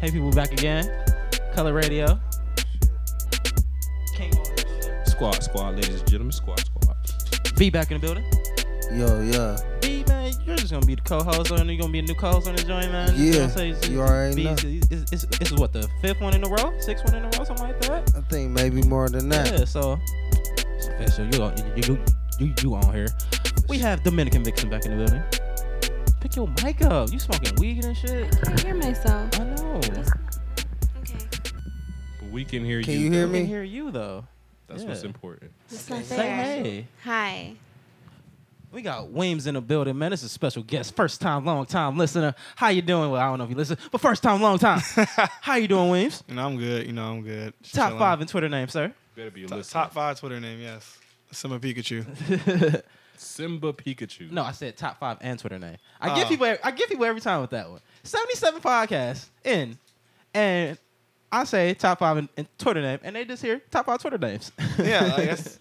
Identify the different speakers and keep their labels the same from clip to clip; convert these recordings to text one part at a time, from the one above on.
Speaker 1: Hey, people, back again. Color Radio.
Speaker 2: Squad, squad, ladies and gentlemen, squad, squad.
Speaker 1: Be back in the building.
Speaker 3: Yo, yeah.
Speaker 1: B, man, you're just gonna be the co-host on. You're gonna be a new co-host on the joint, man.
Speaker 3: Yeah,
Speaker 1: know what I'm saying? It's-
Speaker 3: you already
Speaker 1: B,
Speaker 3: know.
Speaker 1: It's, it's, it's, it's what the fifth one in a row, sixth one in a row, something like that.
Speaker 3: I think maybe more than that.
Speaker 1: Yeah, so it's official. You on- you you you, you on here? We have Dominican Vixen back in the building. Pick your mic up. You smoking weed and shit.
Speaker 4: can't hear myself.
Speaker 1: I know.
Speaker 4: Okay.
Speaker 2: But we can hear
Speaker 3: Can
Speaker 2: you.
Speaker 3: you hear
Speaker 2: though.
Speaker 1: I can
Speaker 3: me?
Speaker 1: hear you though.
Speaker 2: That's
Speaker 1: Yeah.
Speaker 2: what's important.
Speaker 4: It's not
Speaker 1: Say hey.
Speaker 4: Hi.
Speaker 1: We got Weems in the building, man. This is a special guest, first time, long time listener. How you doing? Well, I don't know if you listen, but first time, long time. How you doing, Weems?
Speaker 5: You know, I'm good. You know, I'm good. Just
Speaker 1: Top
Speaker 5: chilling.
Speaker 1: five in Twitter name, sir.
Speaker 2: Better be a
Speaker 5: Top-
Speaker 2: listener.
Speaker 5: Top five Twitter name, yes. Summer Pikachu.
Speaker 2: Simba Pikachu.
Speaker 1: No, I said top five and Twitter name. I give
Speaker 5: Oh.
Speaker 1: people, I give people every time with that one. Seventy-seven podcasts in, and I say top five in, in Twitter name, and they just hear top five Twitter names.
Speaker 5: yeah, like that's, that's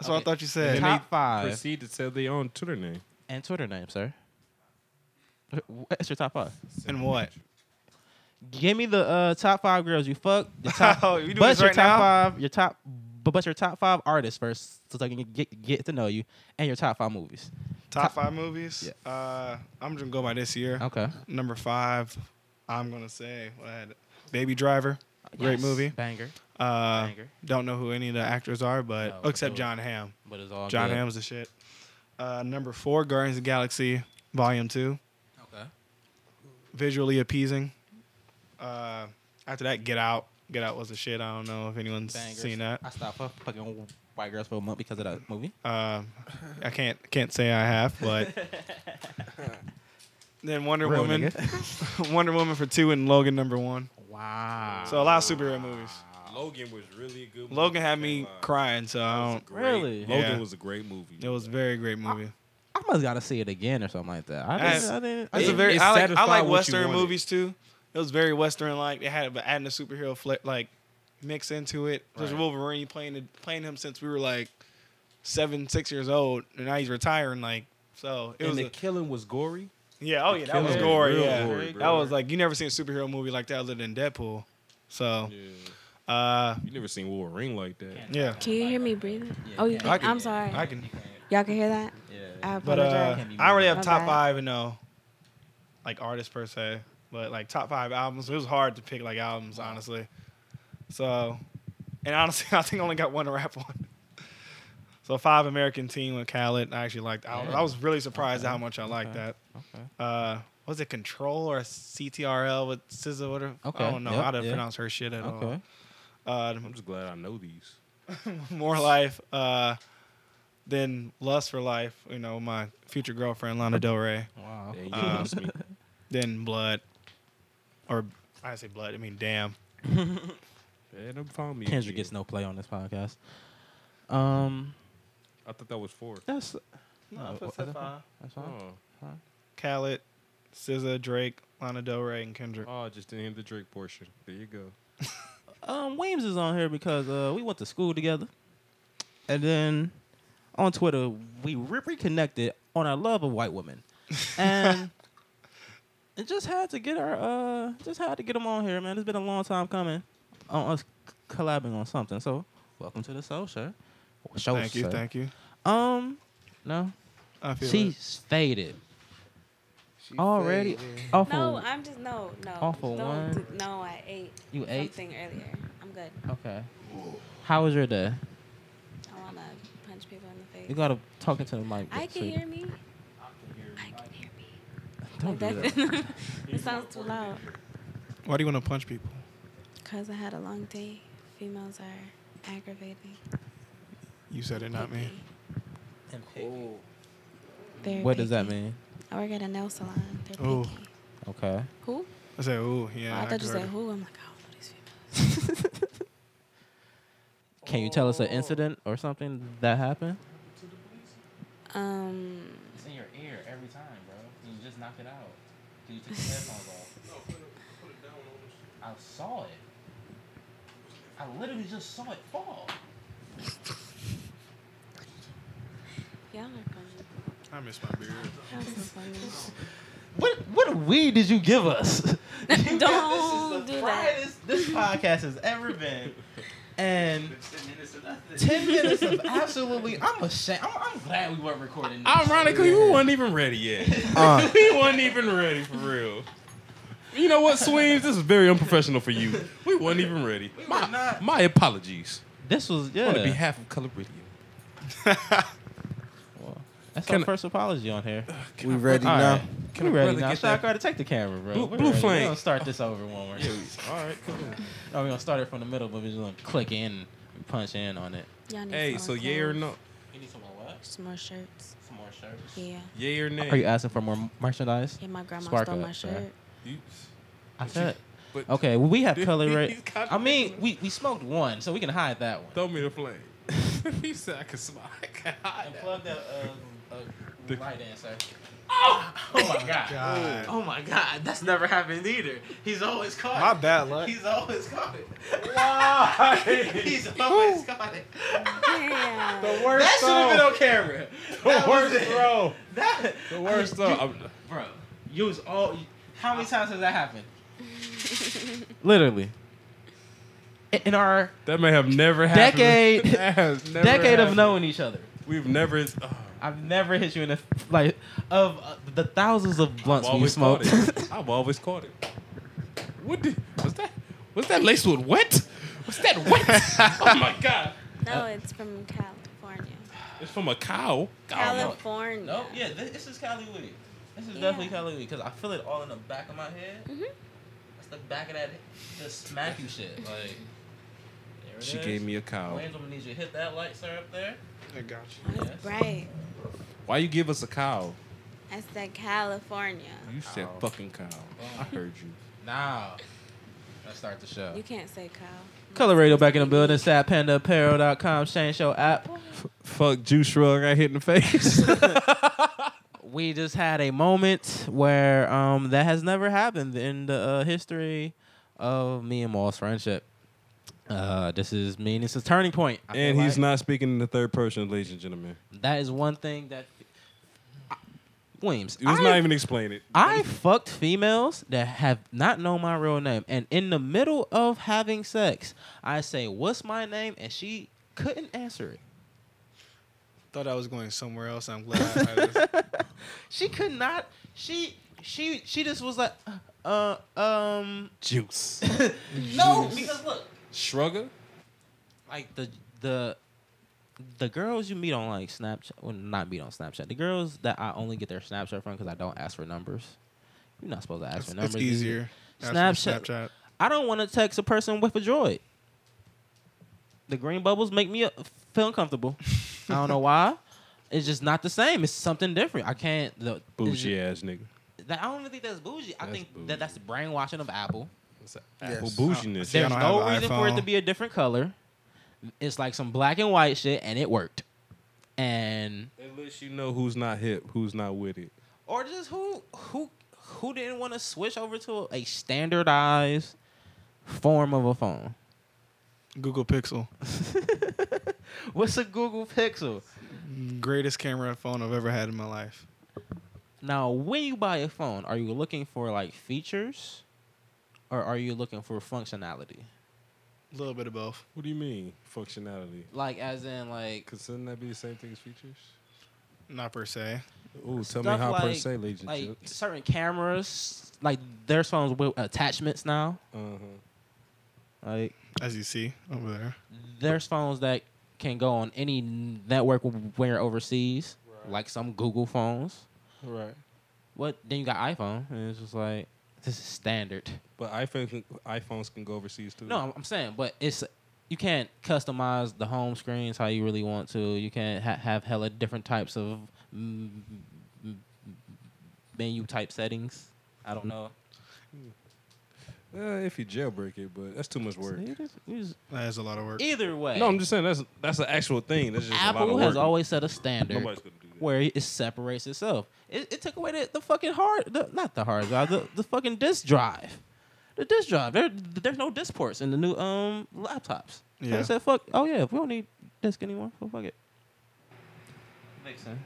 Speaker 5: what
Speaker 1: Okay.
Speaker 5: I thought you
Speaker 2: And
Speaker 5: said.
Speaker 2: then
Speaker 1: top
Speaker 2: they
Speaker 1: five
Speaker 2: Proceed to tell their own Twitter name.
Speaker 1: and Twitter name, sir. What's your top five?
Speaker 5: And what?
Speaker 1: Give me the uh, top five girls you fuck. Your top,
Speaker 5: Oh, you doing
Speaker 1: but
Speaker 5: this
Speaker 1: your
Speaker 5: right
Speaker 1: top
Speaker 5: now?
Speaker 1: five, your top, but, but your top five artists first, so I can get get to know you and your top five movies.
Speaker 5: Top five movies? Uh, I'm just gonna go by this year.
Speaker 1: Okay,
Speaker 5: Number five, I'm gonna say what I had. Baby Driver, great
Speaker 1: Yes.
Speaker 5: movie.
Speaker 1: banger,
Speaker 5: Uh,
Speaker 1: banger.
Speaker 5: don't know who any of the actors are,
Speaker 1: No,
Speaker 5: but
Speaker 1: but
Speaker 5: except
Speaker 1: those-
Speaker 5: John Hamm.
Speaker 1: But it's all
Speaker 5: John
Speaker 1: good.
Speaker 5: Hamm's the shit. Uh, number four, Guardians of the Galaxy, Volume Two.
Speaker 1: Okay,
Speaker 5: visually appeasing. Uh, after that, Get Out. Get Out was the shit. I don't know if anyone's
Speaker 1: Bangers.
Speaker 5: seen that.
Speaker 1: I stopped fu- fucking white girls for a month because of that movie.
Speaker 5: Uh, I can't can't say I have, but then Wonder
Speaker 1: Real
Speaker 5: Woman, Wonder Woman for two, and Logan number one.
Speaker 1: Wow.
Speaker 5: So a lot of superhero movies.
Speaker 2: Logan was really a good. movie.
Speaker 5: Logan had me
Speaker 2: Can't lie.
Speaker 5: crying, so
Speaker 2: That
Speaker 5: I
Speaker 2: was a
Speaker 5: don't.
Speaker 2: great-
Speaker 1: Really?
Speaker 2: Logan
Speaker 5: Yeah.
Speaker 2: was a great movie.
Speaker 5: It was a very great movie.
Speaker 1: I must gotta see it again or something like that. I
Speaker 5: That's-
Speaker 1: didn't. I didn't I
Speaker 5: It's a
Speaker 1: didn't-
Speaker 5: very.
Speaker 2: it
Speaker 5: I like, I
Speaker 2: satisfied
Speaker 5: like
Speaker 2: what you
Speaker 5: Western
Speaker 2: wanted.
Speaker 5: movies too. It was very Western like. It had but adding a superhero fl- like mix into it. There's
Speaker 1: Right.
Speaker 5: Wolverine playing it- playing him since we were like seven, six years old, and now he's retiring. Like so, it
Speaker 2: and
Speaker 5: was
Speaker 2: the
Speaker 5: a-
Speaker 2: killing was gory.
Speaker 5: yeah. Oh yeah, that
Speaker 2: killing
Speaker 5: was
Speaker 2: was
Speaker 5: gory.
Speaker 2: real
Speaker 5: Yeah,
Speaker 2: gory,
Speaker 5: that
Speaker 2: bro.
Speaker 5: was like you never seen a superhero movie like that other than Deadpool. So,
Speaker 2: Yeah.
Speaker 5: uh,
Speaker 2: You never seen Wolverine like that.
Speaker 5: yeah.
Speaker 4: Can you hear me breathing? oh, you can.
Speaker 5: I can-
Speaker 4: I'm sorry.
Speaker 5: I can,
Speaker 4: Y'all can hear that?
Speaker 1: Yeah.
Speaker 4: I
Speaker 5: but uh,
Speaker 4: apologize.
Speaker 5: I don't really have
Speaker 4: My
Speaker 5: top
Speaker 4: bad.
Speaker 5: five and no, like artists per se, but like top five albums. It was hard to pick like albums, honestly. So, and honestly, I think I only got one to rap on. So five American Teen with Khaled. I actually liked. I, I was really surprised at how much I liked
Speaker 1: Okay.
Speaker 5: that.
Speaker 1: Okay.
Speaker 5: Uh, was it Control or CTRL with SZA? Whatever.
Speaker 1: Okay.
Speaker 5: I don't know
Speaker 1: Yep,
Speaker 5: how to
Speaker 1: yeah.
Speaker 5: pronounce her shit at
Speaker 1: Okay.
Speaker 5: all. Uh,
Speaker 2: I'm just glad I know these.
Speaker 5: more life uh, than lust for life. You know, my future girlfriend Lana Del Rey.
Speaker 1: Wow.
Speaker 2: And you
Speaker 5: Uh,
Speaker 2: lost me.
Speaker 5: Then blood, or I say blood. I mean damn.
Speaker 2: And I'm found me.
Speaker 1: Kendrick
Speaker 2: again.
Speaker 1: gets no play on this podcast. Um,
Speaker 2: I thought that was four.
Speaker 1: that's
Speaker 5: No,
Speaker 1: what-
Speaker 5: that's fine.
Speaker 1: that's fine.
Speaker 2: Oh,
Speaker 5: Khaled, SZA, Drake, Lana Del Rey, and Kendrick.
Speaker 2: oh, I just didn't hear the Drake portion. There you go.
Speaker 1: Um, Weems is on here because uh, we went to school together, and then on Twitter we re- reconnected on our love of white women, and it just had to get our uh, just had to get them on here, man. It's been a long time coming on us c- collabing on something. So welcome to the show, sir. Show,
Speaker 5: thank you,
Speaker 1: sir.
Speaker 5: thank you.
Speaker 1: Um, no,
Speaker 5: I feel it.
Speaker 1: she's faded already. Oh,
Speaker 5: uh,
Speaker 1: Awful.
Speaker 4: No, I'm just no, no.
Speaker 1: Awful
Speaker 4: Don't
Speaker 1: one.
Speaker 4: do- no, I ate
Speaker 1: You ate?
Speaker 4: something earlier. I'm good.
Speaker 1: Okay. How was your day?
Speaker 4: I wanna punch people in the
Speaker 1: You
Speaker 4: face.
Speaker 1: gotta talk into the mic.
Speaker 4: I can
Speaker 1: sweetie.
Speaker 4: hear me. I can hear me.
Speaker 1: Don't do that.
Speaker 4: Like, that's- it sounds too loud.
Speaker 5: Why do you want to punch people?
Speaker 4: Cause I had a long day. Females are aggravating.
Speaker 5: You said it, not me.
Speaker 4: picky. They're
Speaker 1: What does that
Speaker 4: picky.
Speaker 1: mean?
Speaker 4: I work at a nail salon. They're
Speaker 5: Ooh.
Speaker 4: picky.
Speaker 1: Okay.
Speaker 4: Who?
Speaker 5: I said, ooh, yeah.
Speaker 4: oh, I thought you
Speaker 5: heard
Speaker 4: said
Speaker 5: it.
Speaker 4: who. I'm like, I don't know these females.
Speaker 1: Can you tell us an incident or something that happened?
Speaker 4: Um,
Speaker 1: It's in your ear every time, bro. Can you just knock it out? Can you take your headphones off? I saw it. I literally just saw it fall.
Speaker 4: y'all are funny.
Speaker 5: I miss my beard.
Speaker 4: Y'all so funny.
Speaker 1: What what weed did you give us? You give- this
Speaker 4: Don't
Speaker 1: is the
Speaker 4: do that.
Speaker 1: friest This podcast has ever been, and ten minutes of absolutely. I'm ashamed. I'm, I'm glad we weren't recording. This.
Speaker 2: Ironically, we wasn't even ready yet.
Speaker 3: Uh,
Speaker 2: we wasn't even ready for real. You know what, Sweens? This is very unprofessional for you. We wasn't even ready.
Speaker 1: were
Speaker 2: My,
Speaker 1: not.
Speaker 2: my apologies
Speaker 1: This was yeah.
Speaker 2: on the behalf of Color Radio.
Speaker 1: Well, that's
Speaker 2: Can
Speaker 1: our
Speaker 2: I-
Speaker 1: first apology on here.
Speaker 3: we ready
Speaker 1: All
Speaker 3: now.
Speaker 1: right. Uh, Can we
Speaker 2: I
Speaker 1: ready
Speaker 2: really
Speaker 1: now?
Speaker 2: get
Speaker 1: Shot
Speaker 2: that-
Speaker 1: Carter, take the camera, bro.
Speaker 2: Blue-
Speaker 1: We're
Speaker 2: blue
Speaker 1: ready. We're
Speaker 2: flame.
Speaker 1: gonna start this over one more.
Speaker 2: Yeah, we- All right, cool.
Speaker 1: No, we're gonna start it from the middle, but we're just gonna click in and punch in on it.
Speaker 4: Y'all need
Speaker 2: Hey,
Speaker 4: some
Speaker 2: so
Speaker 4: more
Speaker 2: yay or
Speaker 4: clothes.
Speaker 2: no?
Speaker 1: You need some more what?
Speaker 4: um, Some more shirts.
Speaker 1: Some more shirts.
Speaker 4: Yeah.
Speaker 2: Yay or nay?
Speaker 1: Are you asking for more merchandise?
Speaker 4: Yeah, my grandma
Speaker 1: Spark
Speaker 4: stole
Speaker 1: up,
Speaker 4: my
Speaker 1: bruh.
Speaker 4: shirt.
Speaker 2: You-
Speaker 1: I said.
Speaker 2: but
Speaker 1: Okay, well, we have color
Speaker 2: He's
Speaker 1: right.
Speaker 2: got-
Speaker 1: I mean, we, we smoked one, so we can hide that one.
Speaker 2: Throw me the flame. he said I could smile. I can hide
Speaker 1: And
Speaker 2: that.
Speaker 1: plug that uh,
Speaker 2: The-
Speaker 1: uh, right in, sir. Oh! my god. Oh my god, that's never happened either. He's always caught.
Speaker 5: My
Speaker 1: it.
Speaker 5: bad luck.
Speaker 1: He's always caught it.
Speaker 5: Why?
Speaker 1: He's always caught it.
Speaker 4: Yeah.
Speaker 5: The worst
Speaker 1: That should have been
Speaker 5: throw.
Speaker 1: on camera.
Speaker 5: The
Speaker 1: That was
Speaker 5: worst
Speaker 1: it.
Speaker 5: throw.
Speaker 1: That,
Speaker 2: The worst though. I'm-
Speaker 1: Bro, you was all. How many times has that happened? Literally. In- In our
Speaker 2: That may have never happened.
Speaker 1: Decade-
Speaker 2: That has never
Speaker 1: decade of
Speaker 2: happened.
Speaker 1: knowing each other,
Speaker 2: We've never. Oh,
Speaker 1: I've never hit you in the like of uh, the thousands of
Speaker 2: I've
Speaker 1: blunts we
Speaker 2: always caught
Speaker 1: smoked.
Speaker 2: it. I've always caught it. What did, was that? Was that laced with what? Was that wet? oh my god!
Speaker 4: No, it's from California.
Speaker 2: It's from a cow. Oh,
Speaker 4: California.
Speaker 1: nope, yeah, this, this is Cali weed. This is
Speaker 4: Yeah.
Speaker 1: definitely Cali weed because I feel it all in the back of my head.
Speaker 2: Mm-hmm.
Speaker 4: Mhm.
Speaker 1: That's the back of that just smack you shit. Like there it
Speaker 2: She
Speaker 1: is.
Speaker 2: gave me a cow.
Speaker 1: Wayne's gonna need you to hit that light, sir, up there.
Speaker 5: I got
Speaker 4: Oh, it's
Speaker 1: Yes.
Speaker 4: bright.
Speaker 2: Why you give us a cow?
Speaker 4: That's that California.
Speaker 2: You said
Speaker 1: Cow.
Speaker 2: fucking cow. I heard you.
Speaker 1: Now, let's start the show.
Speaker 4: You can't say cow.
Speaker 1: Color Radio back in the building. SatPandaApparel.com. Shane Show app.
Speaker 2: Fuck Juice Shrug. I hit in the face.
Speaker 1: We just had a moment where um, that has never happened in the uh, history of me and Moss friendship. Uh, this is me. and It's a turning point. I feel
Speaker 2: and he's
Speaker 1: like.
Speaker 2: not speaking in the third person, ladies and gentlemen.
Speaker 1: That is one thing that. I- Williams.
Speaker 2: Let's
Speaker 1: I-
Speaker 2: not even explain it.
Speaker 1: I fucked females that have not known my real name, and in the middle of having sex, I say, "What's my name?" and she couldn't answer it.
Speaker 5: Thought I was going somewhere else. I'm glad. I was,
Speaker 1: She could not. She she she just was like, uh um,
Speaker 2: Juice.
Speaker 1: no, because look,
Speaker 2: Shrugger?
Speaker 1: like the the the girls you meet on like Snapchat, well, not meet on Snapchat. The girls that I only get their Snapchat from because I don't ask for numbers. You're not supposed to ask
Speaker 5: it's,
Speaker 1: for numbers.
Speaker 5: it's
Speaker 1: either.
Speaker 5: easier. That's
Speaker 1: Snapchat.
Speaker 5: Snapchat.
Speaker 1: I don't want to text a person with a droid. The green bubbles make me uh, feel uncomfortable. I don't know why. It's just not the same. It's something different. I can't. The,
Speaker 2: Bougie ass nigga.
Speaker 1: That, I don't even think that's bougie. I
Speaker 2: That's
Speaker 1: think
Speaker 2: bougie.
Speaker 1: that that's brainwashing of Apple.
Speaker 2: Apple
Speaker 5: Yes.
Speaker 2: bouginess.
Speaker 5: Yeah, I
Speaker 1: There's
Speaker 5: don't
Speaker 1: no
Speaker 5: have an
Speaker 1: reason for it to
Speaker 5: iPhone.
Speaker 1: be a different color. It's like some black and white shit, and it worked. And
Speaker 2: Unless you know who's not hip, who's not with it.
Speaker 1: or just who who who didn't want to switch over to a standardized form of a phone.
Speaker 5: Google Pixel,
Speaker 1: What's a Google Pixel?
Speaker 5: greatest camera phone I've ever had in my life.
Speaker 1: Now, when you buy a phone, are you looking for like features or are you looking for functionality?
Speaker 5: A little bit of both.
Speaker 2: What do you mean functionality?
Speaker 1: Like, as in, like,
Speaker 2: Could shouldn't that be the same thing as features?
Speaker 5: Not per se.
Speaker 2: Ooh, tell
Speaker 1: Stuff
Speaker 2: me how per
Speaker 1: like-
Speaker 2: se, ladies and
Speaker 1: like
Speaker 2: gents.
Speaker 1: certain cameras, like there's phones with attachments now.
Speaker 2: Uh-huh.
Speaker 1: Like,
Speaker 5: As you see over there.
Speaker 1: there's phones that can go on any network when you're overseas, like some Google phones.
Speaker 2: Right.
Speaker 1: What? Then you got iPhone, and it's just like this is standard.
Speaker 2: But iPhones can, iPhones can go overseas too.
Speaker 1: No, I'm- I'm saying, but it's you can't customize the home screens how you really want to. You can't ha- have hella different types of mm, mm, menu type settings. I don't know.
Speaker 2: Uh, if you jailbreak it, but that's too much work.
Speaker 5: That is a lot of work.
Speaker 1: Either way,
Speaker 2: No, I'm just saying that's that's an actual thing. That's just a lot
Speaker 1: Apple
Speaker 2: of work.
Speaker 1: has always set a standard
Speaker 2: Nobody's gonna do that.
Speaker 1: where it separates itself. It, it took away the, the fucking hard, the, not the hard drive, the, the fucking disk drive. The disk drive. There, there's no disk ports in the new um laptops. Yeah.
Speaker 5: Yeah.
Speaker 1: I said, fuck. Oh yeah, we don't need disk anymore. Well, fuck it. Makes sense.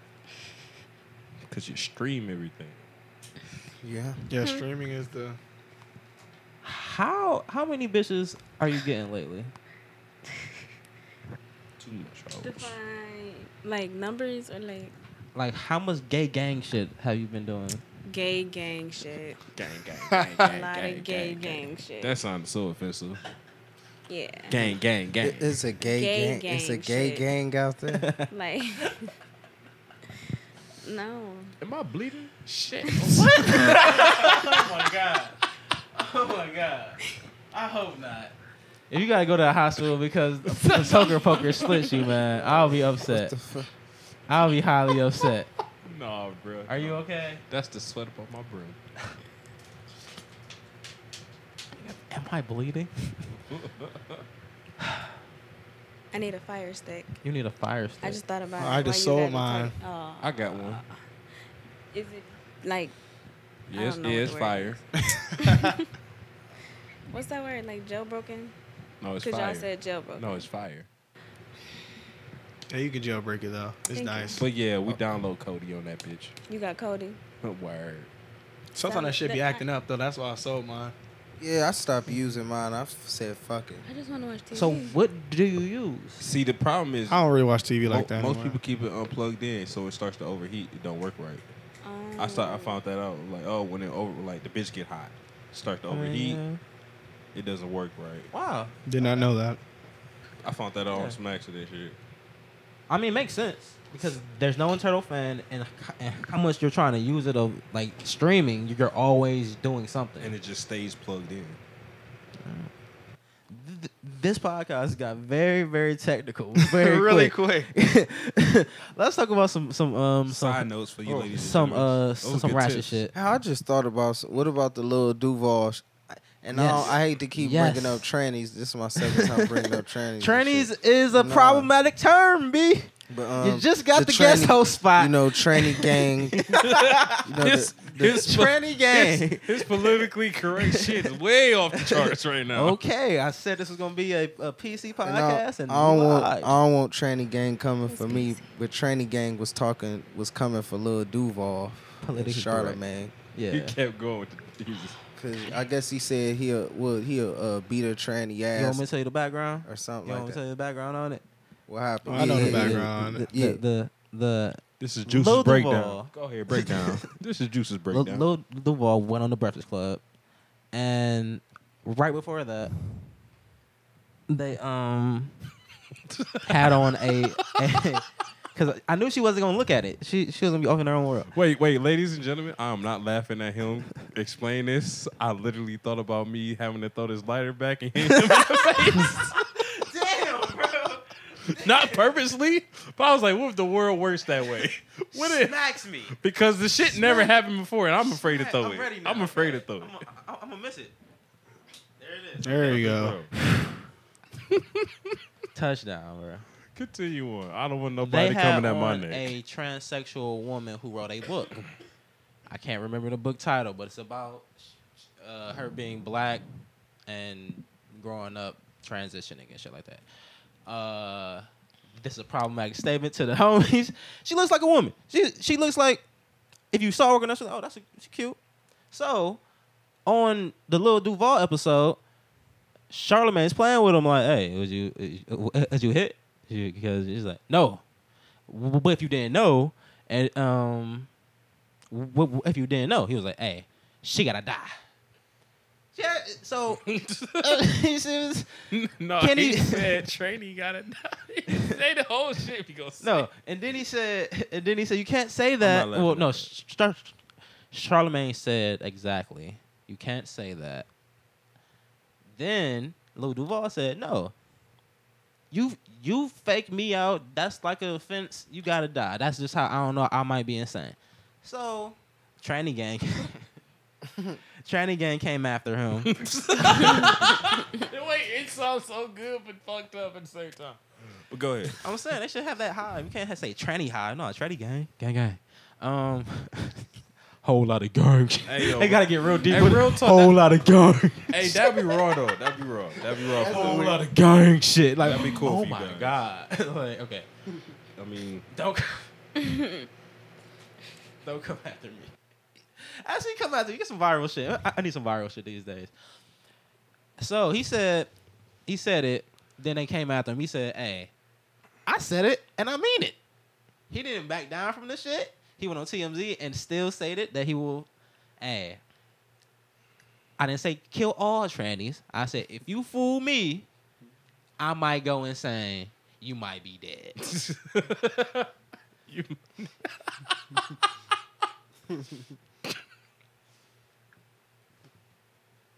Speaker 2: Cause you stream everything.
Speaker 3: Yeah.
Speaker 5: Yeah,
Speaker 1: Mm-hmm.
Speaker 5: streaming is the.
Speaker 1: How how many bitches are you getting lately?
Speaker 2: Too much. hoes.
Speaker 4: Define like numbers or like
Speaker 1: Like how much gay gang shit have you been doing?
Speaker 4: gay gang shit.
Speaker 2: Gang, gang, gang,
Speaker 4: A
Speaker 2: gang,
Speaker 4: lot
Speaker 2: gang,
Speaker 4: of gay
Speaker 2: gang,
Speaker 4: gang shit.
Speaker 2: That sounds so offensive.
Speaker 4: yeah.
Speaker 2: Gang, gang, gang.
Speaker 3: It- It's a gay,
Speaker 4: Gay
Speaker 3: gang. It's a
Speaker 4: gang
Speaker 3: gay
Speaker 4: shit.
Speaker 3: gang out there.
Speaker 4: Like no.
Speaker 2: Am I bleeding? Shit.
Speaker 1: Oh my god. Oh my god. I hope not. If you gotta go to the hospital because the sucker poker slits you, man, I'll be upset. I'll be highly upset.
Speaker 2: nah, bro.
Speaker 1: Are you okay?
Speaker 2: That's the sweat up on my brain.
Speaker 1: Am I bleeding?
Speaker 4: I need a fire stick.
Speaker 1: You need a fire stick.
Speaker 4: I just thought about it.
Speaker 5: I
Speaker 4: while
Speaker 5: just
Speaker 4: you
Speaker 5: sold
Speaker 4: guys were
Speaker 5: mine.
Speaker 4: talking. Oh.
Speaker 2: I got one.
Speaker 4: Is it like I
Speaker 2: Yes,
Speaker 4: don't
Speaker 2: yeah,
Speaker 4: know what
Speaker 2: it's
Speaker 4: the word
Speaker 2: fire.
Speaker 4: what's that word? Like jailbroken?
Speaker 2: No, it's
Speaker 4: Because y'all
Speaker 2: fire.
Speaker 4: said jailbroken.
Speaker 2: no, it's fire.
Speaker 5: Yeah, you can jailbreak it though. It's
Speaker 4: Thank you.
Speaker 5: nice.
Speaker 2: But yeah, we download Cody on that bitch.
Speaker 4: You got Cody.
Speaker 2: Word.
Speaker 5: Sometimes that shit be
Speaker 4: That-
Speaker 5: acting up though. That's why I sold mine.
Speaker 3: yeah, I stopped using mine. I f- said fuck it.
Speaker 4: I just want to watch TV.
Speaker 1: so what do you use?
Speaker 2: See, the problem is
Speaker 5: I don't really watch TV
Speaker 2: mo-
Speaker 5: like that.
Speaker 2: most
Speaker 5: anymore.
Speaker 2: people keep it unplugged in, so it starts to overheat. It don't work right.
Speaker 4: Um,
Speaker 2: I start. I found that out. Like, oh, when it over, like the bitch get hot, start to overheat. It doesn't work right.
Speaker 1: Wow.
Speaker 5: did not know that.
Speaker 2: I found that out
Speaker 1: Yeah.
Speaker 2: on some accident shit.
Speaker 1: I mean, it makes sense because there's no internal fan, and, and how much you're trying to use it of like streaming, you're always doing something.
Speaker 2: and it just stays plugged in.
Speaker 1: Th- this podcast got very, very technical. Very
Speaker 5: really
Speaker 1: quick.
Speaker 5: quick.
Speaker 1: Let's talk about some some um
Speaker 2: Side
Speaker 1: some
Speaker 2: notes for you
Speaker 1: oh,
Speaker 2: ladies. and
Speaker 1: some
Speaker 2: gentlemen.
Speaker 1: uh
Speaker 2: Those
Speaker 1: some, some
Speaker 2: good
Speaker 1: ratchet
Speaker 2: tips.
Speaker 1: shit.
Speaker 3: Hell, I just thought about s- what about the little Duval? sh- And I,
Speaker 1: Yes.
Speaker 3: don't- I hate to keep
Speaker 1: Yes.
Speaker 3: bringing up trannies. This is my second time bringing up trannies. and
Speaker 1: Trannies
Speaker 3: shit.
Speaker 1: is a
Speaker 3: Nah.
Speaker 1: problematic term, b.
Speaker 3: But,
Speaker 1: you
Speaker 3: um,
Speaker 1: just got the,
Speaker 3: the
Speaker 1: guest
Speaker 3: tranny-
Speaker 1: host spot.
Speaker 3: You know, tranny gang. you know,
Speaker 2: This,
Speaker 3: the-
Speaker 2: this
Speaker 1: tranny gang.
Speaker 2: His politically correct shit is way off the charts right now.
Speaker 1: Okay, I said this was gonna be a, a PC
Speaker 3: And I,
Speaker 1: podcast, and,
Speaker 3: I don't want I
Speaker 1: lied.
Speaker 3: don't want tranny gang coming
Speaker 4: That's
Speaker 3: for me,
Speaker 4: crazy.
Speaker 3: but tranny gang was talking was coming for Lil Duval,
Speaker 1: Politically correct.
Speaker 3: Charlemagne,
Speaker 2: He
Speaker 1: yeah.
Speaker 2: kept going with the Jesus.
Speaker 3: because I guess he said he'll well, he'll uh, beat a tranny
Speaker 1: You want
Speaker 3: ass
Speaker 1: me to tell you the background?
Speaker 3: or something
Speaker 1: You want me
Speaker 3: like
Speaker 1: to tell
Speaker 3: that.
Speaker 1: you the background on it?
Speaker 3: What happened?
Speaker 5: Oh, I know the
Speaker 3: Yeah, yeah, yeah.
Speaker 5: background.
Speaker 1: The
Speaker 3: Yeah.
Speaker 1: the the,
Speaker 2: This is
Speaker 1: Juice's Lil Duval. breakdown.
Speaker 2: Go ahead, breakdown. this is Juice's
Speaker 1: the Lil,
Speaker 2: breakdown.
Speaker 1: Lil Duval went on the Breakfast Club, and right before that, they um had on a because I knew she wasn't gonna look at it. She she was gonna be off in her own world.
Speaker 2: Wait, wait, ladies and gentlemen, I'm not laughing at him. Explain this. I literally thought about me having to throw this lighter back and hit him in the face. Damn, bro. Not purposely, but I was like, what if the world works that way? What if
Speaker 1: smacks me?
Speaker 2: Because the shit never happened before, and I'm afraid to throw
Speaker 1: I'm
Speaker 2: it.
Speaker 1: ready now.
Speaker 2: I'm afraid to throw it.
Speaker 1: I'm gonna miss it. There it is.
Speaker 5: There you go.
Speaker 1: Touchdown, bro.
Speaker 2: Continue on. I don't want
Speaker 1: They
Speaker 2: nobody
Speaker 1: had
Speaker 2: coming at my
Speaker 1: on
Speaker 2: neck.
Speaker 1: a transsexual woman who wrote a book. I can't remember the book title, but it's about uh, her being black and growing up, transitioning and shit like that. Uh, this is a problematic statement to the homies. she looks like a woman. She she looks like if you saw her, going oh, that's a, she cute. So on the Lil Duval episode, Charlemagne's playing with him like, hey, was you was you hit? She- Because he's like, no. W- But if you didn't know, and um, w- w- if you didn't know, he was like, hey, she gotta die. Yeah. So he says
Speaker 2: no,
Speaker 1: Can
Speaker 2: he
Speaker 1: he-
Speaker 2: said trainee gotta die. Say the whole shit because
Speaker 1: no, and then he said, and then he said, you can't say that.
Speaker 2: not laughing
Speaker 1: Well, no,
Speaker 2: at
Speaker 1: Sh- Char- Charlemagne said exactly, you can't say that. Then Lil Duval said, no. You you fake me out. That's like an offense. You gotta die. That's just how I don't know. I might be insane. So, tranny gang, tranny gang came after him.
Speaker 2: Wait, it sounds so good but fucked up at the same time. But go ahead.
Speaker 1: I'm saying they should have that high. You can't say tranny high. No, tranny gang, gang gang. Um, whole lot of gang.
Speaker 2: Hey, yo.
Speaker 1: they gotta get real deep.
Speaker 2: Hey,
Speaker 1: with it.
Speaker 2: real talk,
Speaker 1: Whole lot of gang.
Speaker 2: Hey, that'd be raw though. That'd be raw. That'd be raw.
Speaker 1: Whole lot of gang shit. Like,
Speaker 2: That'd be cool
Speaker 1: Oh
Speaker 2: if you
Speaker 1: my
Speaker 2: guys.
Speaker 1: god. like, okay,
Speaker 2: I mean,
Speaker 1: don't come- don't come after me. Actually, come out there. You get some viral shit. I, I need some viral shit these days. So he said, he said it. Then they came after him. He said, "Hey, I said it, and I mean it." He didn't back down from this shit. He went on TMZ and still stated that he will. Hey, I didn't say kill all trannies. I said if you fool me, I might go insane. You might be dead.
Speaker 2: You,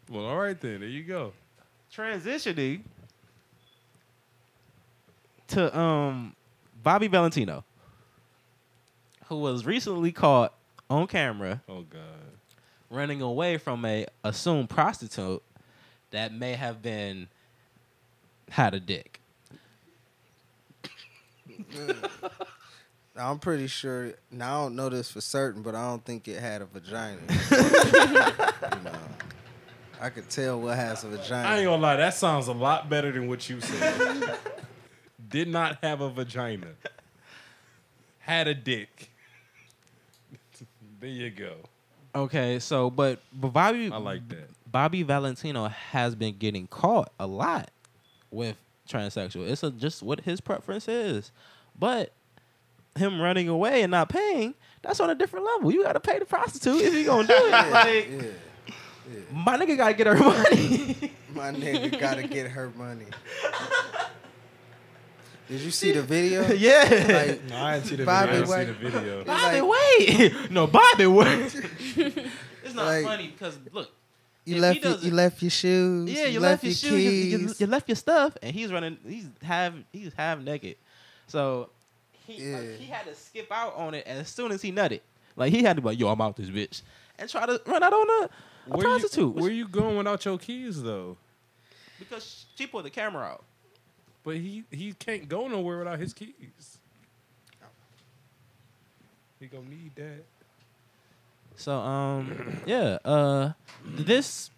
Speaker 2: well, all right then. There you go.
Speaker 1: transitioning to um Bobby Valentino, who was recently caught on camera
Speaker 2: Oh God.
Speaker 1: running away from a assumed prostitute that may have been had a dick.
Speaker 3: I'm pretty sure. Now I don't know this for certain, but I don't think it had a vagina. No. I could tell what has a vagina.
Speaker 2: I ain't gonna lie. That sounds a lot better than what you said. Did not have a vagina. Had a dick. there you go.
Speaker 1: Okay, so but, but Bobby
Speaker 2: I like that.
Speaker 1: Bobby Valentino has been getting caught a lot with transsexual. It's a, just what his preference is. But him running away and not paying, that's on a different level. You got to pay the prostitute if you going to do it. Like,
Speaker 3: yeah,
Speaker 1: my nigga got to get her money.
Speaker 3: my nigga gotta get her money. Did you see the video?
Speaker 1: yeah.
Speaker 3: Like,
Speaker 5: No, I didn't see the
Speaker 3: Bobby
Speaker 2: I
Speaker 5: video.
Speaker 2: didn't see
Speaker 3: Wait.
Speaker 2: the video.
Speaker 1: Bobby,
Speaker 3: like-
Speaker 1: wait. no, Bobby, wait. it's not
Speaker 3: Like-
Speaker 1: funny because, look,
Speaker 3: you
Speaker 1: If
Speaker 3: left
Speaker 1: he
Speaker 3: your,
Speaker 1: doesn't-
Speaker 3: you left your shoes.
Speaker 1: Yeah, you, left, your, shoes, you, you,
Speaker 3: keys.
Speaker 1: you left your stuff, and he's running. He's half. He's half naked. So he like,
Speaker 3: Yeah.
Speaker 1: he had to skip out on it as soon as he nutted. Like he had to be like, "Yo, I'm out this bitch," and try to run out on a, a
Speaker 2: Where You,
Speaker 1: prostitute
Speaker 2: where you going without your keys though?
Speaker 1: because she pulled the camera out.
Speaker 2: But he he can't go nowhere without his keys. He gonna need that.
Speaker 1: So um yeah, uh this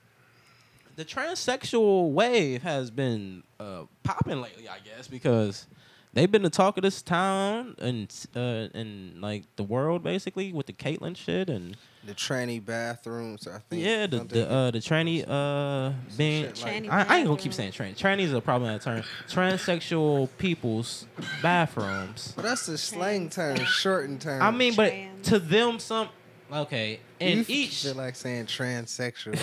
Speaker 1: the transsexual wave has been uh popping lately, I guess, because they've been the talk of this town and uh and like the world basically with the Caitlyn shit and
Speaker 3: the tranny bathrooms. I think.
Speaker 1: yeah, the
Speaker 3: something.
Speaker 1: the, uh, the tranny uh being
Speaker 3: shit like-
Speaker 4: Tranny
Speaker 1: I, I ain't gonna keep
Speaker 4: bathroom.
Speaker 1: saying tranny. Tranny's a problem at turn. Transsexual people's bathrooms.
Speaker 3: But that's a slang term, shortened term.
Speaker 1: I mean, but
Speaker 4: Trans.
Speaker 1: to them some okay,
Speaker 3: You
Speaker 1: and
Speaker 3: f-
Speaker 1: each
Speaker 3: feel like saying transsexual.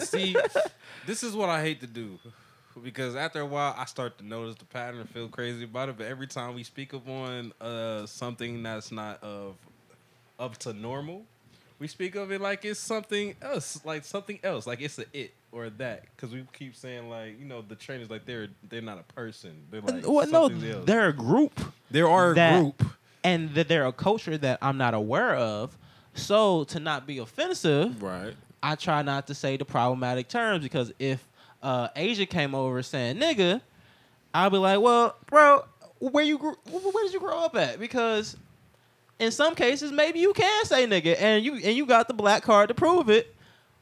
Speaker 6: See, this is what I hate to do because after a while I start to notice the pattern and feel crazy about it. But every time we speak upon uh, something that's not of up to normal, we speak of it like it's something else, like something else, like it's a it or that. Because we keep saying like you know the trainers like they're they're not a person. They're like
Speaker 1: well, no,
Speaker 6: something else.
Speaker 1: they're a group
Speaker 6: there are
Speaker 1: that-
Speaker 6: a group.
Speaker 1: and that they're a culture that I'm not aware of. So to not be offensive,
Speaker 2: Right.
Speaker 1: I try not to say the problematic terms because if uh, Asia came over saying nigga, I'll be like, well, bro, where you grew, wh- where did you grow up at? Because in some cases, maybe you can say nigga, and you and you got the black card to prove it.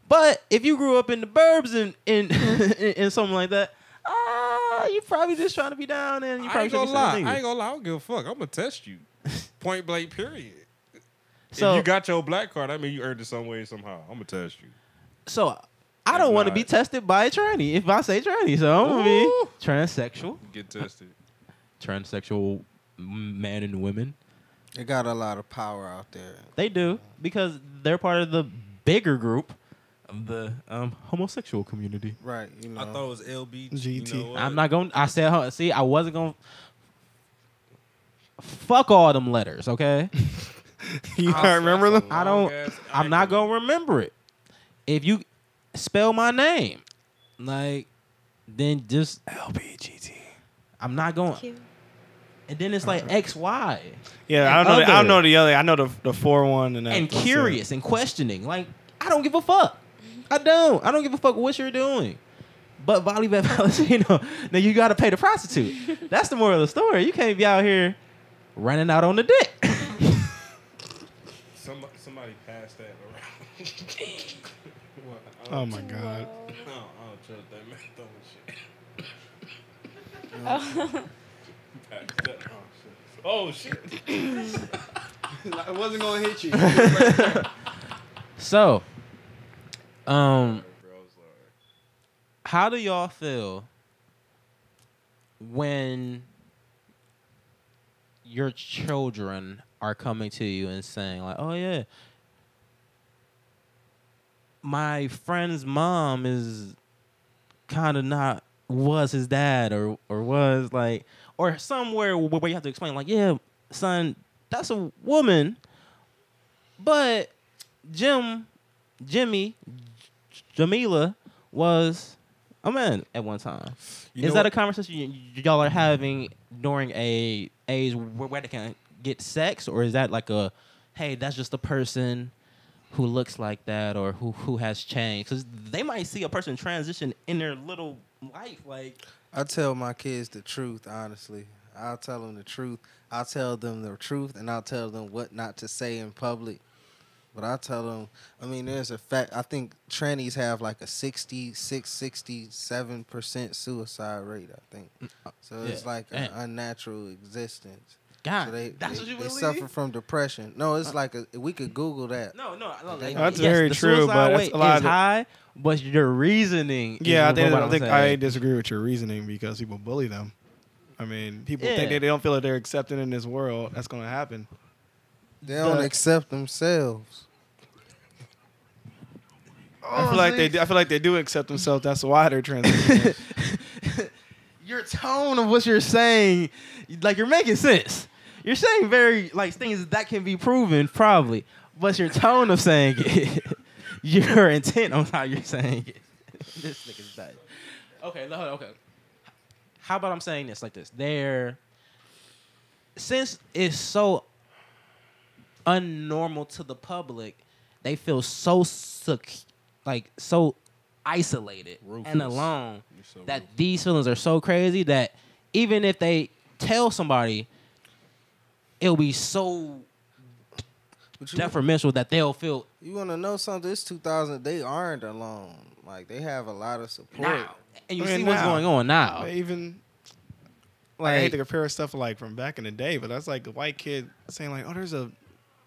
Speaker 1: But if you grew up in the burbs and in in, in something like that, ah, you probably just trying to be down and you
Speaker 2: I
Speaker 1: probably
Speaker 2: ain't gonna
Speaker 1: shouldn't be
Speaker 2: lie.
Speaker 1: saying nigga.
Speaker 2: I ain't gonna lie. I don't give a fuck. I'm gonna test you. Point blank. Period.
Speaker 1: So
Speaker 2: if you got your black card, I mean you earned it some way somehow. I'm gonna test you.
Speaker 1: so I don't
Speaker 2: If
Speaker 1: want to
Speaker 2: not-
Speaker 1: be tested by a tranny if I say tranny. So I'm gonna be
Speaker 2: Ooh.
Speaker 1: transsexual.
Speaker 2: Get tested.
Speaker 1: transsexual men and women.
Speaker 3: they got a lot of power out there.
Speaker 1: They do because they're part of the bigger group of the um, homosexual community.
Speaker 3: Right, you know.
Speaker 6: I thought it was LB. You
Speaker 5: GT.
Speaker 6: know what?
Speaker 1: I'm not going. I said, huh, see, I wasn't going. to Fuck all them letters, okay?
Speaker 5: You don't remember them?
Speaker 1: I don't. I'm not gonna remember it. If you spell my name, like, then just LBGT. I'm not going.
Speaker 4: Cute.
Speaker 1: And then it's
Speaker 5: Uh-huh.
Speaker 1: like XY.
Speaker 5: Yeah, I
Speaker 1: And
Speaker 5: don't know. The, I don't
Speaker 1: other.
Speaker 5: know the other. I know the the four one and that.
Speaker 1: and
Speaker 5: that's it.
Speaker 1: curious and questioning. Like, I don't give a fuck. I don't. I don't give a fuck what you're doing. But Volleyball Valentino, now you gotta pay the prostitute. That's the moral of the story. You can't be out here running out on the dick.
Speaker 2: Somebody, somebody passed that around. What? I don't-
Speaker 5: Oh my god.
Speaker 2: I don't, I don't trust that math on shit. Passed that- Oh shit! Oh shit!
Speaker 5: I wasn't gonna hit you.
Speaker 1: So, um, how do y'all feel when your children are coming to you and saying like, "Oh yeah, my friend's mom is kind of not was his dad or or was like or somewhere wh- where you have to explain like, "Yeah, son, that's a woman." But Jim, Jimmy, J- Jamila was a man at one time.
Speaker 2: You
Speaker 1: Is
Speaker 2: know
Speaker 1: that a
Speaker 2: what-
Speaker 1: conversation y- y- y'all are having during a age where where they can get sex, or is that like a, hey, that's just a person who looks like that or who who has changed? Because they might see a person transition in their little life, like
Speaker 3: I tell my kids the truth, honestly. I'll tell them the truth. I'll tell them the truth, and I'll tell them what not to say in public. But I tell them, I mean, there's a fact. I think trannies have like a 66, 67% suicide rate, I think. So it's
Speaker 1: Mm, uh, Yeah.
Speaker 3: like an
Speaker 1: Damn.
Speaker 3: unnatural existence.
Speaker 1: God,
Speaker 3: So they,
Speaker 1: that's
Speaker 3: they,
Speaker 1: what you
Speaker 3: they
Speaker 1: believe. Uh,
Speaker 3: suffer from depression. No, it's like a, we could Google that.
Speaker 1: No, no, no like,
Speaker 3: That's
Speaker 1: yes,
Speaker 5: very
Speaker 1: the
Speaker 5: true,
Speaker 1: suicide
Speaker 5: but that's
Speaker 1: rate
Speaker 5: a lot
Speaker 1: is
Speaker 5: of-
Speaker 1: high, but your reasoning. is
Speaker 5: Yeah, I
Speaker 1: what
Speaker 5: think,
Speaker 1: I'm
Speaker 5: I, think I
Speaker 1: saying.
Speaker 5: disagree with your reasoning because people bully them. I mean, people
Speaker 1: Yeah.
Speaker 5: think that they don't feel that they're accepted in this world. That's going to happen.
Speaker 3: They don't
Speaker 5: The-
Speaker 3: accept themselves.
Speaker 5: I
Speaker 1: Oh,
Speaker 5: feel like they. do- I feel like they do accept themselves. That's why they're transitioning.
Speaker 1: your tone of what you're saying, like you're making sense. You're saying very like things that can be proven probably, but your tone of saying it, your intent on how you're saying it. this nigga's dead. Okay, no, okay. How about I'm saying this like this? There, since it's so unnormal to the public, they feel so sec- like so isolated and
Speaker 2: Ruthless.
Speaker 1: alone
Speaker 2: You're so
Speaker 1: that these feelings are so crazy that even if they tell somebody, it'll be so
Speaker 3: But you-
Speaker 1: deferential that they'll feel
Speaker 3: You want to know something? It's 2000. They aren't alone. Like they have a lot of support.
Speaker 1: now, and you
Speaker 5: I mean,
Speaker 1: see what's
Speaker 5: now.
Speaker 1: going on now.
Speaker 5: Even
Speaker 1: Oh. Like,
Speaker 5: I hate to compare stuff like from back in the day, but that's like a white kid saying like, "Oh, there's a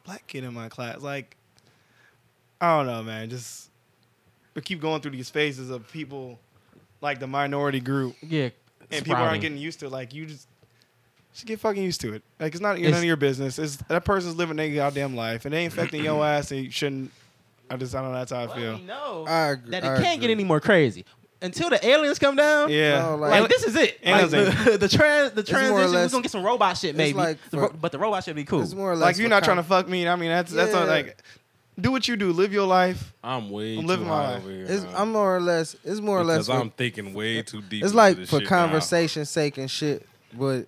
Speaker 5: black kid in my class." Like, I don't know, man. Just we keep going through these phases of people, like the minority group,
Speaker 1: yeah,
Speaker 5: and people aren't
Speaker 1: sprouting.
Speaker 5: getting used to. it. Like, you just should get fucking used to it. Like, it's not none
Speaker 1: It's-
Speaker 5: of your business. It's that person's living their goddamn life, and they ain't affecting your ass. And you shouldn't. I just I don't know. That's how I feel. Uh,
Speaker 1: Well, we know
Speaker 3: I agree.
Speaker 1: that it
Speaker 3: I
Speaker 1: can't get
Speaker 3: agree.
Speaker 1: any more crazy until the aliens come down.
Speaker 5: Yeah,
Speaker 3: No, like-
Speaker 1: Like, this is it. Like,
Speaker 5: Aliens
Speaker 1: the, the trans, the
Speaker 3: more or
Speaker 1: transition. We're
Speaker 3: less-
Speaker 1: gonna get some robot shit,
Speaker 3: it's
Speaker 1: maybe.
Speaker 3: like
Speaker 1: The ro-
Speaker 3: for-
Speaker 1: but the robot should be cool.
Speaker 3: It's more or less
Speaker 5: like you're
Speaker 3: what
Speaker 5: not
Speaker 3: com-
Speaker 5: trying to fuck me. I mean, that's that's not
Speaker 3: Yeah.
Speaker 5: like do what you do, live your life.
Speaker 2: I'm way
Speaker 5: I'm
Speaker 2: too
Speaker 5: living my
Speaker 2: high
Speaker 5: life.
Speaker 2: over here.
Speaker 3: It's,
Speaker 2: now.
Speaker 3: I'm more or less. It's more or less.
Speaker 2: because
Speaker 3: what-
Speaker 2: I'm thinking way too deep.
Speaker 3: it's
Speaker 2: into
Speaker 3: like
Speaker 2: this
Speaker 3: for
Speaker 2: shit now.
Speaker 3: conversation's sake and shit. But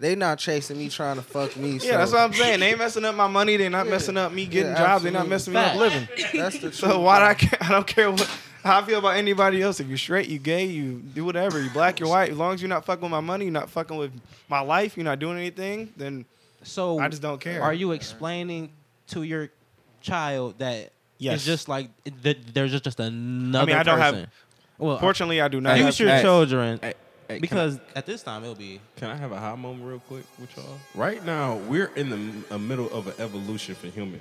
Speaker 3: they not chasing me trying to fuck me.
Speaker 5: Yeah, that's
Speaker 3: so
Speaker 5: what I'm saying. They ain't messing up my money. They're not messing up me getting
Speaker 3: Yeah,
Speaker 5: jobs. They're not
Speaker 3: absolutely.
Speaker 5: messing
Speaker 1: Fact.
Speaker 5: me up living.
Speaker 3: That's the
Speaker 5: So why do I care? I don't care what how I feel about anybody else. If you're straight, you gay, you do whatever. You black, you're white. As long as you're not fucking with my money, you're not fucking with my life. You're not doing anything. Then
Speaker 1: so
Speaker 5: I just don't care.
Speaker 1: Are you explaining to your child that
Speaker 5: Yes.
Speaker 1: it's just like th- there's just just another?
Speaker 5: I don't have-
Speaker 1: person? Well,
Speaker 5: fortunately, I do not.
Speaker 1: future your
Speaker 5: have-
Speaker 1: children
Speaker 7: Hey, hey, can I-
Speaker 1: because at this time it'll be
Speaker 2: Can I have a high moment real quick with y'all? Right now, we're in the m- a middle of an evolution for human,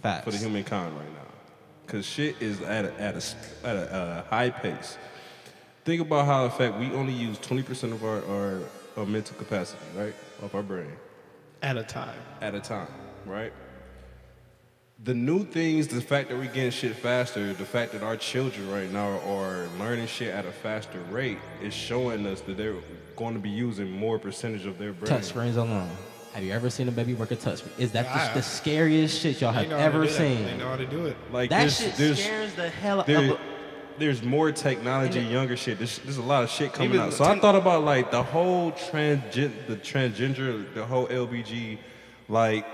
Speaker 1: facts.
Speaker 2: for the humankind right now, because shit is at a, at a s- at a uh, high pace. Think about how, in fact, we only use twenty percent of our, our our mental capacity, right, of our brain
Speaker 5: at a time.
Speaker 2: at a time, right? The new things, the fact that we're getting shit faster, the fact that our children right now are learning shit at a faster rate is showing us that they're going to be using more percentage of their brain.
Speaker 1: touch screens alone. Have you ever seen a baby work a touch screen? Is that the, the scariest shit y'all
Speaker 5: They
Speaker 1: have
Speaker 5: know how to
Speaker 1: ever
Speaker 5: do that.
Speaker 1: seen?
Speaker 5: They know how to do it.
Speaker 2: Like
Speaker 1: That
Speaker 2: there's,
Speaker 1: shit
Speaker 2: there's,
Speaker 1: scares the hell out
Speaker 2: there-
Speaker 1: of.
Speaker 2: there's more technology, younger shit. There's, there's a lot of shit coming
Speaker 5: Even
Speaker 2: out.
Speaker 5: the
Speaker 2: So I
Speaker 5: tech-
Speaker 2: thought about like the whole transgen, the transgender, the whole LBG, like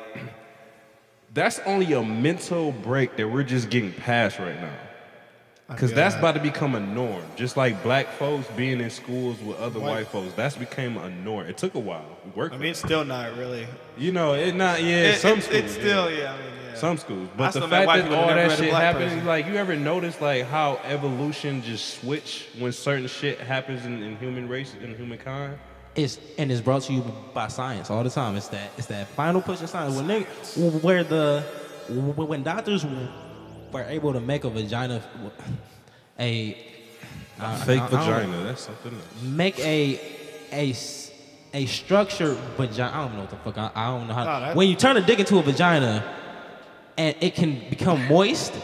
Speaker 2: that's only a mental break that we're just getting past right now.
Speaker 5: I
Speaker 2: Because
Speaker 5: feel
Speaker 2: that's
Speaker 5: that.
Speaker 2: about to become a norm. Just like black folks being in schools with other white,
Speaker 5: White-
Speaker 2: folks, that's became a norm. It took a while. We worked.
Speaker 5: I
Speaker 2: with
Speaker 5: mean, it's still not really.
Speaker 2: it. you know, it not yeah.
Speaker 5: It-
Speaker 2: some
Speaker 5: it's,
Speaker 2: schools,
Speaker 5: it's
Speaker 2: yeah.
Speaker 5: still yeah. I mean, yeah.
Speaker 2: Some schools,
Speaker 5: I
Speaker 2: but the
Speaker 5: still met
Speaker 2: fact
Speaker 5: white
Speaker 2: that
Speaker 5: people that
Speaker 2: all
Speaker 5: never
Speaker 2: that
Speaker 5: had a
Speaker 2: shit
Speaker 5: black
Speaker 2: happens,
Speaker 5: person.
Speaker 2: like you ever notice like how evolution just switch when certain shit happens in, in human race in humankind.
Speaker 1: It's and it's brought to you by science all the time. It's that it's that final push of science when they, where the when doctors were able to make a vagina, a, I-
Speaker 2: Fake
Speaker 1: I- I don't-
Speaker 2: vagina. That's something else.
Speaker 1: make a a s- a structured vagina. I don't know what the fuck. I, I don't know
Speaker 5: Nah,
Speaker 1: how.
Speaker 5: that-
Speaker 1: when you turn a dick into a vagina, and it can become moist.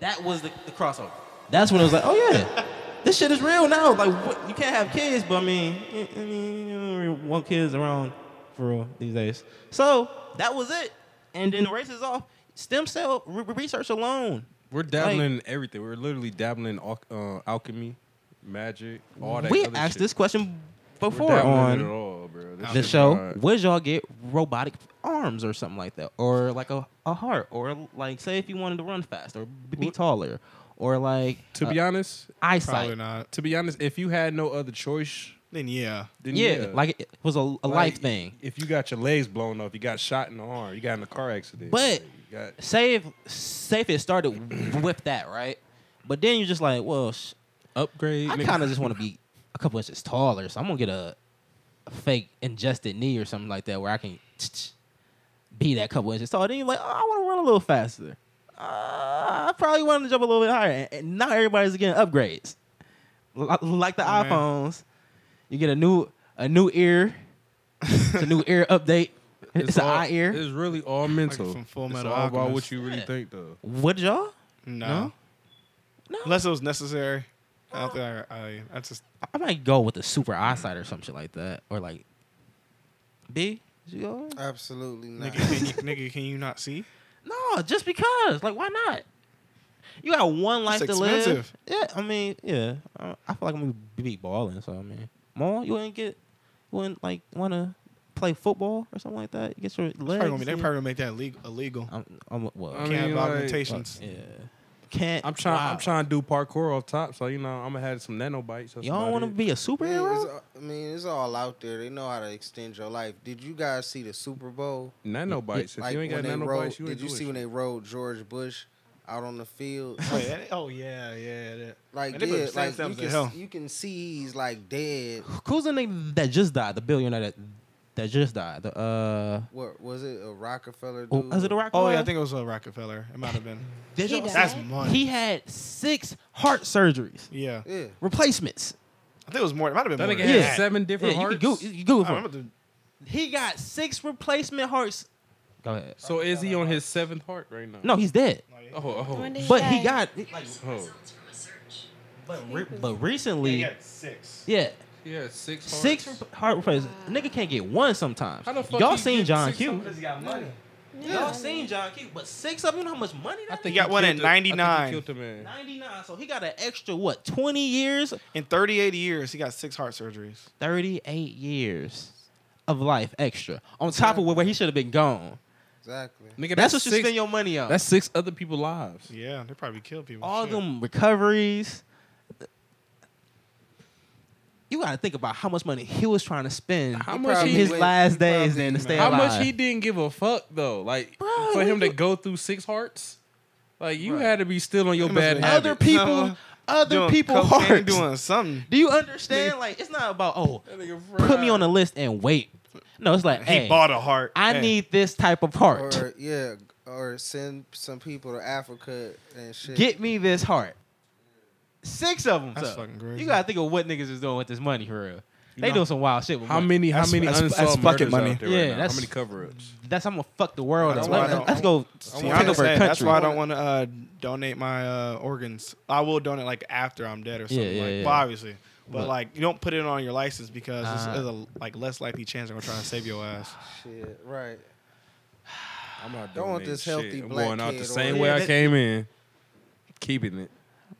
Speaker 1: That was the, the crossover. That's when it was like, oh yeah, this shit is real now. Like what, you can't have kids, but I mean, I I mean, you don't really want kids around for real these days. So that was it. And then the race is off. Stem cell re- re- research alone.
Speaker 2: We're dabbling in everything. We're literally dabbling in al- uh, alchemy, magic, all that.
Speaker 1: We
Speaker 2: other
Speaker 1: asked
Speaker 2: shit.
Speaker 1: this question
Speaker 2: We're
Speaker 1: before
Speaker 2: dabbling
Speaker 1: on
Speaker 2: in it all, bro. This
Speaker 1: the
Speaker 2: shit
Speaker 1: show,
Speaker 2: hard.
Speaker 1: would y'all get robotic arms or something like that, or like a, a heart, or like say if you wanted to run fast or b- be taller, or like
Speaker 2: To
Speaker 1: uh,
Speaker 2: be honest,
Speaker 5: Probably
Speaker 1: eyesight?
Speaker 5: not.
Speaker 2: to be honest, if you had no other choice,
Speaker 5: Then yeah.
Speaker 2: then
Speaker 1: Yeah, like it was a, a life
Speaker 2: Like,
Speaker 1: thing.
Speaker 2: If you got your legs blown off, you got shot in the arm, you got in a car accident.
Speaker 1: But-
Speaker 2: you got,
Speaker 1: Say if say if it started with that, right? But then you're just like, well, sh-
Speaker 2: upgrade.
Speaker 1: I kind of just want to be a couple inches taller, so I'm gonna get a, a fake ingested knee or something like that where I can be that couple inches taller. Then you're like, oh, I want to run a little faster. Uh, I probably want to jump a little bit higher. And, and now everybody's getting upgrades, Li- like the
Speaker 5: Oh, man.
Speaker 1: iPhones. You get a new a new ear, it's a new ear update. It's, an
Speaker 2: all-
Speaker 1: eye ear.
Speaker 2: It's really all mental.
Speaker 5: from Full
Speaker 2: it's
Speaker 5: Metal
Speaker 2: all about what
Speaker 5: Alchemist.
Speaker 2: you really
Speaker 1: Yeah.
Speaker 2: think, though.
Speaker 1: What y'all?
Speaker 5: No.
Speaker 1: No? No.
Speaker 5: Unless it was necessary. I don't think I, I that's just
Speaker 1: I- I might go with a super eyesight or some shit like that, or like B. Did you go?
Speaker 3: Absolutely not.
Speaker 5: nigga, can you, nigga, can you not see?
Speaker 1: No, just because. Like, why not? You got one life to live.
Speaker 5: expensive.
Speaker 1: Yeah, I mean, yeah. I I feel like I'm gonna be balling. So I mean, more you wouldn't get, you wouldn't like want to play football or something like that. You get your legs.
Speaker 5: Probably gonna be, they're
Speaker 1: you-
Speaker 5: probably gonna make that legal, illegal.
Speaker 1: I'm, I'm well.
Speaker 2: I
Speaker 5: Can't
Speaker 2: mean,
Speaker 5: have
Speaker 2: like,
Speaker 5: augmentations.
Speaker 1: yeah. Can't.
Speaker 2: I'm trying.
Speaker 1: Eh, wow.
Speaker 2: I'm trying to do parkour off top, so you know I'm gonna have some nanobites. That's
Speaker 1: You don't want
Speaker 2: want
Speaker 1: to be a
Speaker 3: Man, it's
Speaker 1: superhero.
Speaker 3: all- I mean, it's all out there. They know how to extend your life. Did you guys see the Super Bowl?
Speaker 2: nanobites. If
Speaker 3: Like
Speaker 2: you ain't got
Speaker 3: when they rode,
Speaker 2: nanobites, you ain't
Speaker 3: did you
Speaker 2: doing
Speaker 3: see when
Speaker 2: shit.
Speaker 3: they rode George Bush out on the field?
Speaker 5: Wait, that- oh yeah, yeah, that.
Speaker 3: Like,
Speaker 5: Man, they put
Speaker 3: yeah,
Speaker 5: the same
Speaker 3: like
Speaker 5: steps
Speaker 3: you
Speaker 5: in
Speaker 3: can,
Speaker 5: hell.
Speaker 3: you can see he's like dead.
Speaker 1: Who's the nigga that just died? The billionaire that that just died. The uh,
Speaker 3: What was it? A Rockefeller
Speaker 1: oh,
Speaker 3: dude?
Speaker 1: is it a rock?
Speaker 5: Oh yeah, I think it was a Rockefeller. It might have been.
Speaker 1: Did
Speaker 4: He
Speaker 1: y'all-
Speaker 4: died.
Speaker 5: That's money.
Speaker 1: he had six heart surgeries,
Speaker 5: yeah,
Speaker 3: Yeah.
Speaker 1: replacements.
Speaker 5: I think it was more. It might have been
Speaker 2: That
Speaker 5: more.
Speaker 2: nigga
Speaker 5: than
Speaker 1: Yeah.
Speaker 2: had
Speaker 5: that.
Speaker 2: seven different
Speaker 1: yeah, you
Speaker 2: hearts.
Speaker 1: can Google, you can Google
Speaker 5: I
Speaker 1: for
Speaker 5: remember
Speaker 1: it.
Speaker 5: the
Speaker 1: He got six replacement hearts. Go ahead.
Speaker 2: so is he on his seventh heart right now?
Speaker 1: No, he's dead.
Speaker 2: Oh, oh,
Speaker 4: When did
Speaker 1: But he
Speaker 4: die?
Speaker 1: got like,
Speaker 2: oh.
Speaker 1: but, re- but
Speaker 5: yeah,
Speaker 1: recently,
Speaker 5: he
Speaker 1: yeah,
Speaker 5: had six.
Speaker 2: Yeah, six. Hearts.
Speaker 1: six re- heart replacements. Nigga can't get one sometimes.
Speaker 2: How the fuck
Speaker 1: Y'all
Speaker 2: he
Speaker 1: seen
Speaker 2: get
Speaker 1: John
Speaker 2: six
Speaker 1: Q?
Speaker 2: hearts?
Speaker 1: Y'all seen John Q? But six of them, you know how much money
Speaker 2: I
Speaker 1: that
Speaker 2: think
Speaker 1: nigga-
Speaker 5: got one
Speaker 2: killed
Speaker 5: at
Speaker 2: the- I think he
Speaker 5: 99.
Speaker 2: Killed the man.
Speaker 1: Ninety nine. So he got an extra what? Twenty years?
Speaker 5: In 38 years, he got six heart surgeries.
Speaker 1: Thirty eight years of life extra on top of where he should have been gone.
Speaker 3: Exactly.
Speaker 2: Nigga,
Speaker 1: That's,
Speaker 2: that's,
Speaker 1: what you
Speaker 2: six.
Speaker 1: spend your money on.
Speaker 2: that's six other people's lives.
Speaker 5: Yeah, they probably killed people.
Speaker 1: all
Speaker 5: Shit.
Speaker 1: them recoveries. You got to think about how much money he was trying to spend
Speaker 2: How
Speaker 3: He
Speaker 2: much
Speaker 3: probably
Speaker 2: he-
Speaker 1: his
Speaker 3: went-
Speaker 1: last
Speaker 3: he probably-
Speaker 1: days and to stay
Speaker 2: How
Speaker 1: alive.
Speaker 2: much he didn't give a fuck though. Like
Speaker 1: Bruh,
Speaker 2: for him to
Speaker 1: you-
Speaker 2: go through six hearts, like you
Speaker 1: Bruh.
Speaker 2: had to be still on your
Speaker 5: must
Speaker 2: bad
Speaker 5: be
Speaker 2: habits.
Speaker 1: other people,
Speaker 5: No.
Speaker 1: other
Speaker 5: Uh-huh. Doing
Speaker 1: people
Speaker 5: cocaine,
Speaker 1: hearts.
Speaker 5: doing something.
Speaker 1: Do you understand? Like it's not about oh,
Speaker 2: That nigga
Speaker 1: put me
Speaker 2: fried.
Speaker 1: on the list and wait. No, it's like hey,
Speaker 5: he bought a heart.
Speaker 1: I
Speaker 5: Hey,
Speaker 1: need this type of heart.
Speaker 3: Or yeah, or send some people to Africa and shit.
Speaker 1: Get me this heart. Six of them.
Speaker 5: That's
Speaker 1: so.
Speaker 5: fucking crazy.
Speaker 1: You gotta think of what niggas is doing with this money for real. they
Speaker 2: know-
Speaker 1: doing some wild shit. With
Speaker 2: How
Speaker 1: money.
Speaker 2: many? How
Speaker 5: That's-
Speaker 2: many
Speaker 5: that's- that's
Speaker 2: unsolved
Speaker 5: bucket
Speaker 2: murders
Speaker 5: money.
Speaker 2: out there
Speaker 1: Yeah,
Speaker 2: right now?
Speaker 1: that's-
Speaker 2: How many cover-ups?
Speaker 1: That's I'm gonna fuck the world
Speaker 5: That's
Speaker 1: up.
Speaker 5: why I
Speaker 1: Let's,
Speaker 5: don't-
Speaker 1: let's go
Speaker 5: See,
Speaker 1: take
Speaker 5: I
Speaker 1: over a
Speaker 5: don't
Speaker 1: country.
Speaker 5: say- that's why I don't want to uh, donate my uh, organs. I will donate like after I'm dead or something.
Speaker 1: yeah,
Speaker 5: like,
Speaker 1: yeah.
Speaker 5: Well, obviously, but,
Speaker 1: But-
Speaker 5: like you don't put it on your license because it's,
Speaker 1: Uh,
Speaker 5: there's a like less likely chance they're gonna try to save your ass.
Speaker 3: shit. Right.
Speaker 2: I'm not
Speaker 3: Don't want
Speaker 2: doing
Speaker 3: this
Speaker 2: shit.
Speaker 3: healthy
Speaker 2: I'm
Speaker 3: black
Speaker 2: going out
Speaker 3: kid
Speaker 2: the
Speaker 3: or
Speaker 2: same
Speaker 3: whatever.
Speaker 2: way I
Speaker 1: Yeah,
Speaker 2: came in, keeping it.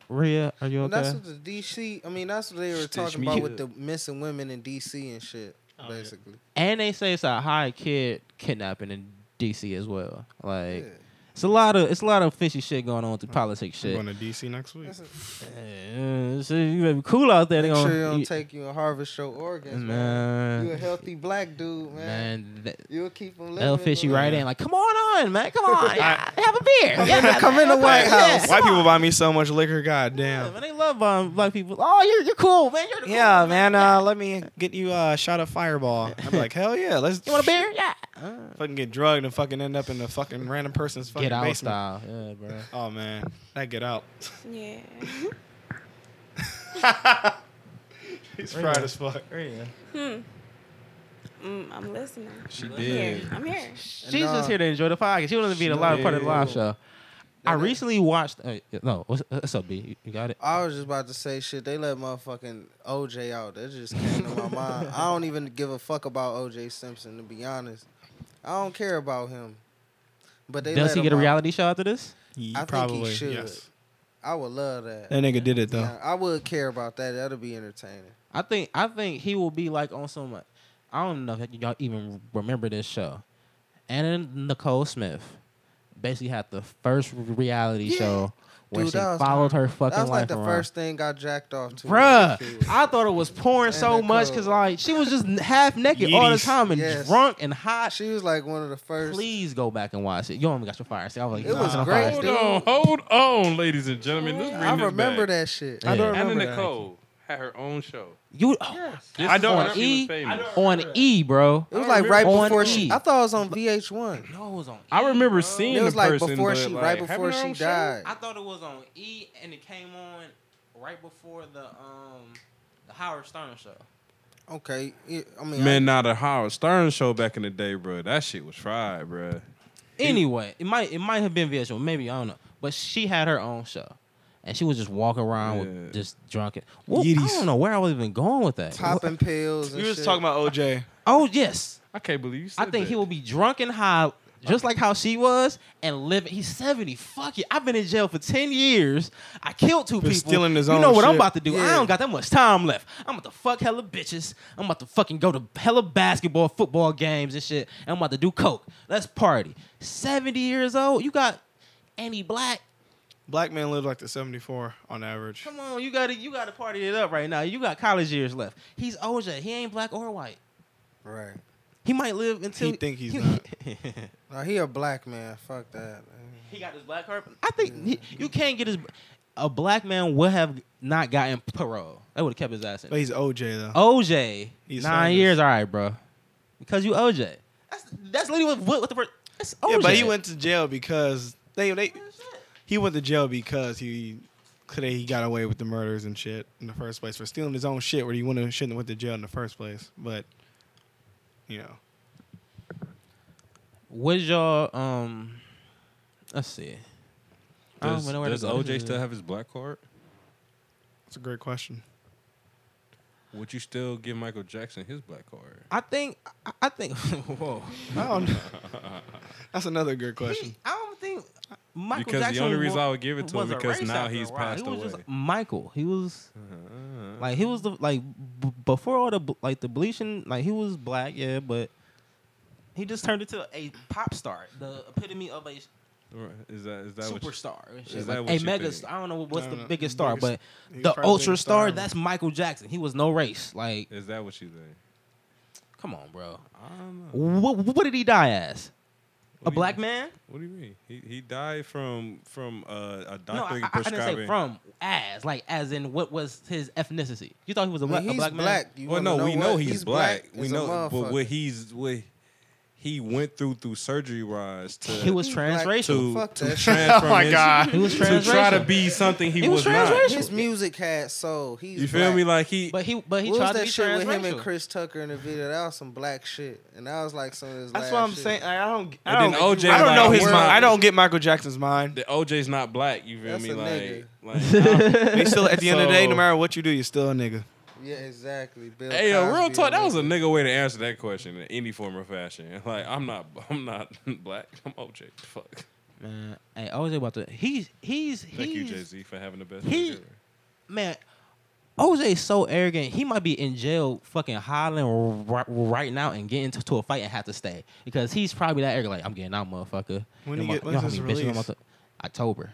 Speaker 1: Rhea, are you
Speaker 3: And that's
Speaker 1: okay?
Speaker 3: what the DC. I mean, that's what they were
Speaker 2: Stitch
Speaker 3: talking
Speaker 2: me
Speaker 3: about
Speaker 2: up.
Speaker 3: with the missing women in DC and shit.
Speaker 5: Oh,
Speaker 3: basically.
Speaker 1: And they say it's a high kid kidnapping in DC as well. Like
Speaker 3: Yeah.
Speaker 1: it's a lot of it's a lot of fishy shit going on with the politics
Speaker 5: I'm
Speaker 1: shit.
Speaker 5: going to DC next week.
Speaker 3: That's a-
Speaker 1: Uh, so you better be cool out there. They
Speaker 3: Make
Speaker 1: gonna,
Speaker 3: sure you don't
Speaker 1: you-
Speaker 3: take you and harvest your organs, man. You a
Speaker 1: man.
Speaker 3: healthy black dude, man.
Speaker 1: Man, that,
Speaker 3: You'll keep them living.
Speaker 1: they'll fish you
Speaker 3: man.
Speaker 1: right in. Like, come on on, man, come on, yeah, have a beer.
Speaker 3: Come,
Speaker 1: Yeah,
Speaker 3: in, come in the White
Speaker 1: yeah.
Speaker 3: House.
Speaker 5: White people buy me so much liquor. God damn.
Speaker 1: man, they love um, black people. Oh, you're you're cool, man. You're the cool.
Speaker 3: uh,
Speaker 5: man. Uh, let me get you a shot of Fireball. I'm like, hell yeah. Let's.
Speaker 1: You want a beer? Yeah.
Speaker 5: fucking get drugged and fucking end up in a fucking random person's fucking
Speaker 1: Get out
Speaker 5: basement.
Speaker 1: style. Yeah, bro.
Speaker 5: Oh man, that get out.
Speaker 4: Yeah.
Speaker 5: He's
Speaker 1: Right
Speaker 5: fried
Speaker 1: on.
Speaker 5: as fuck.
Speaker 4: hmm. Mm, I'm listening.
Speaker 6: She
Speaker 4: I'm
Speaker 6: did.
Speaker 4: Here. I'm here.
Speaker 1: She's
Speaker 3: And, uh,
Speaker 1: just here to enjoy the podcast. She wanted to be a live part of the live show. I
Speaker 3: that-
Speaker 1: recently watched. Uh, no, what's, what's up, B? You- You got it.
Speaker 3: I was just about to say shit. They let motherfucking OJ out. That just came to my mind. I don't even give a fuck about OJ Simpson to be honest. I don't care about him. But they
Speaker 1: Does
Speaker 3: let
Speaker 1: he
Speaker 3: him
Speaker 1: get a
Speaker 3: out.
Speaker 1: reality show after this?
Speaker 5: Ye-
Speaker 3: I think he
Speaker 5: probably,
Speaker 3: should.
Speaker 5: Yes.
Speaker 3: I would love that.
Speaker 5: That nigga did it though.
Speaker 3: Yeah, I would care about that. That'll be entertaining.
Speaker 1: I think I think he will be like on some. I don't know if y'all even remember this show. Anna Nicole Smith basically had the first reality show where
Speaker 3: Dude,
Speaker 1: she
Speaker 3: that was-
Speaker 1: followed her fucking
Speaker 3: That was like
Speaker 1: life
Speaker 3: the
Speaker 1: around.
Speaker 3: first thing I jacked off to. as a
Speaker 1: Bruh,
Speaker 3: kid.
Speaker 1: I thought it was pouring so
Speaker 3: Anna
Speaker 1: much because
Speaker 3: Nicole.
Speaker 1: like she was just n- half naked all the
Speaker 5: Yeeties.
Speaker 1: time and
Speaker 3: Yes.
Speaker 1: drunk and hot.
Speaker 3: She was like one of the first.
Speaker 1: Please go back and watch it. You only got your fire. See, I was like,
Speaker 3: It was
Speaker 1: nah, I'm
Speaker 3: great,
Speaker 1: fire.
Speaker 2: Hold
Speaker 3: dude.
Speaker 2: on, hold on, ladies and gentlemen. Let's bring
Speaker 3: I
Speaker 2: this
Speaker 3: remember
Speaker 2: back.
Speaker 3: that shit.
Speaker 1: Yeah.
Speaker 3: I don't
Speaker 2: Anna
Speaker 3: remember that.
Speaker 2: Nicole had her own show.
Speaker 1: You oh,
Speaker 2: This
Speaker 5: I
Speaker 2: is
Speaker 5: don't
Speaker 2: when
Speaker 1: on
Speaker 2: she
Speaker 1: E.
Speaker 2: was famous.
Speaker 1: on E, bro.
Speaker 3: It was
Speaker 2: I
Speaker 3: like right
Speaker 1: remember-
Speaker 3: before
Speaker 1: On
Speaker 3: she.
Speaker 1: E.
Speaker 3: I thought it was on VH1.
Speaker 1: No, it was on. E.
Speaker 2: I remember seeing
Speaker 3: It was
Speaker 2: the
Speaker 3: like
Speaker 2: person,
Speaker 3: before
Speaker 2: but,
Speaker 3: she,
Speaker 2: like,
Speaker 3: right
Speaker 2: having
Speaker 3: before
Speaker 2: her
Speaker 3: she
Speaker 2: own show?
Speaker 3: died.
Speaker 1: I thought it was on E, and it came on right before the um the Howard Stern show.
Speaker 3: Okay, it- I mean,
Speaker 2: Man, not a Howard Stern show back in the day, bro. That shit was fried, bro.
Speaker 1: Anyway, it might it might have been VH1, maybe I don't know, but she had her own show, and she was just walking around
Speaker 2: Yeah.
Speaker 1: with just drunken. Well, I
Speaker 5: Yeeties.
Speaker 1: don't know where I was even going with that.
Speaker 3: I, popping pills. And
Speaker 5: You was
Speaker 3: shit.
Speaker 5: talking about OJ.
Speaker 1: Oh yes,
Speaker 2: I can't believe you said
Speaker 1: I think he
Speaker 2: that.
Speaker 1: will be drunk and high, just like how she was, and living. He's seventy. Fuck it. I've been in jail for ten years. I killed two
Speaker 5: For
Speaker 1: people.
Speaker 5: stealing his
Speaker 1: you
Speaker 5: own
Speaker 1: know what I'm
Speaker 5: shit.
Speaker 1: about to do? I
Speaker 3: Yeah.
Speaker 1: don't got that much time left. I'm about to fuck hella bitches. I'm about to fucking go to hella basketball, football games and shit. And I'm about to do coke. Let's party. Seventy years old. You got any black?
Speaker 5: Black man lived like to 74 on average.
Speaker 1: Come on, you gotta you gotta party it up right now. You got college years left. He's OJ. He ain't black or white.
Speaker 3: Right.
Speaker 1: He might live until
Speaker 5: He think he's not.
Speaker 3: Now he a black man. Fuck that.
Speaker 1: He got his black card. I think he, you can't get his. A black man would have not gotten parole. They would have kept his ass
Speaker 5: But
Speaker 1: in.
Speaker 5: he's OJ though.
Speaker 1: OJ,
Speaker 5: He's
Speaker 1: nine
Speaker 5: famous.
Speaker 1: years. All right, bro. Because you OJ. That's that's literally what, what, the word. That's OJ.
Speaker 5: Yeah, but he went to jail because they they
Speaker 1: Real shit.
Speaker 5: he went to jail because he today he got away with the murders and shit in the first place for stealing his own shit where he wouldn't shouldn't have went to jail in the first place. But you know,
Speaker 1: Was y'all um? Let's see. I don't
Speaker 2: Does,
Speaker 1: even know where to
Speaker 2: does
Speaker 1: go.
Speaker 2: OJ still have his black card?
Speaker 5: it's a great question.
Speaker 2: Would you still give Michael Jackson his black card?
Speaker 1: I think. I- I think. Whoa.
Speaker 5: I don't know. That's another good question.
Speaker 1: He- I don't think Michael
Speaker 2: because
Speaker 1: Jackson
Speaker 2: the only
Speaker 1: wa-
Speaker 2: reason I would give it to
Speaker 1: was
Speaker 2: him because
Speaker 1: erased
Speaker 2: now
Speaker 1: after a
Speaker 2: he's
Speaker 1: while.
Speaker 2: passed
Speaker 1: he was
Speaker 2: away.
Speaker 1: Just Michael. He was like he was the like b- before all the b- like the bleaching. Like he was black, yeah, but he just turned into a pop star, the epitome of a
Speaker 2: Right. Is that is that what you-
Speaker 1: superstar, and shit,
Speaker 2: is
Speaker 1: like
Speaker 2: that what
Speaker 1: a
Speaker 2: you
Speaker 1: mega.
Speaker 2: think?
Speaker 1: Star. I don't know what's
Speaker 5: No,
Speaker 1: the biggest
Speaker 5: no, biggest-
Speaker 1: star, but
Speaker 5: he was
Speaker 1: the
Speaker 5: probably
Speaker 1: ultra
Speaker 5: biggest
Speaker 1: star.
Speaker 5: ever.
Speaker 1: That's Michael Jackson. He was no race. Like,
Speaker 2: is that what you think?
Speaker 1: come on, bro.
Speaker 2: I don't know.
Speaker 1: What what did he die as? A
Speaker 2: What do you-
Speaker 1: black man?
Speaker 2: What do you mean? He he died from from uh, a
Speaker 1: No,
Speaker 2: doctor
Speaker 1: I, I- I didn't say
Speaker 2: prescribing.
Speaker 1: from as, like as in what was his ethnicity. You thought he was a,
Speaker 3: I mean,
Speaker 1: bla- a
Speaker 3: he's
Speaker 1: black, man?
Speaker 3: You
Speaker 2: well,
Speaker 3: wanna
Speaker 2: no, we know
Speaker 3: what?
Speaker 2: he's, black. We
Speaker 3: as a
Speaker 2: know, but what
Speaker 3: motherfucker.
Speaker 2: he's what he went through through surgery wise to
Speaker 1: He was
Speaker 3: He's black
Speaker 1: transracial.
Speaker 2: to,
Speaker 3: Fuck
Speaker 2: to
Speaker 3: that shit.
Speaker 2: transform
Speaker 5: Oh my
Speaker 2: his-
Speaker 5: God.
Speaker 1: He was
Speaker 2: to try to
Speaker 1: transracial.
Speaker 2: be something he,
Speaker 1: He was
Speaker 2: was, not.
Speaker 1: transracial.
Speaker 3: his music had soul. He's
Speaker 2: You feel
Speaker 3: black.
Speaker 2: me? Like he
Speaker 1: But he but he
Speaker 3: what was
Speaker 1: tried to
Speaker 3: that
Speaker 1: be
Speaker 3: shit with him and
Speaker 1: transracial.
Speaker 3: Chris Tucker in the video? That was some black shit, and that was like some of his.
Speaker 5: That's
Speaker 3: last
Speaker 5: what I'm
Speaker 3: shit.
Speaker 5: saying. Like, I don't. I
Speaker 2: And
Speaker 5: don't,
Speaker 2: then OJ
Speaker 5: I don't
Speaker 2: like
Speaker 5: know his
Speaker 2: world.
Speaker 5: mind. I don't get Michael Jackson's mind.
Speaker 2: the OJ's not black. You feel
Speaker 3: That's
Speaker 2: me?
Speaker 3: a
Speaker 2: Like,
Speaker 3: nigga.
Speaker 2: like
Speaker 5: They still at the end of the day, no
Speaker 2: So-
Speaker 5: matter what you do, you're still a nigga.
Speaker 3: Yeah, exactly. Bill
Speaker 2: hey, yo, real
Speaker 3: Cosby
Speaker 2: talk. That
Speaker 3: and
Speaker 2: was a
Speaker 3: them.
Speaker 2: nigga way to answer that question in any form or fashion. Like, I'm not, I'm not black. I'm OJ. Fuck.
Speaker 1: Man, hey, OJ about to he's he's he's
Speaker 2: Thank you, Jay Z, for having the best.
Speaker 1: he-
Speaker 2: nigga ever.
Speaker 1: man. OJ's so arrogant. He might be in jail, fucking hollering right, right now, and get into to a fight and have to stay because he's probably that arrogant. Like I'm getting out, motherfucker.
Speaker 5: When
Speaker 1: You
Speaker 5: he
Speaker 1: know my-
Speaker 5: get- when's
Speaker 1: you know how
Speaker 5: his
Speaker 1: many bitches I'm
Speaker 5: release?
Speaker 1: about to- October.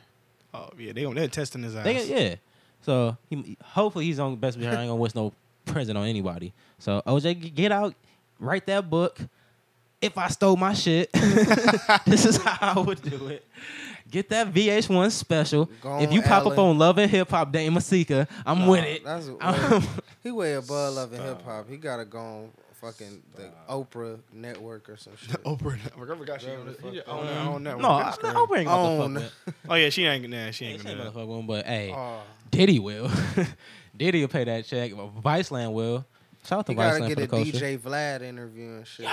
Speaker 5: Oh yeah, they they're testing his ass.
Speaker 1: They, yeah. So he, hopefully he's on best behavior. I ain't gonna waste no present on anybody. So OJ, g- get out, write that book. If I stole my shit, this is how I would do it. Get that VH1 special.
Speaker 3: Gone,
Speaker 1: if you pop up
Speaker 3: Allen.
Speaker 1: on Love and Hip Hop, Dame Masika, I'm with it.
Speaker 3: That's a-
Speaker 1: I'm-
Speaker 3: he way above loving hip hop. He gotta go on fucking the Oprah network or some shit.
Speaker 5: Oprah Network. I forgot she
Speaker 3: Whatever
Speaker 5: owned
Speaker 3: the
Speaker 5: it.
Speaker 3: fuck
Speaker 5: Yeah,
Speaker 3: that
Speaker 5: own
Speaker 3: is.
Speaker 5: her own network.
Speaker 1: No, I,
Speaker 5: That's
Speaker 1: I,
Speaker 5: crazy.
Speaker 1: Oprah ain't
Speaker 3: Own.
Speaker 1: gonna fuck with.
Speaker 5: Oh yeah, she ain't. Nah, she ain't
Speaker 1: She
Speaker 5: gonna
Speaker 1: ain't gonna
Speaker 5: do that.
Speaker 1: fuck with him, but hey,
Speaker 3: Oh,
Speaker 1: Diddy will. Diddy will pay that check. Viceland will. Shout out to
Speaker 3: you gotta
Speaker 1: Viceland
Speaker 3: get
Speaker 1: for
Speaker 3: a
Speaker 1: the culture.
Speaker 3: DJ Vlad interview and shit.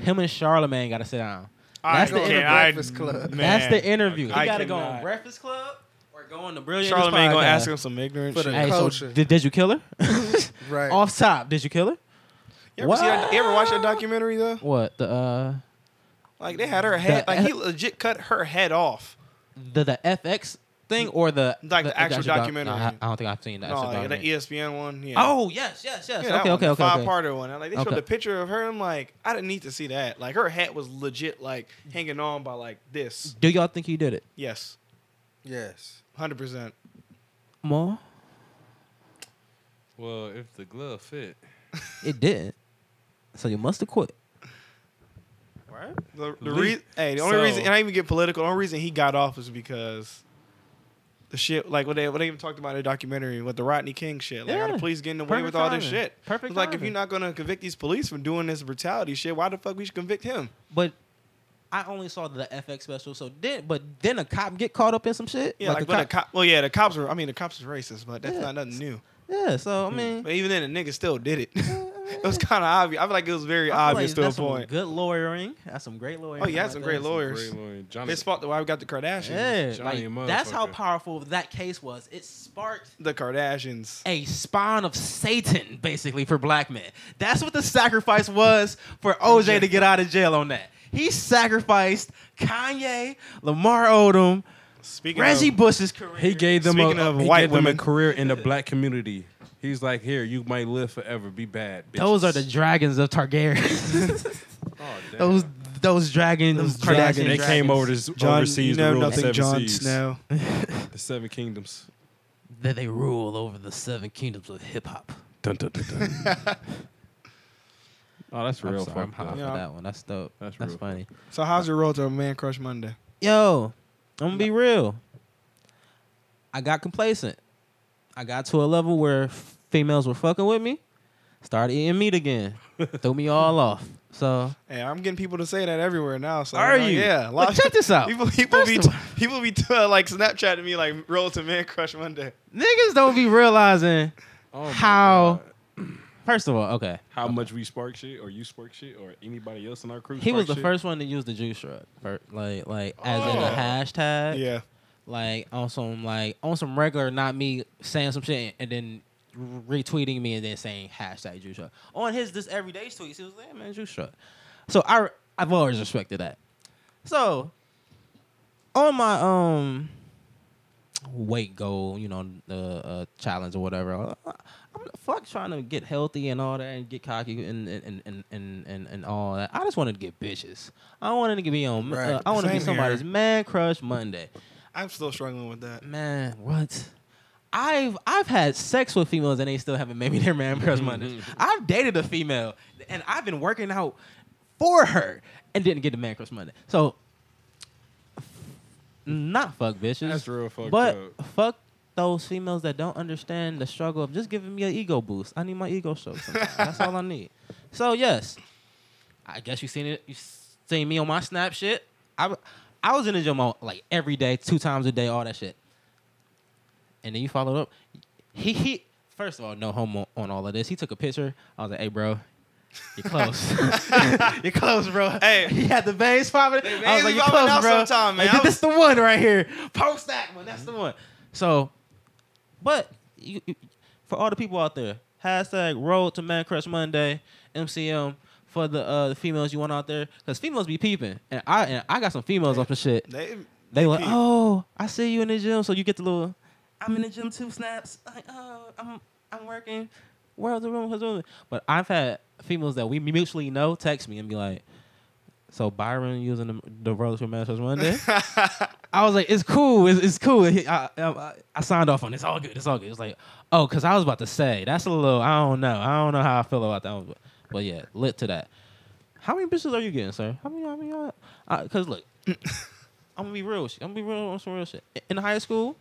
Speaker 1: Him and Charlemagne gotta sit down.
Speaker 5: I
Speaker 1: That's the
Speaker 5: can't-
Speaker 1: end of
Speaker 5: I-
Speaker 3: Breakfast Club.
Speaker 5: man,
Speaker 1: That's the interview. He
Speaker 5: I
Speaker 1: gotta go on
Speaker 2: cannot.
Speaker 1: Breakfast Club or go on the Brilliant.
Speaker 5: Charlemagne gonna ask him some ignorant
Speaker 3: For the-
Speaker 5: shit.
Speaker 1: Hey, so
Speaker 3: Culture.
Speaker 1: did, did you kill her?
Speaker 3: Right.
Speaker 1: Off top, did you kill her?
Speaker 5: You ever, see that, you ever watch that
Speaker 1: What?
Speaker 5: documentary though?
Speaker 1: What the uh
Speaker 5: Like they had her head.
Speaker 1: The-
Speaker 5: Like he legit cut her head off.
Speaker 1: the the FX thing or the
Speaker 5: Like the actual
Speaker 1: doc-
Speaker 5: documentary.
Speaker 1: I, I don't think I've seen that.
Speaker 5: No,
Speaker 1: actual
Speaker 5: like the E
Speaker 1: documentary.
Speaker 5: ESPN one. Yeah.
Speaker 1: Oh yes, yes, yes.
Speaker 5: Yeah, that
Speaker 1: okay,
Speaker 5: one,
Speaker 1: okay,
Speaker 5: the
Speaker 1: okay,
Speaker 5: Five
Speaker 1: okay.
Speaker 5: parter one. And, Like they
Speaker 1: Okay.
Speaker 5: showed the picture of her. I'm like, I didn't need to see that. Like her hat was legit, like hanging on by like this.
Speaker 1: Do y'all think he did it?
Speaker 5: Yes,
Speaker 3: Yes.
Speaker 5: hundred percent.
Speaker 1: More?
Speaker 2: Well, if the glove fit,
Speaker 1: It didn't. So you must have quit.
Speaker 5: Right. The, the
Speaker 2: Lee-
Speaker 5: reason, hey, the only
Speaker 2: so-
Speaker 5: reason, and I even get political. The only reason he got off was because the shit, like what they what they even talked about in the documentary with the Rodney King shit. Like, how
Speaker 1: Yeah.
Speaker 5: the police getting away with all this shit?
Speaker 1: Perfect.
Speaker 5: Like, if you're not gonna convict these police for doing this brutality shit, why the fuck we should convict him?
Speaker 1: but I only saw the FX special. So did but then a cop get caught up in some shit.
Speaker 5: Yeah, like,
Speaker 1: the
Speaker 5: when
Speaker 1: cop-
Speaker 5: the cop. Well, yeah, the cops were. I mean, the cops was racist, but that's
Speaker 1: Yeah.
Speaker 5: not nothing new.
Speaker 1: yeah. So I mean,
Speaker 5: But even then, the nigga still did it. Hmm. it was kind of obvious. I feel like it was very
Speaker 1: I feel
Speaker 5: obvious
Speaker 1: like
Speaker 5: to a
Speaker 1: that's some
Speaker 5: point.
Speaker 1: Good lawyering. That's some great lawyering.
Speaker 5: Oh, yeah,
Speaker 1: like
Speaker 5: some
Speaker 1: that.
Speaker 5: great lawyers.
Speaker 2: Great lawyer, Johnny.
Speaker 5: It's fault that why we got the Kardashians.
Speaker 1: Yeah,
Speaker 2: Johnny
Speaker 1: like, that's how
Speaker 2: motherfucker.
Speaker 1: powerful that case was. It sparked
Speaker 5: The Kardashians.
Speaker 1: a spawn of Satan, basically, for black men. That's what the sacrifice was for OJ to get out of jail on that. He sacrificed Kanye, Lamar Odom,
Speaker 5: Speaking
Speaker 1: Reggie
Speaker 5: of,
Speaker 1: Bush's career.
Speaker 2: He gave them
Speaker 5: Speaking
Speaker 2: a,
Speaker 5: of
Speaker 2: he
Speaker 5: white
Speaker 2: gave them
Speaker 5: women.
Speaker 2: a career in the black community. He's like, here, you might live forever. Be bad. Bitches.
Speaker 1: Those are the dragons of Targaryen.
Speaker 2: Oh, damn.
Speaker 1: those those dragons,
Speaker 5: Those
Speaker 1: Kardashian
Speaker 5: dragons.
Speaker 2: They
Speaker 1: dragons.
Speaker 2: came over to
Speaker 5: John,
Speaker 2: overseas
Speaker 5: you know
Speaker 2: to rule the
Speaker 5: nothing,
Speaker 2: seven
Speaker 5: John
Speaker 2: seas,
Speaker 5: Snow.
Speaker 2: the seven kingdoms.
Speaker 1: That they rule over the seven kingdoms of hip hop.
Speaker 2: Dun, dun, dun, dun. oh, that's
Speaker 1: I'm
Speaker 2: real
Speaker 1: sorry, I'm
Speaker 2: fucked
Speaker 1: hot
Speaker 2: up.
Speaker 1: for
Speaker 5: Yeah.
Speaker 1: that one. That's dope.
Speaker 2: That's
Speaker 1: That's,
Speaker 2: real.
Speaker 1: funny.
Speaker 5: So how's your road to Man Crush Monday?
Speaker 1: Yo, I'm gonna be real. I got complacent. I got to a level where females were fucking with me, started eating meat again, threw me all off. So
Speaker 5: Hey, I'm getting people to say that everywhere now. So
Speaker 1: Are
Speaker 5: you know,
Speaker 1: you?
Speaker 5: Yeah, a
Speaker 1: But check this out.
Speaker 5: People, people
Speaker 1: First
Speaker 5: be,
Speaker 1: of all-
Speaker 5: people be uh, like Snapchatting me like road to Man Crush Monday.
Speaker 1: niggas don't be realizing.
Speaker 2: Oh my
Speaker 1: How-
Speaker 2: God.
Speaker 1: First of all, okay,
Speaker 2: how much we spark shit, or you spark shit, or anybody else in our crew.
Speaker 1: he was the
Speaker 2: spark shit?
Speaker 1: first one to use the juice shrug, fir- like like as in
Speaker 5: Oh.
Speaker 1: a hashtag,
Speaker 5: Yeah,
Speaker 1: like on some like on some regular, not me saying some shit and then retweeting me and then saying hashtag juice shrug on his this everyday tweets. He was like, "Yeah, man, juice shrug. So I I've always respected that. So on my um weight goal, you know, uh, uh challenge or whatever, I- I'm the fuck trying to get healthy and all that and get cocky and and and and and, and all that. I just wanted to get bitches. I wanted to be on.
Speaker 3: Right.
Speaker 1: Uh, I want to be
Speaker 5: Same
Speaker 1: somebody's
Speaker 5: here.
Speaker 1: man crush Monday.
Speaker 5: I'm still struggling with that.
Speaker 1: Man, what? I've I've had sex with females and they still haven't made me their man crush Monday. I've dated a female and I've been working out for her and didn't get the man crush Monday. So not fuck bitches.
Speaker 2: That's real fucked
Speaker 1: but
Speaker 2: up.
Speaker 1: fuck those females that don't understand the struggle of just giving me an ego boost. I need my ego show. sometimes. That's all I need. So yes, I guess you seen it. You seen me on my snap shit. I I was in the gym all, like every day, two times a day, all that shit. And then you followed up. He he. First of all, no homo on all of this. He took a picture. I was like, hey, bro. You're close. you're close, bro.
Speaker 5: Hey.
Speaker 1: he had the veins popping. I
Speaker 5: veins
Speaker 1: was like,
Speaker 5: be
Speaker 1: you're
Speaker 5: popping out
Speaker 1: close, bro.
Speaker 5: sometime, man.
Speaker 1: Like,
Speaker 5: I was-
Speaker 1: this the one right here. Post that one. That's the one. So, but you, you- for all the people out there, hashtag Road to Man Crush Monday, MCM for the uh, the females you want out there, because females be peeping, and I and I got some females up and shit.
Speaker 5: They,
Speaker 1: They like,
Speaker 5: peep.
Speaker 1: oh, I see you in the gym, so you get the little, I'm in the gym too snaps. Like, oh, I'm I'm working. Where's the room? Where's the room? But I've had females that we mutually know text me and be like, so Byron using the, the Road to Man Crush Monday. I was like, it's cool, it's, it's cool. He- I, I, I signed off on it. It's all good. It's all good. It's like, oh, because I was about to say that's a little. I don't know. I don't know how I feel about that. one, But, but yeah, lit to that. How many bitches are you getting, sir? How many? How many? Because look, I'm gonna be real. with you. I'm gonna be real on some real shit. In high school,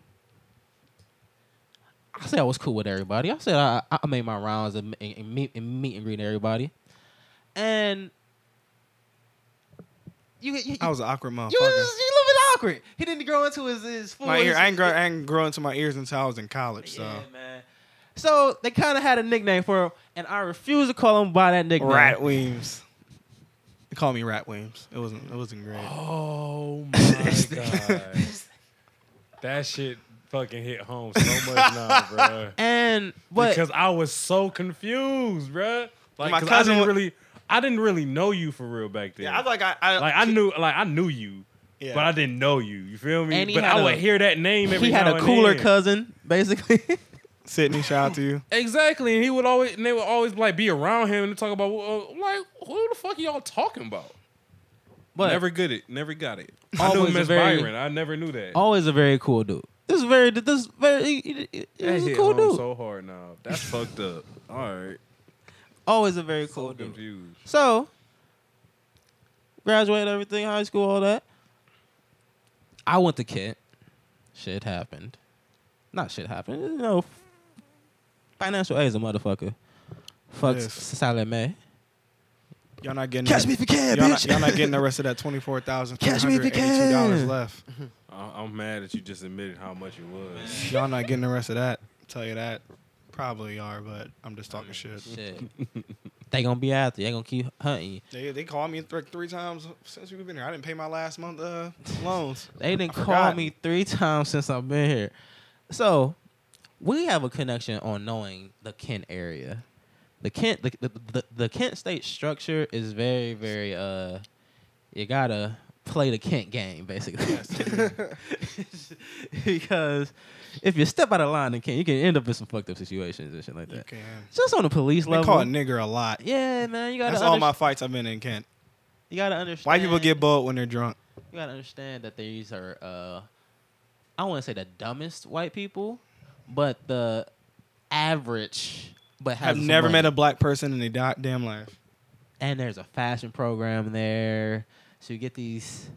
Speaker 1: I said I was cool with everybody. I said I I I made my rounds and, and, and meet and meet and greet everybody, and you you, you,
Speaker 5: I was an awkward motherfucker.
Speaker 1: you was you living awkward. He didn't grow into his his full.
Speaker 5: my ear,
Speaker 1: his-
Speaker 5: I ain't grow, I ain't grow into my ears until I was in college. So
Speaker 1: Yeah, man. So they kind of had a nickname for him, and I refuse to call him by that nickname.
Speaker 5: rat weems. They call me rat weems. It wasn't. It wasn't great.
Speaker 2: Oh my god, that shit fucking hit home so much now, bro.
Speaker 1: And but
Speaker 2: because I was so confused, bro. Like
Speaker 5: My
Speaker 2: 'cause
Speaker 5: cousin
Speaker 2: I didn't
Speaker 5: wa-
Speaker 2: really, I didn't really know you for real back then.
Speaker 5: Yeah, I like I, I
Speaker 2: like I knew, like I knew you,
Speaker 5: Yeah.
Speaker 2: but I didn't know you. You feel
Speaker 1: And
Speaker 2: me?
Speaker 1: he
Speaker 2: But
Speaker 1: had
Speaker 2: I would
Speaker 1: a-
Speaker 2: hear that name every
Speaker 1: he had
Speaker 2: now
Speaker 1: a
Speaker 2: and
Speaker 1: cooler
Speaker 2: then.
Speaker 1: cousin, basically.
Speaker 5: Sydney. Shout out to you.
Speaker 2: Exactly, and he would always, and they would always like be around him and talk about well, uh, like who the fuck are y'all talking about?
Speaker 1: but
Speaker 2: never good it, never got it. I
Speaker 1: Always
Speaker 2: knew
Speaker 1: a
Speaker 2: Miss
Speaker 1: very-
Speaker 2: Byron. I never knew that.
Speaker 1: always a very cool dude. This very this very he- he- he- he
Speaker 2: that
Speaker 1: was a
Speaker 2: hit
Speaker 1: cool
Speaker 2: home
Speaker 1: dude.
Speaker 2: so hard now. That's fucked up. All right,
Speaker 1: always a very cool
Speaker 2: so
Speaker 1: dude.
Speaker 2: confused.
Speaker 1: So, graduated everything, high school, all that. I went to Kent. Shit happened. Not shit happened. You know, financial aid is a motherfucker. Fuck
Speaker 5: Yes.
Speaker 1: Sally Mae.
Speaker 5: Y'all not getting
Speaker 1: Catch me if you can,
Speaker 5: y'all,
Speaker 1: bitch.
Speaker 5: not, y'all not getting the rest of that twenty four thousand three
Speaker 1: Catch me if
Speaker 5: hundred
Speaker 1: you
Speaker 5: eighty two dollars
Speaker 1: can.
Speaker 5: left.
Speaker 2: I- I'm mad that you just admitted how much it was.
Speaker 5: Y'all not getting the rest of that. Tell you that. Probably are, but I'm just talking shit.
Speaker 1: Shit. they gonna be after. you. They gonna keep hunting you.
Speaker 5: They they called me like three times since we've been here. I didn't pay my last month uh, loans.
Speaker 1: They didn't
Speaker 5: I
Speaker 1: call
Speaker 5: forgot.
Speaker 1: me three times since I've been here. So we have a connection on knowing the Kent area. The Kent the the, the, the Kent state structure is very, very uh you gotta play the Kent game basically. because if you step out of line in Kent, you can end up in some fucked up situations and shit like
Speaker 5: You
Speaker 1: that.
Speaker 5: can.
Speaker 1: Just on the police
Speaker 5: They
Speaker 1: level.
Speaker 5: call a nigger a lot.
Speaker 1: yeah, man, you gotta
Speaker 5: That's all
Speaker 1: under-
Speaker 5: my fights I've been in, Kent.
Speaker 1: you gotta understand
Speaker 5: White people get bold when they're drunk.
Speaker 1: you gotta understand that these are uh I wouldn't say the dumbest white people, but the average but have
Speaker 5: I've
Speaker 1: some
Speaker 5: never
Speaker 1: money.
Speaker 5: met a black person in a do- damn life.
Speaker 1: and there's a fashion program there. So you get these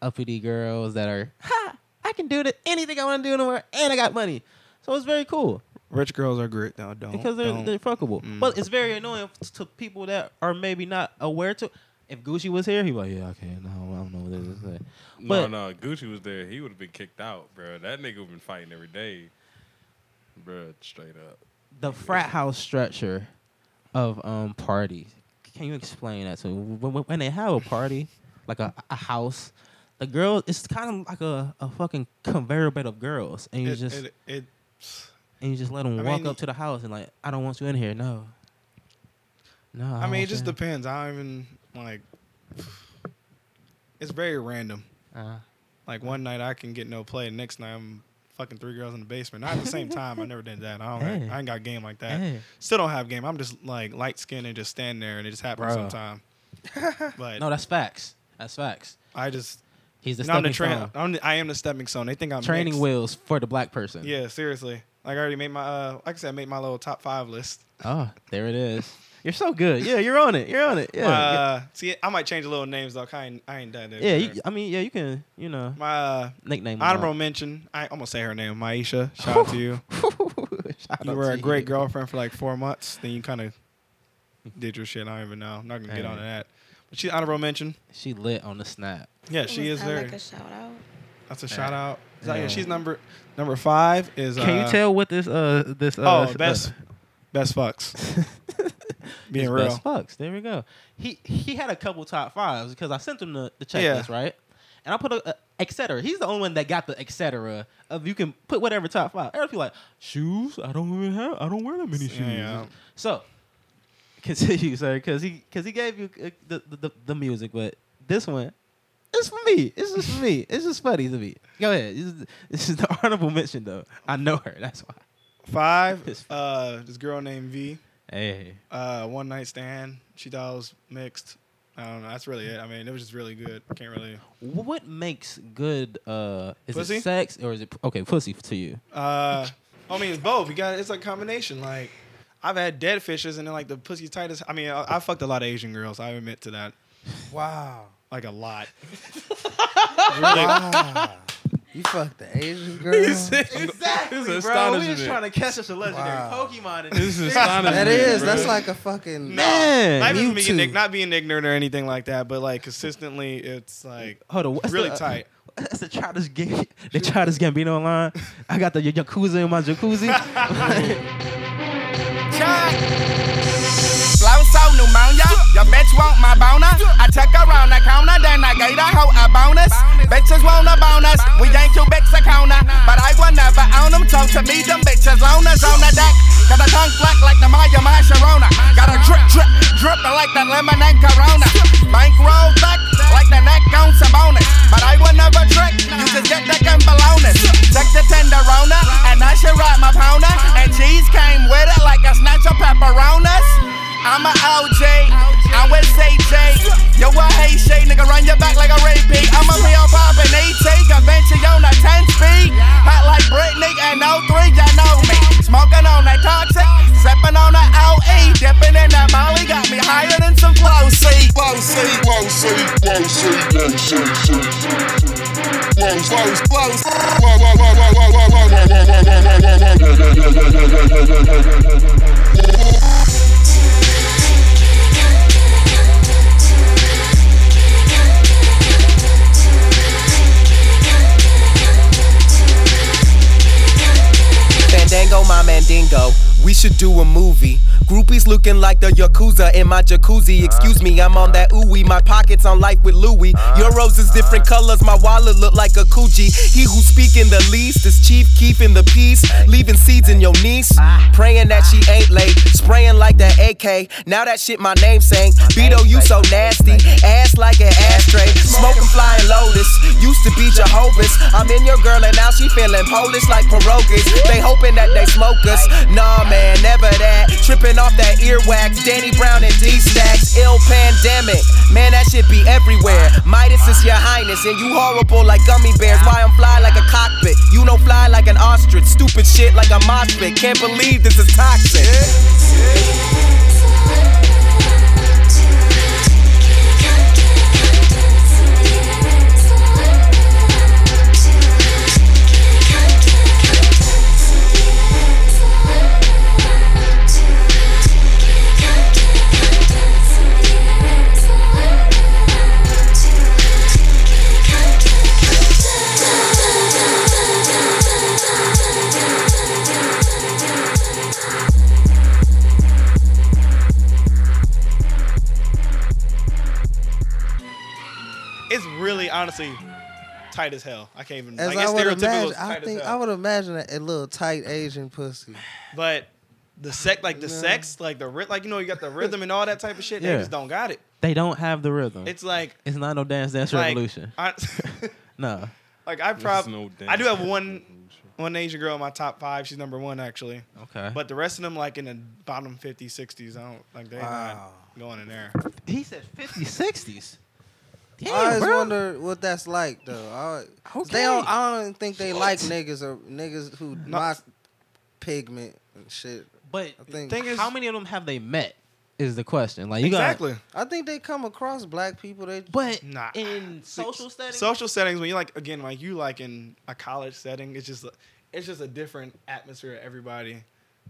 Speaker 1: uppity girls that are ha I can do the, anything I want to do in the world and I got money. So it's very cool
Speaker 5: Rich girls are great though. Don't
Speaker 1: because they're
Speaker 5: don't.
Speaker 1: they're fuckable.
Speaker 5: Mm.
Speaker 1: But it's very annoying f- to people that are maybe not aware to if Gucci was here, he'd be like, Yeah, okay, no, I don't know what this is.
Speaker 2: No,
Speaker 1: But-
Speaker 2: no, Gucci was there. He would have been kicked out, bro. That nigga would been fighting every day, bro. Straight up.
Speaker 1: the frat house structure of um parties. Can you explain that to me? When, when- when they have a party, like a, a house, the girls, it's kind of like a, a fucking conveyor belt of girls, and you
Speaker 5: It-
Speaker 1: just
Speaker 5: it- it-
Speaker 1: and you just let them
Speaker 5: I
Speaker 1: walk
Speaker 5: mean-
Speaker 1: up to the house and like, I don't want you in here, no. No, I,
Speaker 5: I mean, it just
Speaker 1: depends.
Speaker 5: depends. I don't even like. It's very random.
Speaker 1: Uh,
Speaker 5: Like one night I can get no play, the next night I'm fucking three girls in the basement. Not at the same time. I never did that. I don't.
Speaker 1: Hey.
Speaker 5: I ain't got game like that.
Speaker 1: hey.
Speaker 5: Still don't have game. I'm just like light skinned and just stand there, and it just happens
Speaker 1: Bruh.
Speaker 5: sometime. But
Speaker 1: No, that's facts. That's facts.
Speaker 5: I just
Speaker 1: He's the
Speaker 5: no, I'm the
Speaker 1: stepping
Speaker 5: tra-
Speaker 1: stone.
Speaker 5: I'm the, I am the stepping stone. They think I'm
Speaker 1: training
Speaker 5: mixed.
Speaker 1: wheels for the black person.
Speaker 5: Yeah, seriously. Like I already made my uh, like I said, I made my little top five list.
Speaker 1: Oh, there it is. You're so good. Yeah, you're on it. You're on it. Yeah.
Speaker 5: Uh, see, I might change a little names though. 'cause I ain't, I ain't done that.
Speaker 1: yeah.
Speaker 5: before.
Speaker 1: You, I mean, yeah. You can. You know.
Speaker 5: my uh,
Speaker 1: nickname. was
Speaker 5: honorable mention. I, I'm gonna say her name, Maisha. Shout out to you.
Speaker 1: Shout out
Speaker 5: You were
Speaker 1: to
Speaker 5: a great girlfriend for like four months. Then you kind of did your shit. I don't even know. I'm not gonna get
Speaker 1: Hey.
Speaker 5: on to that. But she's honorable mention.
Speaker 1: She lit on the snap.
Speaker 5: Yeah, she
Speaker 4: Was
Speaker 5: is
Speaker 4: that
Speaker 5: there.
Speaker 4: Like a shout out.
Speaker 5: That's a shout out. Is that- yeah,
Speaker 1: Yeah.
Speaker 5: she's number number five. Is uh,
Speaker 1: Can you tell what this uh this uh
Speaker 5: Oh,
Speaker 1: s-
Speaker 5: best
Speaker 1: uh,
Speaker 5: best fucks. Being
Speaker 1: his
Speaker 5: real.
Speaker 1: best fucks. There we go. He he had a couple top fives because I sent him the, the
Speaker 5: Yeah.
Speaker 1: checklist right, and I put a, a etc. He's the only one that got the etc. Of you can put whatever top five. Everybody like shoes. I don't even have. I don't wear that many shoes.
Speaker 5: Yeah.
Speaker 1: So continue, sir, because he because he gave you uh, the, the the the music, but this one. It's for me. It's just for me. It's just funny to me. Go ahead. This is, this is the honorable mention, though. I know her. That's why.
Speaker 5: Five.
Speaker 1: This-
Speaker 5: Uh, this girl named V.
Speaker 1: Hey.
Speaker 5: Uh, one night stand. She thought I was mixed. I don't know. That's really it. I mean, it was just really good. I can't really.
Speaker 1: What makes good? Uh, is
Speaker 5: Pussy?
Speaker 1: it sex or is it okay? Pussy to you?
Speaker 5: Uh, I mean, it's both. You got it's like combination. Like I've had dead fishes, and then like the pussy tightest. I mean, I, I fucked a lot of Asian girls. I admit to that.
Speaker 3: Wow.
Speaker 5: Like a lot.
Speaker 3: Wow. You fucked the Asian girl.
Speaker 1: Exactly,
Speaker 2: This is
Speaker 1: bro. We was
Speaker 2: astonishment.
Speaker 1: trying to catch us a legendary
Speaker 3: Wow.
Speaker 1: Pokemon. And
Speaker 2: This is astonishing.
Speaker 3: That is.
Speaker 2: bro.
Speaker 3: That's like a fucking
Speaker 1: Man,
Speaker 5: not, even
Speaker 3: Mewtwo.
Speaker 5: being, ig- not being ignorant or anything like that, but like consistently, it's like
Speaker 1: Hold on, what's
Speaker 5: really
Speaker 3: uh,
Speaker 1: the-
Speaker 5: tight.
Speaker 1: That's the childish game. The childish Gambino online. I got the y- Yakuza in my jacuzzi.
Speaker 8: Flow so new pneumonia. Your bitch want my boner. I took her around the counter, then I gave her hoe a bonus. Bitches want a bonus. We ain't too big to counter. But I will never own them. Talk to me, them bitches loners on the deck. Got a tongue flat like the Maya Masharona. Got a drip, drip, dripping like the lemon and Corona. Bankroll thick like the neck on Sabonis. But I will never trick. You just get dick and balonus. Check the tenderona, and I should ride my pona. And cheese came with it like a snatch of pepperonis. I'm a OJ. I'm with CJ. Yo, I hate shade, nigga. Run your back like a rapey. I'm a real poppin' ET. Convention on a 10 speed. Hot like Britney and 03, y'all know me. Smoking on that toxic. Sippin' on the OE. Dippin' in that molly. Got me higher than some flow seat. Flow seat.
Speaker 9: Flow city, flow city, flow city, city, city. Flow, flow, flow, flow, flow, flow, flow, flow, flow, flow, flow, flow, flow, flow, flow, flow, flow, flow.
Speaker 8: Fandango, my mandingo. We should do a movie. Groupies looking like the Yakuza in my jacuzzi. Excuse me, I'm on that ooey. My pockets on life with Louis. Euros is different colors. My wallet look like a Coogee. He who speak in the least is chief, keeping the peace. Leaving seeds in your niece. Praying that she ain't late. Spraying like that AK. Now that shit my name saying. Beto, you so nasty. Ass like an ashtray. Smoking flying lotus. Used to be Jehovah's. I'm in your girl and now she feeling Polish like pierogies. They hoping that they smoke us. Nah, man, never that. Tripping off that earwax. Danny Brown and D Stacks. Ill pandemic. Man, that shit be everywhere. Midas is your highness, and you horrible like gummy bears. Why I'm fly like a cockpit. You don't fly like an ostrich. Stupid shit like a mosh pit. Can't believe this is toxic.
Speaker 5: It's really honestly tight as hell. I can't even.
Speaker 3: As
Speaker 5: like,
Speaker 3: I
Speaker 5: it's
Speaker 3: would
Speaker 5: stereotypical
Speaker 3: imagine,
Speaker 5: it's
Speaker 3: I
Speaker 5: tight as
Speaker 3: think I
Speaker 5: hell.
Speaker 3: would imagine a, a little tight Asian pussy.
Speaker 5: But the sex, like the sex, like the ry- like you know, you got the rhythm and all that type of shit.
Speaker 1: Yeah.
Speaker 5: They just don't got it.
Speaker 1: they don't have the rhythm. It's,
Speaker 5: It's like
Speaker 1: not no dance dance
Speaker 5: like,
Speaker 1: revolution.
Speaker 5: I,
Speaker 1: No.
Speaker 5: like I probably
Speaker 2: no damn
Speaker 5: I do have one one Asian girl in my top five. She's number one actually.
Speaker 1: Okay. But
Speaker 5: But the rest of them like in the bottom 50s, 60s. I don't like they
Speaker 3: Wow.
Speaker 5: not going in there.
Speaker 1: he said 50s, 60s. Damn,
Speaker 3: I always
Speaker 1: bro.
Speaker 3: wonder what that's like though. I, always-
Speaker 1: Okay.
Speaker 3: They don't, I don't even think they like niggas or niggas who
Speaker 5: No.
Speaker 3: mock pigment and shit.
Speaker 1: But
Speaker 3: I think
Speaker 1: thing is, how many of them have they met? Is the question. Like you got
Speaker 5: Exactly.
Speaker 3: I think they come across black people. They
Speaker 1: But
Speaker 5: Nah.
Speaker 1: in social settings,
Speaker 5: Social settings when you like again like you like in a college setting, it's just it's just a different atmosphere. of Everybody,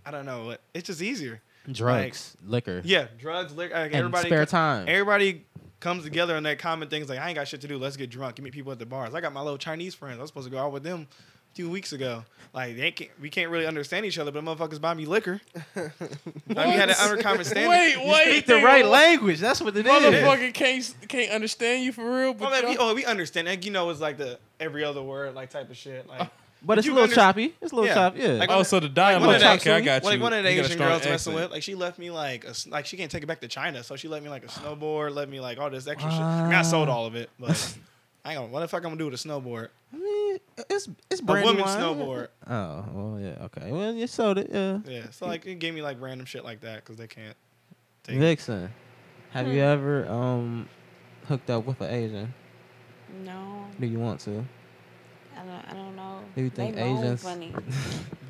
Speaker 5: I don't know. what- It's just easier.
Speaker 1: drugs, liquor.
Speaker 5: Yeah, drugs, liquor. Like
Speaker 1: And
Speaker 5: everybody
Speaker 1: spare time.
Speaker 5: Everybody comes together and that common things like I ain't got shit to do. Let's get drunk. You meet people at the bars. I got my little Chinese friends. I was supposed to go out with them a few weeks ago. Like they can't, we can't really understand each other, but motherfuckers buy me liquor. like we had an uncommon standard.
Speaker 2: Wait, wait.
Speaker 1: Speak the
Speaker 2: nigga,
Speaker 1: right
Speaker 2: what-
Speaker 1: language. That's what it is.
Speaker 2: Motherfucker can't can't understand you for real. But
Speaker 5: Well, man, we,
Speaker 2: y'all-
Speaker 5: oh, we understand. Like, you know, it's like the every other word, like type of shit. Like,
Speaker 1: But it's a
Speaker 5: you
Speaker 1: little
Speaker 5: underst-
Speaker 1: choppy. It's a little
Speaker 5: Yeah.
Speaker 1: choppy. Yeah.
Speaker 5: Like,
Speaker 2: oh, so the
Speaker 5: one
Speaker 2: dialogue.
Speaker 5: of the-
Speaker 2: okay, I got you.
Speaker 5: like one of the
Speaker 2: You got a
Speaker 5: Asian
Speaker 2: strong
Speaker 5: girls messing
Speaker 2: accent.
Speaker 5: with, like she left me like a s like she can't take it back to China, so she left me like a snowboard, left me like all this extra shit. I mean, I sold all of it, but I don't. What the fuck I'm gonna do with a snowboard?
Speaker 1: I mean, it's it's
Speaker 5: A
Speaker 1: brand
Speaker 5: woman's snowboard.
Speaker 1: Oh well, yeah, okay. Well, you sold it. Yeah.
Speaker 5: Yeah, so like it gave me like random shit like that because they can't. Take it.
Speaker 1: Vixen, have
Speaker 5: Hmm.
Speaker 1: you ever um hooked up with an Asian?
Speaker 4: No,
Speaker 1: Do you want to?
Speaker 4: I don't, I don't know.
Speaker 1: Do you think
Speaker 4: they moan
Speaker 1: Asians-
Speaker 4: Funny.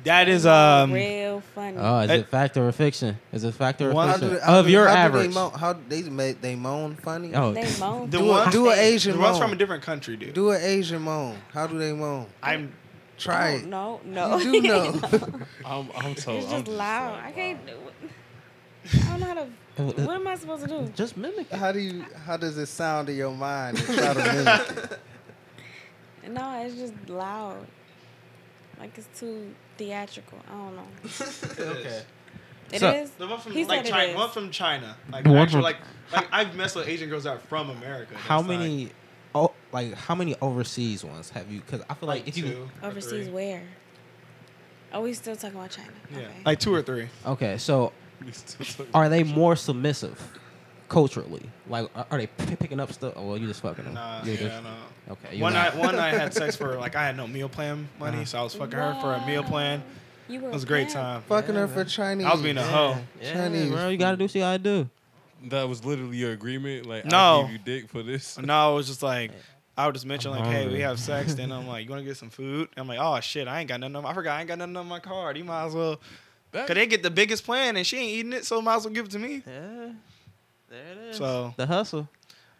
Speaker 5: That is
Speaker 4: They moan
Speaker 5: um.
Speaker 4: real funny.
Speaker 1: Oh, is
Speaker 5: Hey.
Speaker 1: it fact or fiction? Is it fact or
Speaker 5: Why
Speaker 3: How
Speaker 1: fiction?
Speaker 3: do they- how
Speaker 1: of
Speaker 3: do-
Speaker 1: your
Speaker 3: how do
Speaker 1: average.
Speaker 3: They moan, how they ma- they moan funny?
Speaker 1: Oh,
Speaker 4: They moan.
Speaker 5: The
Speaker 4: funny.
Speaker 5: one-
Speaker 4: I
Speaker 3: do an
Speaker 4: think-
Speaker 5: The
Speaker 3: Asian
Speaker 5: one's
Speaker 3: moan.
Speaker 5: from a different country, dude.
Speaker 3: do an Asian moan. How do they moan?
Speaker 5: I'm
Speaker 3: Try
Speaker 4: I
Speaker 3: it.
Speaker 4: don't know. No,
Speaker 3: You do know.
Speaker 2: I'm, I'm
Speaker 5: Oh,
Speaker 2: so.
Speaker 4: it's
Speaker 2: I'm
Speaker 4: just loud. I can't. I don't know how to. What am I supposed to do?
Speaker 1: just mimic it.
Speaker 3: how do you? How does it sound in your mind? to Try to mimic it?
Speaker 4: No, it's just loud. Like it's too theatrical. I don't know.
Speaker 5: okay.
Speaker 4: It is.
Speaker 1: So-
Speaker 5: The one from
Speaker 4: He
Speaker 5: like
Speaker 4: said it
Speaker 5: China,
Speaker 4: is.
Speaker 5: one from China, like
Speaker 1: The one
Speaker 5: actual,
Speaker 1: from-
Speaker 5: like like I've messed with Asian girls that are from America.
Speaker 1: How
Speaker 5: That's like-
Speaker 1: many? Oh, like how many overseas ones have you? Because I feel like, if you
Speaker 5: two or
Speaker 4: Overseas,
Speaker 5: three.
Speaker 4: where? Are we still talking about China?
Speaker 5: Yeah,
Speaker 4: Okay.
Speaker 5: like two or three.
Speaker 1: okay, so
Speaker 2: oh, so-
Speaker 1: are they more submissive culturally? Like, are, are they p- picking up stuff? Oh, well, you just fucking them.
Speaker 5: Nah,
Speaker 1: You're
Speaker 5: yeah,
Speaker 1: just-
Speaker 5: no.
Speaker 1: Okay, you're
Speaker 5: One
Speaker 1: not- Uh-huh.
Speaker 5: night, one night I had sex for like I had no meal plan money, so I was fucking her for a meal plan.
Speaker 4: Wow. You were
Speaker 5: It was a great
Speaker 4: pimp.
Speaker 5: time.
Speaker 3: Fucking her for Chinese.
Speaker 5: I was being a hoe.
Speaker 1: Yeah,
Speaker 3: Chinese.
Speaker 1: bro, you gotta do what you gotta do.
Speaker 2: That was literally your agreement. Like,
Speaker 5: No.
Speaker 2: I'll give you dick for this.
Speaker 5: No, it was just like I would just mention like, hey, we
Speaker 1: hungry.
Speaker 5: have sex. Then I'm like, you want to get some food? I'm like, oh shit, I ain't got nothing. On, I forgot I ain't got nothing on my card. You might as well,
Speaker 2: That-
Speaker 5: cause they get the biggest plan and she ain't eating it, so might as well give it to me.
Speaker 1: Yeah, there it is.
Speaker 5: So,
Speaker 1: the hustle.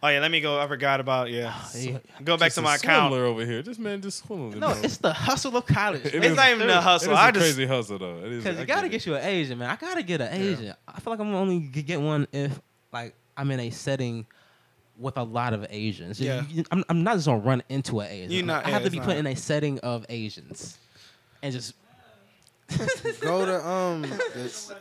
Speaker 5: oh yeah, let me go. I forgot about yeah.
Speaker 1: Ah, Yeah.
Speaker 5: Go back
Speaker 2: Just
Speaker 5: to
Speaker 2: a
Speaker 5: my account.
Speaker 2: swindler over here. This man just swindling.
Speaker 1: No,
Speaker 2: bro.
Speaker 1: it's the hustle of college.
Speaker 2: It
Speaker 5: It's
Speaker 2: is-
Speaker 5: not even a
Speaker 2: It is
Speaker 5: hustle.
Speaker 2: a
Speaker 5: I just
Speaker 2: crazy hustle though. It is.
Speaker 1: Because
Speaker 2: I
Speaker 1: you gotta
Speaker 2: get
Speaker 1: get you an Asian, man. I gotta get an Asian. I feel like I'm only g- get one if like I'm in a setting with a lot of Asians. You-
Speaker 5: Yeah.
Speaker 1: you- I'm, I'm not just gonna run into an Asian.
Speaker 5: You're
Speaker 1: I'm-
Speaker 5: not-
Speaker 1: I
Speaker 5: yeah,
Speaker 1: have to
Speaker 5: it's
Speaker 1: be
Speaker 5: not.
Speaker 1: put in a setting of Asians, and just
Speaker 3: Go to um. The,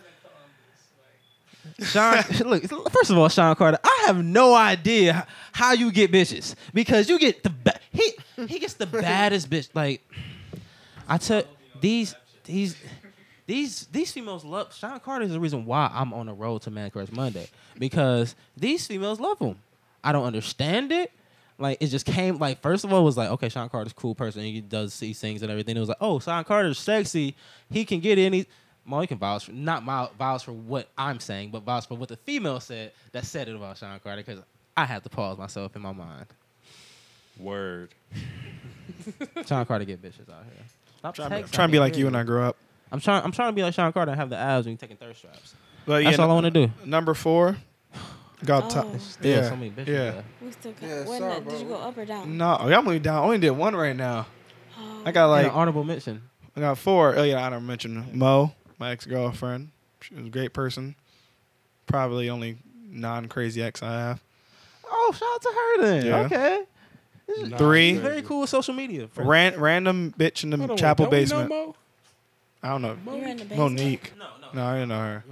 Speaker 1: Sean. look, first of all, Sean Carter, I have no idea how you get bitches because you get the ba- he he gets the baddest bitch. Like I took these these. These these females love Sean Carter is the reason why I'm on the road to Man Crush Monday because these females love him. I don't understand it. Like it just came like first of all it was like okay Sean Carter's a cool person he does these things and everything. It was like oh Sean Carter's sexy he can get any. Well, you can vouch for not my vouch for what I'm saying but vouch for what the female said that said it about Sean Carter because I have to pause myself in my mind.
Speaker 2: word.
Speaker 1: Sean Carter get bitches out here. Stop
Speaker 5: trying, to-
Speaker 1: texting
Speaker 5: trying to be
Speaker 1: me,
Speaker 5: like you
Speaker 1: dude.
Speaker 5: when I grow up.
Speaker 1: I'm trying. I'm trying to be like Sean Carter and have the abs when you taking thirst straps.
Speaker 5: But yeah,
Speaker 1: That's all I want to do.
Speaker 5: Number four, got top.
Speaker 4: Oh.
Speaker 1: Still
Speaker 5: Yeah,
Speaker 1: so many bitches.
Speaker 5: yeah.
Speaker 1: there.
Speaker 4: We still got.
Speaker 3: Yeah,
Speaker 4: what
Speaker 3: sorry,
Speaker 4: the-
Speaker 3: bro.
Speaker 4: Did you go up or down?
Speaker 5: No, I'm only down. I only did one right now.
Speaker 4: Oh,
Speaker 5: I got
Speaker 1: Like
Speaker 5: like
Speaker 1: an honorable mention.
Speaker 5: I got four. Oh yeah, I don't mention Mo, my ex girlfriend. She was a great person. Probably only non crazy ex I have.
Speaker 1: Oh, shout out to her then.
Speaker 5: Yeah.
Speaker 1: Okay.
Speaker 5: Three.
Speaker 1: She's very cool with social media. for-
Speaker 5: Ran, random bitch in the
Speaker 2: Hold on,
Speaker 5: chapel
Speaker 2: don't we know
Speaker 5: basement.
Speaker 2: Mo?
Speaker 5: I don't know.
Speaker 4: You're in the basement.
Speaker 5: Monique. No, I didn't know her.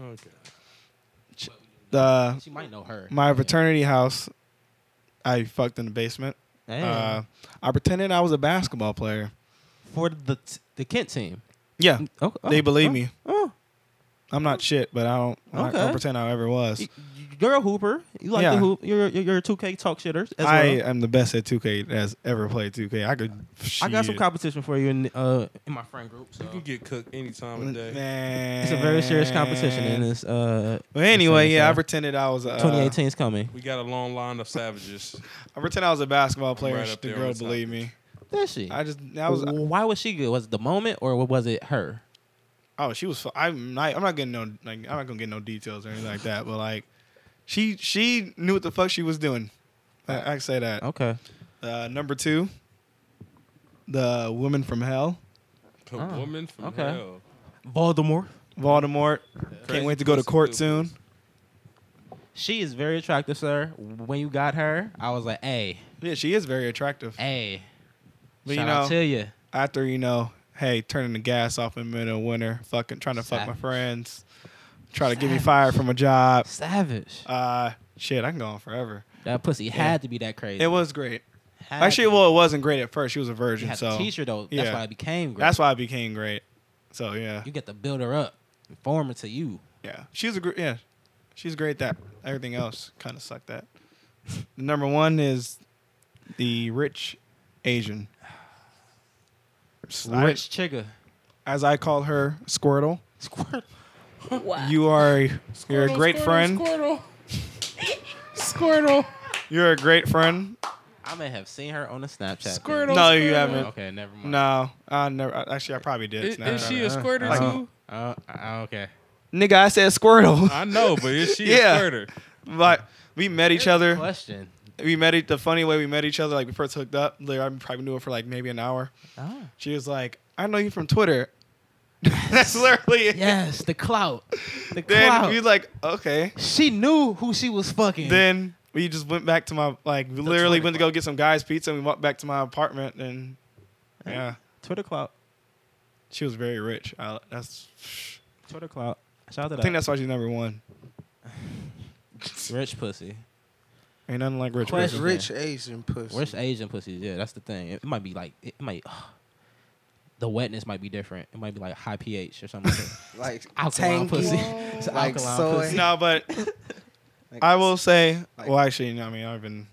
Speaker 5: The
Speaker 1: She might know her.
Speaker 5: my fraternity house, I fucked in the basement.
Speaker 1: Damn.
Speaker 5: Uh, I pretended I was a basketball player.
Speaker 1: for the t- the Kent team.
Speaker 5: Yeah,
Speaker 1: Oh, oh,
Speaker 5: they believe
Speaker 1: oh,
Speaker 5: me.
Speaker 1: Oh,
Speaker 5: I'm not shit, but I don't. I don't
Speaker 1: Okay.
Speaker 5: pretend I ever was.
Speaker 1: You- you're a hooper. You like
Speaker 5: Yeah.
Speaker 1: the hoop. You're you're, you're a 2K talk shitters as
Speaker 5: I
Speaker 1: well.
Speaker 5: am the best at 2K as ever played 2K. I could.
Speaker 1: I got some
Speaker 5: shit.
Speaker 1: competition for you in uh in my friend group. So
Speaker 2: You can get cooked any time of day.
Speaker 5: Mm, Man.
Speaker 1: it's a very serious competition in this. Uh,
Speaker 5: But anyway,
Speaker 1: this,
Speaker 5: yeah, I
Speaker 1: uh,
Speaker 5: pretended I was a.
Speaker 1: 2018 is coming.
Speaker 2: We got a long line of savages.
Speaker 5: I pretended I was a basketball player.
Speaker 2: right
Speaker 5: and
Speaker 2: up
Speaker 5: the
Speaker 2: there
Speaker 5: girl
Speaker 2: on the top.
Speaker 5: believed me.
Speaker 1: Did she?
Speaker 5: I just I was.
Speaker 1: Why was she good? Was it the moment or what was it her?
Speaker 5: Oh, she was. fu- I'm not. I'm not getting no. Like I'm not gonna get no details or anything like that. But like, she she knew what the fuck she was doing. I, I can say that.
Speaker 1: Okay.
Speaker 5: Uh, number two, the woman from hell,
Speaker 2: A
Speaker 1: Oh,
Speaker 2: woman from
Speaker 1: okay.
Speaker 2: hell.
Speaker 1: Voldemort.
Speaker 5: Voldemort. Can't
Speaker 2: Crazy
Speaker 5: wait to go to
Speaker 2: pussy
Speaker 5: court
Speaker 2: too.
Speaker 5: soon.
Speaker 1: She is very attractive, sir. When you got her, I was like, hey,
Speaker 5: Yeah, she is very attractive.
Speaker 1: hey.
Speaker 5: But
Speaker 1: shout
Speaker 5: you
Speaker 1: out
Speaker 5: know,
Speaker 1: to you.
Speaker 5: after you know, hey, turning the gas off in the middle of winter, fucking trying to fuck my
Speaker 1: Savage.
Speaker 5: friends, try to get me
Speaker 1: Savage.
Speaker 5: fired from a job.
Speaker 1: Savage.
Speaker 5: Uh, shit, I can go on forever.
Speaker 1: that pussy had to be that crazy.
Speaker 5: It was great.
Speaker 1: Had
Speaker 5: Actually,
Speaker 1: to be.
Speaker 5: well, it wasn't great at first. She was a
Speaker 1: you
Speaker 5: virgin,
Speaker 1: had
Speaker 5: so
Speaker 1: to teach her though. That's
Speaker 5: yeah.
Speaker 1: why it became great.
Speaker 5: that's why I became great. So yeah,
Speaker 1: you get to build her up, and form her to you.
Speaker 5: yeah, she was a gr- yeah, she's great. at That everything else kind of sucked. That number one is the rich Asian, I-
Speaker 1: Rich chigga.
Speaker 5: as I call her Squirtle.
Speaker 1: Squirt.
Speaker 4: Wow.
Speaker 5: You are a- you're a
Speaker 2: Squirtle,
Speaker 5: great
Speaker 2: squirtle,
Speaker 5: friend.
Speaker 2: Squirtle.
Speaker 5: Squirtle. You're a great friend.
Speaker 1: I may have seen her on a Snapchat.
Speaker 2: Squirtle.
Speaker 1: thing.
Speaker 5: No, you
Speaker 2: squirtle.
Speaker 5: haven't.
Speaker 1: Okay, never mind.
Speaker 5: No, I never. I- Actually, I probably did.
Speaker 2: Is,
Speaker 5: Snapchat.
Speaker 2: is she a squirter
Speaker 5: Like-
Speaker 2: too?
Speaker 1: Oh, uh, okay.
Speaker 5: Nigga, I said Squirtle.
Speaker 2: I know, but is she
Speaker 5: Yeah.
Speaker 2: a squirter?
Speaker 5: like we met each other.
Speaker 1: Question.
Speaker 5: we met each, the funny way we met each other, like we first hooked up. Like I probably knew her for like maybe an hour.
Speaker 1: Ah.
Speaker 5: She was like, "I know you from Twitter." That's literally it.
Speaker 1: Yes, the clout. The
Speaker 5: Then
Speaker 1: clout.
Speaker 5: we was like, "Okay."
Speaker 1: she knew who she was fucking.
Speaker 5: Then we just went back to my like we literally
Speaker 1: Twitter
Speaker 5: went to go get some guys pizza and we walked back to my apartment and yeah,
Speaker 1: Twitter clout.
Speaker 5: she was very rich. I, that's
Speaker 1: Twitter clout. Shout out to
Speaker 5: I
Speaker 1: that.
Speaker 5: think that's why she's number one.
Speaker 1: rich pussy.
Speaker 5: Ain't nothing like rich.
Speaker 1: Question.
Speaker 5: Rich.
Speaker 3: That's rich Asian pussy.
Speaker 1: Rich Asian pussies. Yeah, that's the thing. It might be like it might. the wetness might be different. It might be like high pH or something. Like that.
Speaker 3: like
Speaker 1: alkaline
Speaker 3: tangy.
Speaker 1: pussy.
Speaker 4: Whoa.
Speaker 1: It's
Speaker 3: Like
Speaker 1: alkaline
Speaker 3: soy.
Speaker 1: pussy.
Speaker 5: No, but
Speaker 3: Like,
Speaker 5: I will say,
Speaker 3: Like-
Speaker 5: well, actually, no, I mean, I've been.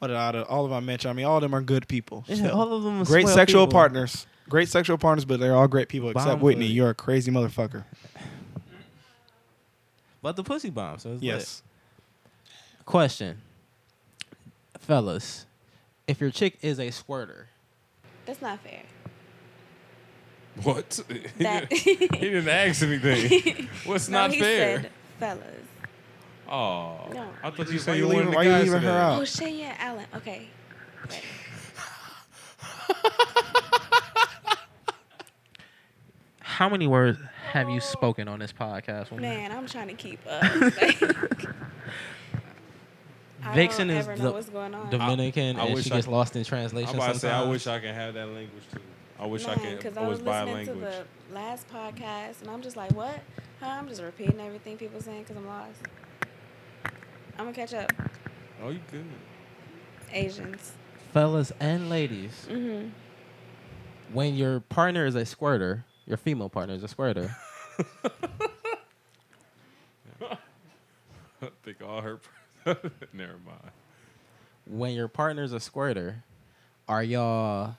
Speaker 5: What did I, all of I mentioned? I mean, all of them are good people.
Speaker 1: Yeah,
Speaker 5: still.
Speaker 1: all of them are
Speaker 5: great
Speaker 1: swell
Speaker 5: sexual
Speaker 1: people.
Speaker 5: partners. Great sexual partners, but they're all great people except
Speaker 1: Bomb
Speaker 5: Whitney.
Speaker 1: hood.
Speaker 5: You're a crazy motherfucker.
Speaker 1: But the pussy bomb. So it's lit.
Speaker 5: Yes.
Speaker 1: Question, fellas, if your chick is a squirter,
Speaker 4: That's not fair.
Speaker 2: What? He
Speaker 4: That-
Speaker 2: didn't- he didn't ask anything. What's
Speaker 4: No,
Speaker 2: not
Speaker 4: he
Speaker 2: fair?
Speaker 4: said fellas.
Speaker 2: Oh,
Speaker 4: No.
Speaker 2: I thought you
Speaker 5: Why
Speaker 2: said
Speaker 5: you
Speaker 2: you
Speaker 5: leaving-
Speaker 2: wanted
Speaker 5: why
Speaker 2: the
Speaker 5: you
Speaker 2: guys
Speaker 5: leaving her
Speaker 2: today.
Speaker 5: out?
Speaker 4: Oh, Shania Allen. Okay. Right.
Speaker 1: how many words have you spoken on this podcast? woman?
Speaker 4: Man, I'm trying to keep up. Like, I
Speaker 1: Vixen
Speaker 4: don't
Speaker 1: is
Speaker 4: ever
Speaker 1: the-
Speaker 4: know what's going on.
Speaker 1: Dominican,
Speaker 2: I- I
Speaker 1: and
Speaker 2: wish
Speaker 1: she
Speaker 2: I
Speaker 1: gets
Speaker 2: could-
Speaker 1: lost in
Speaker 2: I'm
Speaker 1: translation.
Speaker 2: about to say, I
Speaker 1: sometimes.
Speaker 2: wish I could have that language too. I wish I
Speaker 4: Man,
Speaker 2: could.
Speaker 4: because
Speaker 2: I
Speaker 4: I was
Speaker 2: was bi
Speaker 4: listening to
Speaker 2: language.
Speaker 4: the last podcast, and I'm just like, what? Huh? I'm just repeating everything people saying because I'm lost. I'm gonna catch up.
Speaker 2: Oh, you good?
Speaker 4: Asians.
Speaker 1: fellas and ladies,
Speaker 4: Mm-hmm.
Speaker 1: when your partner is a squirter, your female partner is a squirter.
Speaker 2: I think all her. Never mind.
Speaker 1: when your partner's a squirter, are y'all?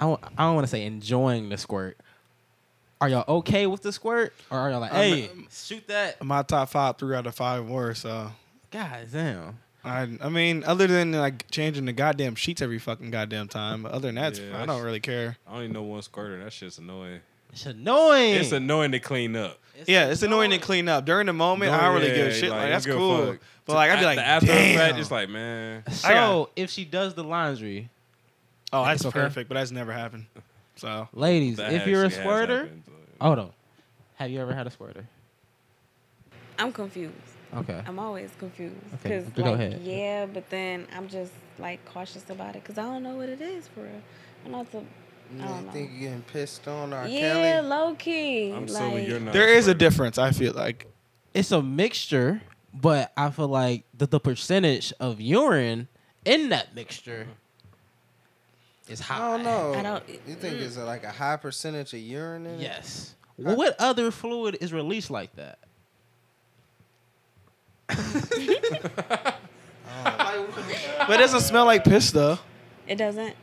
Speaker 1: I don't, I don't want to say enjoying the squirt. Are y'all okay with the squirt, or are y'all like,
Speaker 5: I'm-
Speaker 1: hey, shoot that?
Speaker 5: My top five, three out of five were so.
Speaker 1: God damn.
Speaker 5: I, I mean, other than like changing the goddamn sheets every fucking goddamn time, but other than that, it's-
Speaker 2: Yeah,
Speaker 5: I
Speaker 2: that's-
Speaker 5: don't really care.
Speaker 2: I only know one squirter. That shit's annoying.
Speaker 1: It's annoying.
Speaker 2: It's annoying to clean up.
Speaker 5: yeah, it's annoying to clean up during the moment. I
Speaker 2: No,
Speaker 5: don't really give
Speaker 2: yeah,
Speaker 5: a shit. Like,
Speaker 2: you
Speaker 5: that's
Speaker 2: give a
Speaker 5: cool,
Speaker 2: fuck.
Speaker 5: but like I'd be
Speaker 2: At
Speaker 5: like,
Speaker 2: the after
Speaker 5: damn.
Speaker 2: effect, it's like, man,
Speaker 1: So
Speaker 5: I got-
Speaker 1: if she does the laundry,
Speaker 5: oh, that's
Speaker 1: okay.
Speaker 5: perfect, but that's never happened. So
Speaker 1: ladies,
Speaker 2: that
Speaker 1: if you're a
Speaker 2: actually has
Speaker 1: squirter,
Speaker 2: happened.
Speaker 1: hold on. Have you ever had a squirter?
Speaker 4: I'm confused.
Speaker 1: Okay.
Speaker 4: I'm always confused.
Speaker 1: Okay,
Speaker 4: 'cause,
Speaker 1: go
Speaker 4: like,
Speaker 1: ahead.
Speaker 4: Yeah, but then I'm just like cautious about it because I don't know what it is for real. I'm not to.
Speaker 3: You
Speaker 4: I don't know.
Speaker 3: think you're getting pissed on R.
Speaker 4: yeah,
Speaker 3: Kelly?
Speaker 4: low key.
Speaker 2: I'm assuming
Speaker 4: like,
Speaker 2: you're not.
Speaker 5: there is a
Speaker 2: squirter.
Speaker 5: difference. I feel like
Speaker 1: it's a mixture, but I feel like the, the percentage of urine in that mixture is high.
Speaker 3: I don't know.
Speaker 4: I don't- mm.
Speaker 3: You think it's like a high percentage of urine in it?
Speaker 1: Yes. Well, what other fluid is released like that?
Speaker 5: But it doesn't smell like piss though.
Speaker 4: It doesn't.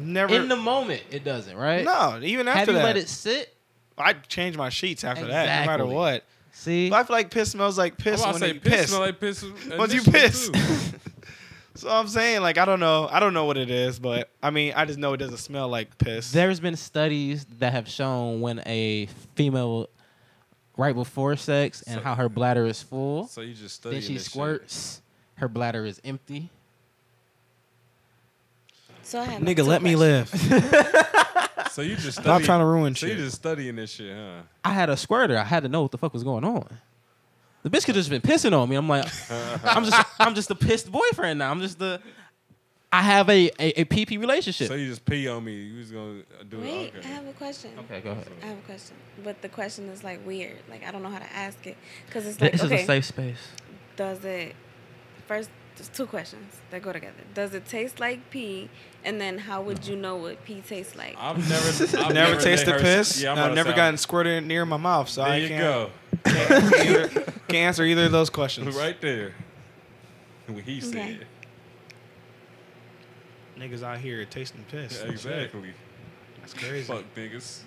Speaker 5: Never.
Speaker 1: In the moment, it doesn't, right?
Speaker 5: no, even after
Speaker 1: Have you
Speaker 5: that,
Speaker 1: let it sit?
Speaker 5: I change my sheets after that, no matter
Speaker 1: Exactly.
Speaker 5: what.
Speaker 1: See,
Speaker 5: But I feel like piss smells like
Speaker 2: I'm
Speaker 5: piss
Speaker 2: about
Speaker 5: when
Speaker 2: to say
Speaker 5: you
Speaker 2: piss.
Speaker 5: piss.
Speaker 2: Smell like piss.
Speaker 5: Once you
Speaker 2: initially,
Speaker 5: piss.
Speaker 2: too.
Speaker 5: so I'm saying, like, I don't know, I don't know what it is, but I mean, I just know it doesn't smell like piss.
Speaker 1: there's been studies that have shown when a female right before sex and
Speaker 2: So-
Speaker 1: how her bladder is full,
Speaker 2: So you just study.
Speaker 1: then she squirts, her bladder is empty.
Speaker 4: So I have
Speaker 5: Nigga,
Speaker 4: two
Speaker 5: let me
Speaker 4: questions.
Speaker 5: live.
Speaker 2: So you just study.
Speaker 5: Stop trying to ruin
Speaker 2: So you
Speaker 5: shit.
Speaker 2: just studying this shit, huh?
Speaker 1: I had a squirter. I had to know what the fuck was going on. The bitch could just been pissing on me. I'm like, I'm just, I'm just a pissed boyfriend now. I'm just the, I have a a, a PP relationship.
Speaker 2: So you just pee on me. You was gonna uh, do
Speaker 4: Wait,
Speaker 2: it. Okay.
Speaker 4: I have a question.
Speaker 1: okay, go ahead.
Speaker 4: I have a question, but the question is like weird. Like I don't know how to ask it because it's like
Speaker 1: This
Speaker 4: okay,
Speaker 1: is a safe space.
Speaker 4: does it first? There's two questions that go together. Does it taste like pee? And then how would you know what pee tastes like?
Speaker 2: I've never, I've
Speaker 5: never
Speaker 2: let
Speaker 5: tasted
Speaker 2: her-
Speaker 5: piss.
Speaker 2: Yeah, I'm about
Speaker 5: I've
Speaker 2: to
Speaker 5: never
Speaker 2: say,
Speaker 5: gotten squirted near my mouth, so
Speaker 2: There
Speaker 5: I
Speaker 2: you
Speaker 5: can't,
Speaker 2: go,
Speaker 5: Either, can't answer either of those questions.
Speaker 2: right there. What he said.
Speaker 4: Okay.
Speaker 5: Niggas out here tasting piss.
Speaker 2: Exactly.
Speaker 5: That's crazy.
Speaker 2: Fuck niggas.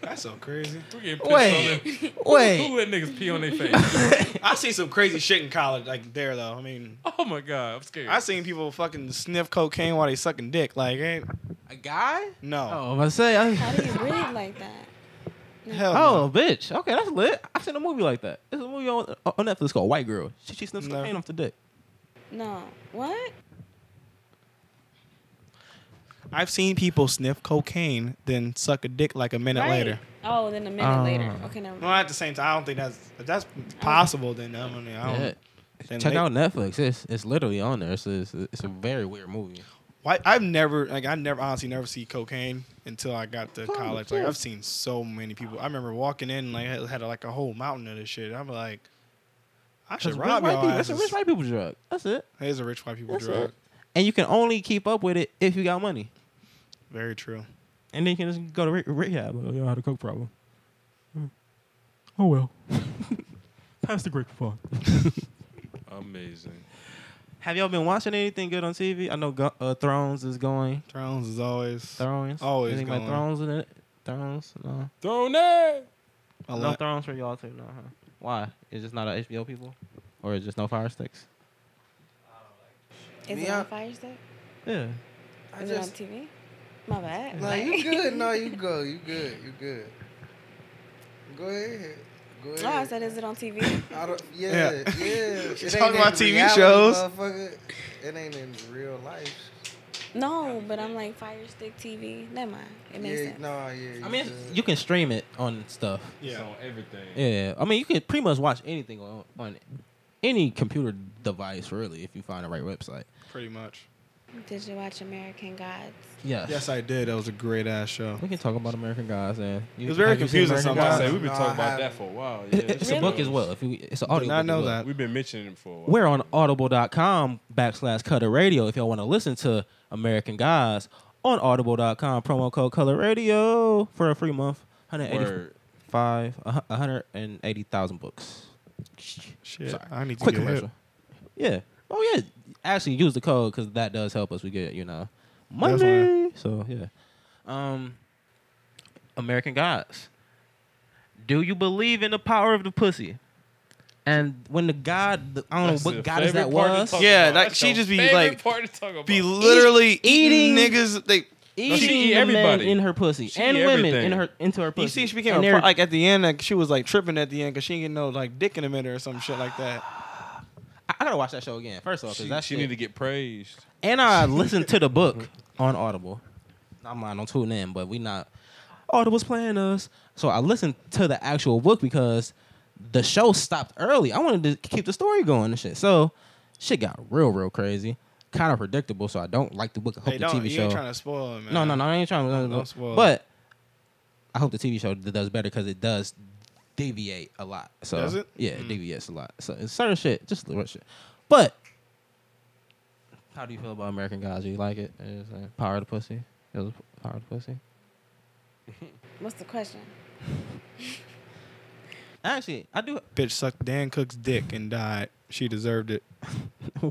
Speaker 5: That's so crazy.
Speaker 2: We getting pissed on them.
Speaker 1: Wait, wait.
Speaker 2: Who let niggas pee on their face?
Speaker 5: I seen some crazy shit in college, like there though. I mean,
Speaker 2: oh my god, I'm scared.
Speaker 5: I seen people fucking sniff cocaine while they sucking dick. Like, ain't
Speaker 6: A guy?
Speaker 5: no,
Speaker 1: Oh, I say.
Speaker 4: How
Speaker 1: I,
Speaker 4: do you read like that?
Speaker 5: hell
Speaker 1: oh, bitch. Okay, that's lit. I've seen a movie like that. There's a movie on, on Netflix called White Girl. She, she sniffs
Speaker 5: No.
Speaker 1: cocaine off the dick.
Speaker 4: No. What?
Speaker 5: no. I've seen people sniff cocaine then suck a dick like a minute
Speaker 4: Right.
Speaker 5: later.
Speaker 4: Oh, then a minute later. Okay, never
Speaker 5: Well,
Speaker 4: mind.
Speaker 5: at the same time, I don't think that's if that's possible. Then I mean, I don't.
Speaker 1: Yeah.
Speaker 5: then
Speaker 1: Check
Speaker 5: they-
Speaker 1: out Netflix. It's it's literally on there. It's it's, it's a very weird movie.
Speaker 5: Why, I've never like I never honestly never see cocaine until I got to college. Like I've seen so many people. I remember walking in like had, had like a whole mountain of this shit. I'm like, I
Speaker 1: That's
Speaker 5: should
Speaker 1: a rich
Speaker 5: rob y'all.
Speaker 1: white people. That's a
Speaker 5: asses.
Speaker 1: rich white people drug. That's it.
Speaker 5: It is a rich white people
Speaker 1: That's
Speaker 5: drug.
Speaker 1: it. And you can only keep up with it if you got money.
Speaker 5: Very true.
Speaker 1: And then you can just go to re- rehab. Oh, you had a coke problem. Oh well. Pass the grapevine.
Speaker 2: Amazing.
Speaker 1: Have y'all been watching anything good on TV? I know Go- uh, Thrones is going.
Speaker 5: Thrones is always
Speaker 1: Thrones.
Speaker 5: Always
Speaker 1: Anything
Speaker 5: going.
Speaker 1: Like Thrones in it. Thrones. No.
Speaker 2: Throne that.
Speaker 5: a
Speaker 1: No
Speaker 5: lot.
Speaker 1: Thrones for y'all too. No. Huh? Why? Is just not a HBO people, or is just no Fire Sticks?
Speaker 4: Is it
Speaker 3: Yeah.
Speaker 4: on Fire Stick?
Speaker 1: Yeah.
Speaker 3: I
Speaker 4: Is it on
Speaker 3: just
Speaker 4: TV? My bad.
Speaker 3: like you good. No, you go. You good. You good. Go ahead. Go ahead.
Speaker 4: Oh, I said, is it on TV?
Speaker 3: I don't, yeah,
Speaker 5: Yeah.
Speaker 3: yeah.
Speaker 5: You
Speaker 3: It
Speaker 5: talking
Speaker 3: ain't
Speaker 5: about
Speaker 3: in
Speaker 5: TV
Speaker 3: reality,
Speaker 5: shows?
Speaker 3: motherfucker. It ain't in real life.
Speaker 4: no, but I'm like Fire Stick TV. Never mind. It makes
Speaker 3: yeah,
Speaker 4: sense.
Speaker 3: no, yeah.
Speaker 1: I mean,
Speaker 3: good.
Speaker 1: you can stream it on stuff.
Speaker 2: It's
Speaker 5: Yeah.
Speaker 2: on everything.
Speaker 1: Yeah, I mean, you can pretty much watch anything on, on any computer device, really, if you find the right website.
Speaker 5: Pretty much.
Speaker 4: Did you watch American Gods?
Speaker 1: Yes.
Speaker 5: Yes, I did. That was a great ass show.
Speaker 1: We can talk about American Gods, and
Speaker 5: It was very confusing
Speaker 2: I
Speaker 5: sometimes.
Speaker 2: say we've been
Speaker 3: No, I
Speaker 2: talking about that
Speaker 3: haven't.
Speaker 2: for a while. Yeah,
Speaker 1: It, it's
Speaker 4: Really?
Speaker 1: a book as well. If you, it's an audio.
Speaker 5: Did not know that.
Speaker 2: We've been mentioning it for a while.
Speaker 1: We're on audible.com backslash color radio if y'all want to listen to American Gods on audible.com promo code color radio for a free month. 185
Speaker 2: Word.
Speaker 1: 180,000 books.
Speaker 5: Shit, I need to
Speaker 1: quick
Speaker 5: get
Speaker 1: commercial. Yeah. Oh yeah. Actually, use the code because that does help us. We get you know money. So yeah. Um, American Gods. Do you believe in the power of the pussy? And when the god, the, I don't
Speaker 2: That's
Speaker 1: know
Speaker 2: the
Speaker 1: what goddess
Speaker 2: favorite
Speaker 1: that
Speaker 2: part to
Speaker 1: was, Oh,
Speaker 2: talk
Speaker 5: Yeah,
Speaker 2: about.
Speaker 5: like,
Speaker 2: That's
Speaker 5: she
Speaker 2: the
Speaker 5: just be,
Speaker 2: favorite
Speaker 5: like,
Speaker 2: part to talk about.
Speaker 5: Be literally
Speaker 1: eating-
Speaker 5: eating, niggas. They
Speaker 1: eating
Speaker 2: she eat
Speaker 1: the
Speaker 2: everybody.
Speaker 1: men in her pussy
Speaker 2: She
Speaker 1: and
Speaker 2: eat
Speaker 1: women
Speaker 2: everything.
Speaker 1: in her into her pussy.
Speaker 5: You see, she became
Speaker 1: And
Speaker 5: a
Speaker 1: they're-
Speaker 5: pro- like at the end. Like she was like tripping at the end because she didn't get no like dick in a minute or some shit like that.
Speaker 1: I, I gotta watch that show again. First off,
Speaker 2: She,
Speaker 1: because that
Speaker 2: she
Speaker 1: shit-
Speaker 2: need to get praised.
Speaker 1: And I listened to the book on Audible. Not mine, don't tune in, but we not. Audible's playing us. So I listened to the actual book because the show stopped early. I wanted to keep the story going and shit. So shit got real, real crazy. Kind of predictable, so I don't like the book. I hope
Speaker 5: Hey,
Speaker 1: the
Speaker 5: don't
Speaker 1: TV
Speaker 5: you
Speaker 1: show.
Speaker 5: ain't trying to spoil it, man.
Speaker 1: no, no, no, I ain't trying to.
Speaker 5: Don't spoil it.
Speaker 1: but I hope the TV show d- does better because it does deviate a lot. So
Speaker 5: Does it? Hmm.
Speaker 1: Yeah, it deviates a lot. So it's certain shit, just little shit. But how do you feel about American Gods? Do you like it? Is it power of the pussy? It was power of the pussy.
Speaker 4: What's the question?
Speaker 1: Actually, I do.
Speaker 5: Bitch sucked Dan Cook's dick and died. She deserved it.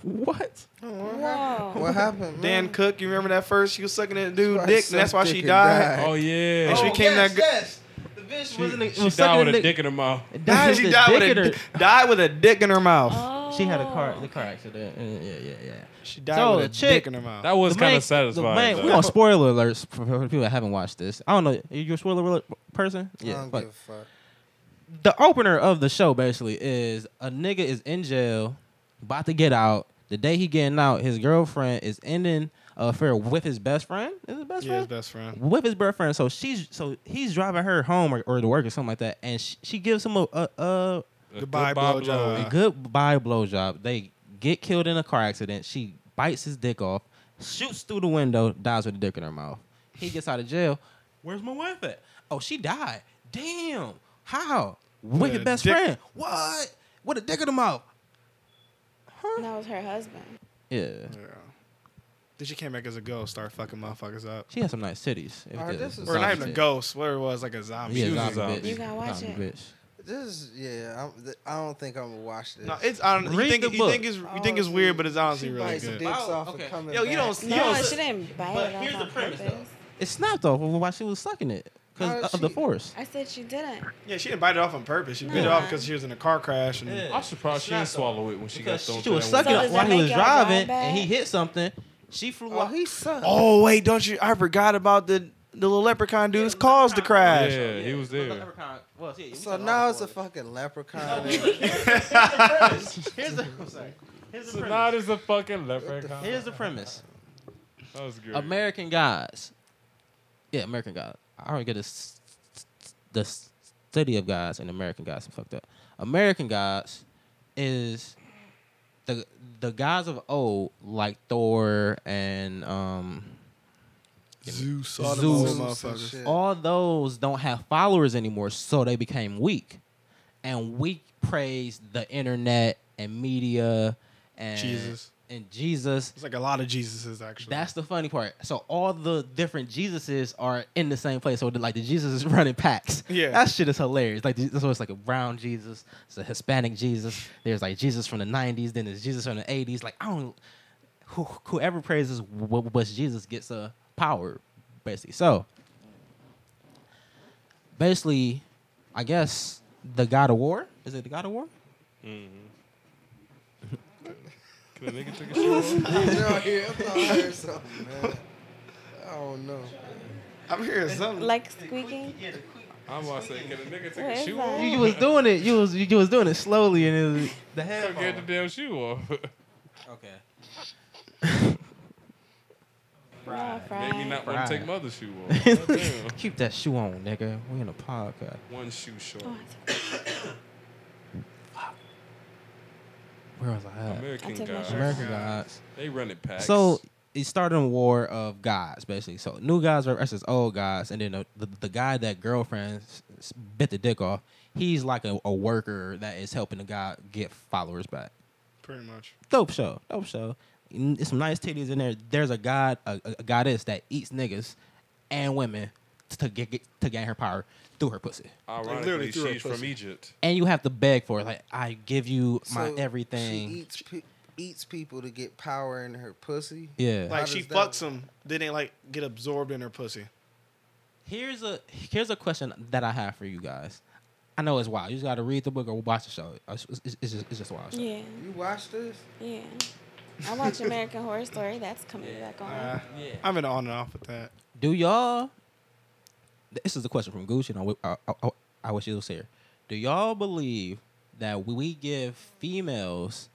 Speaker 1: what?
Speaker 4: Whoa.
Speaker 3: What happened,
Speaker 5: Dan
Speaker 3: man?
Speaker 5: Cook, you remember that first? She was sucking at a dude
Speaker 3: That's why
Speaker 5: dick,
Speaker 3: she
Speaker 5: and that's why
Speaker 3: Mm. sucked
Speaker 5: she
Speaker 3: dick and
Speaker 5: died.
Speaker 3: died.
Speaker 2: Oh yeah.
Speaker 5: And she came that good.
Speaker 1: The bitch
Speaker 2: She, she died with a dick in her mouth.
Speaker 1: Died
Speaker 5: she
Speaker 1: with
Speaker 5: died
Speaker 1: a
Speaker 5: with
Speaker 1: dick
Speaker 5: a
Speaker 1: in
Speaker 5: di- died with a dick in her mouth.
Speaker 4: Oh.
Speaker 1: her- She had a car, the car accident. Uh, Yeah, yeah, yeah.
Speaker 5: She died
Speaker 1: So,
Speaker 5: with a
Speaker 1: the chick-
Speaker 5: dick in her mouth.
Speaker 2: That was
Speaker 1: The
Speaker 2: kind
Speaker 1: main-
Speaker 2: of satisfying.
Speaker 1: The main,
Speaker 2: though.
Speaker 1: we on spoiler alerts for for people that haven't watched this. I don't know. Are you a spoiler alert person?
Speaker 3: I don't
Speaker 1: fuck.
Speaker 3: give a fuck.
Speaker 1: the opener of the show basically is a nigga is in jail, about to get out. The day he getting out, his girlfriend is ending a affair with his best friend. Is it best
Speaker 5: yeah, his
Speaker 1: friend?
Speaker 5: best friend.
Speaker 1: with his girlfriend. So she's so he's driving her home or, or to work or something like that, and she, she gives him a a, a,
Speaker 2: A
Speaker 5: Goodbye,
Speaker 2: goodbye
Speaker 5: blowjob.
Speaker 1: a
Speaker 5: Uh.
Speaker 1: goodbye blowjob. They get killed in a car accident. She bites his dick off, shoots through the window, dies with a dick in her mouth. He gets out of jail. Where's my wife at? Oh, she died. Damn. How? With
Speaker 5: With
Speaker 1: your
Speaker 5: a
Speaker 1: best
Speaker 5: dick-
Speaker 1: friend. What? With a dick in her mouth.
Speaker 4: And that was her husband.
Speaker 1: Yeah.
Speaker 5: Yeah. Then she came back as a ghost, start fucking motherfuckers up.
Speaker 1: She has some nice titties. If
Speaker 3: Alright,
Speaker 1: the-
Speaker 3: this is-
Speaker 5: Or not even a
Speaker 1: shit.
Speaker 5: ghost, what it was, like a zombie.
Speaker 1: Yeah,
Speaker 2: She was a
Speaker 1: zombie,
Speaker 2: zombie.
Speaker 1: bitch.
Speaker 4: You gotta watch
Speaker 1: Zombie
Speaker 4: it.
Speaker 1: bitch.
Speaker 3: This is yeah. I'm, th- I don't think I'm gonna watch this.
Speaker 5: No, it's honestly you
Speaker 1: Read
Speaker 5: think,
Speaker 1: the
Speaker 5: you
Speaker 1: book.
Speaker 5: think it's you think it's weird, but it's honestly really
Speaker 3: Oh, bites
Speaker 5: good.
Speaker 3: Dicks
Speaker 1: Oh,
Speaker 3: off
Speaker 1: okay.
Speaker 3: and coming
Speaker 5: Yo, you
Speaker 3: back.
Speaker 5: don't. You
Speaker 4: No,
Speaker 5: don't
Speaker 4: she didn't bite
Speaker 1: but
Speaker 4: it off
Speaker 1: here's
Speaker 4: on
Speaker 1: the premise,
Speaker 4: purpose.
Speaker 1: It snapped off while she was sucking it. because
Speaker 3: How
Speaker 1: of
Speaker 3: did
Speaker 1: the
Speaker 3: she-
Speaker 1: force.
Speaker 4: I said she didn't.
Speaker 5: Yeah, she didn't bite it off on purpose. She bit it off because she was in a car crash. And
Speaker 1: Yeah.
Speaker 2: I'm surprised she didn't swallow it when she got
Speaker 1: Because
Speaker 2: thrown.
Speaker 1: she was
Speaker 2: to that
Speaker 1: sucking
Speaker 4: So
Speaker 1: up
Speaker 4: does
Speaker 1: while
Speaker 4: that
Speaker 1: he
Speaker 4: make
Speaker 1: was
Speaker 4: y'all drive
Speaker 1: driving
Speaker 4: back?
Speaker 1: and he hit something. She flew
Speaker 3: Oh,
Speaker 1: off.
Speaker 3: he sucked.
Speaker 5: Oh wait, don't you? I forgot about the the little leprechaun dudes caused the
Speaker 2: one.
Speaker 5: crash.
Speaker 2: Yeah, he was there.
Speaker 1: Well, yeah, we
Speaker 3: so
Speaker 1: said all
Speaker 3: now
Speaker 1: the
Speaker 3: it's a
Speaker 1: spoilers.
Speaker 3: fucking leprechaun.
Speaker 1: Here's the I'm sorry. Here's the
Speaker 2: Not
Speaker 1: premise.
Speaker 2: as a fucking leprechaun.
Speaker 1: Here's the premise.
Speaker 2: That was great.
Speaker 1: American Gods. Yeah, American God. I don't get this. The study of gods and American gods are fucked up. American gods is the the gods of old, like Thor and um,
Speaker 5: Zeus,
Speaker 1: all the
Speaker 5: Zeus,
Speaker 3: Zeus and
Speaker 5: motherfuckers.
Speaker 3: shit.
Speaker 1: all those don't have followers anymore, so they became weak, and weak praise the internet and media and
Speaker 5: Jesus.
Speaker 1: and Jesus
Speaker 5: It's like a lot of Jesuses actually.
Speaker 1: That's the funny part. So all the different Jesuses are in the same place. So the, like the Jesus is running packs.
Speaker 5: Yeah.
Speaker 1: that shit is hilarious. Like the- so it's like a brown Jesus, it's a Hispanic Jesus. There's like Jesus from the '90s, then there's Jesus from the '80s. Like I don't. Who, whoever praises what was Jesus gets a power, basically. So basically, I guess the God of War is it the God of War?
Speaker 2: Can a nigga take a shit? off?
Speaker 3: Yeah, I hear- I thought I heard something, man. I don't know.
Speaker 5: I'm hearing something.
Speaker 4: Like squeaking.
Speaker 2: I'm about to say, can a nigga
Speaker 4: What
Speaker 2: take a
Speaker 4: is
Speaker 2: shoe off?
Speaker 1: You,
Speaker 4: that?
Speaker 1: you was doing it. You was you was doing it slowly, and it was the
Speaker 2: Don't get the
Speaker 1: head.
Speaker 2: damn shoe off.
Speaker 1: Okay.
Speaker 4: No, Oh, fried.
Speaker 2: Maybe not want to take
Speaker 1: Right.
Speaker 2: mother's shoe off. God damn.
Speaker 1: Keep that shoe on, nigga. We in a podcast.
Speaker 2: One shoe short.
Speaker 4: Oh,
Speaker 1: Where was I at?
Speaker 4: I
Speaker 2: American
Speaker 4: took my
Speaker 2: guys.
Speaker 4: shirt
Speaker 1: American Gods.
Speaker 2: They run it packs.
Speaker 1: So it started a war of gods, basically. So new gods versus old gods, and then the, the, the guy that girlfriend s- s- bit the dick off, he's like a, a worker that is helping the god get followers back.
Speaker 5: Pretty much.
Speaker 1: Dope show, dope show. Mm, There's some nice titties in there. There's a god, a, a- a goddess that eats niggas and women to get, get to gain her power through her pussy.
Speaker 2: ironically,
Speaker 5: literally threw her
Speaker 2: she's from
Speaker 5: pussy.
Speaker 2: Egypt.
Speaker 1: and you have to beg for it. Like I give you my
Speaker 3: So She
Speaker 1: everything.
Speaker 3: eats, pe- eats people to get power in her pussy.
Speaker 1: Yeah.
Speaker 5: Like
Speaker 3: does
Speaker 5: she
Speaker 3: that
Speaker 5: fucks him, then they like get absorbed in her pussy.
Speaker 1: here's a here's a question that I have for you guys. I know it's wild. You just got to read the book or watch the show. It's, it's- it's just, it's just wild. Show.
Speaker 4: Yeah,
Speaker 3: You watch this?
Speaker 4: yeah. I watch American Horror Story. That's coming back on.
Speaker 5: Uh, I've been on and off with that.
Speaker 1: Do y'all? This is a question from Gucci. And I, wi- I, I, I wish it was here. Do y'all believe that we give females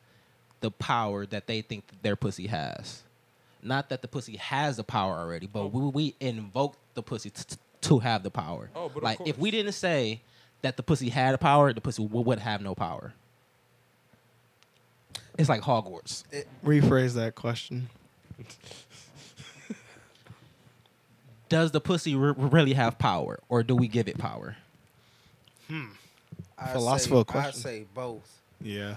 Speaker 1: the power that they think that their pussy has? Not that the pussy has the power already,
Speaker 2: Oh.
Speaker 1: but we, we invoke the pussy t- t- to have the power.
Speaker 2: Oh, but of
Speaker 1: like if
Speaker 2: course.
Speaker 1: we didn't say that the pussy had a power, the pussy w- would have no power. It's like Hogwarts.
Speaker 5: Rephrase that question.
Speaker 1: Does the pussy r- really have power, or do we give it power?
Speaker 3: I
Speaker 5: Philosophical
Speaker 3: say, I
Speaker 5: question.
Speaker 3: say both.
Speaker 5: Yeah.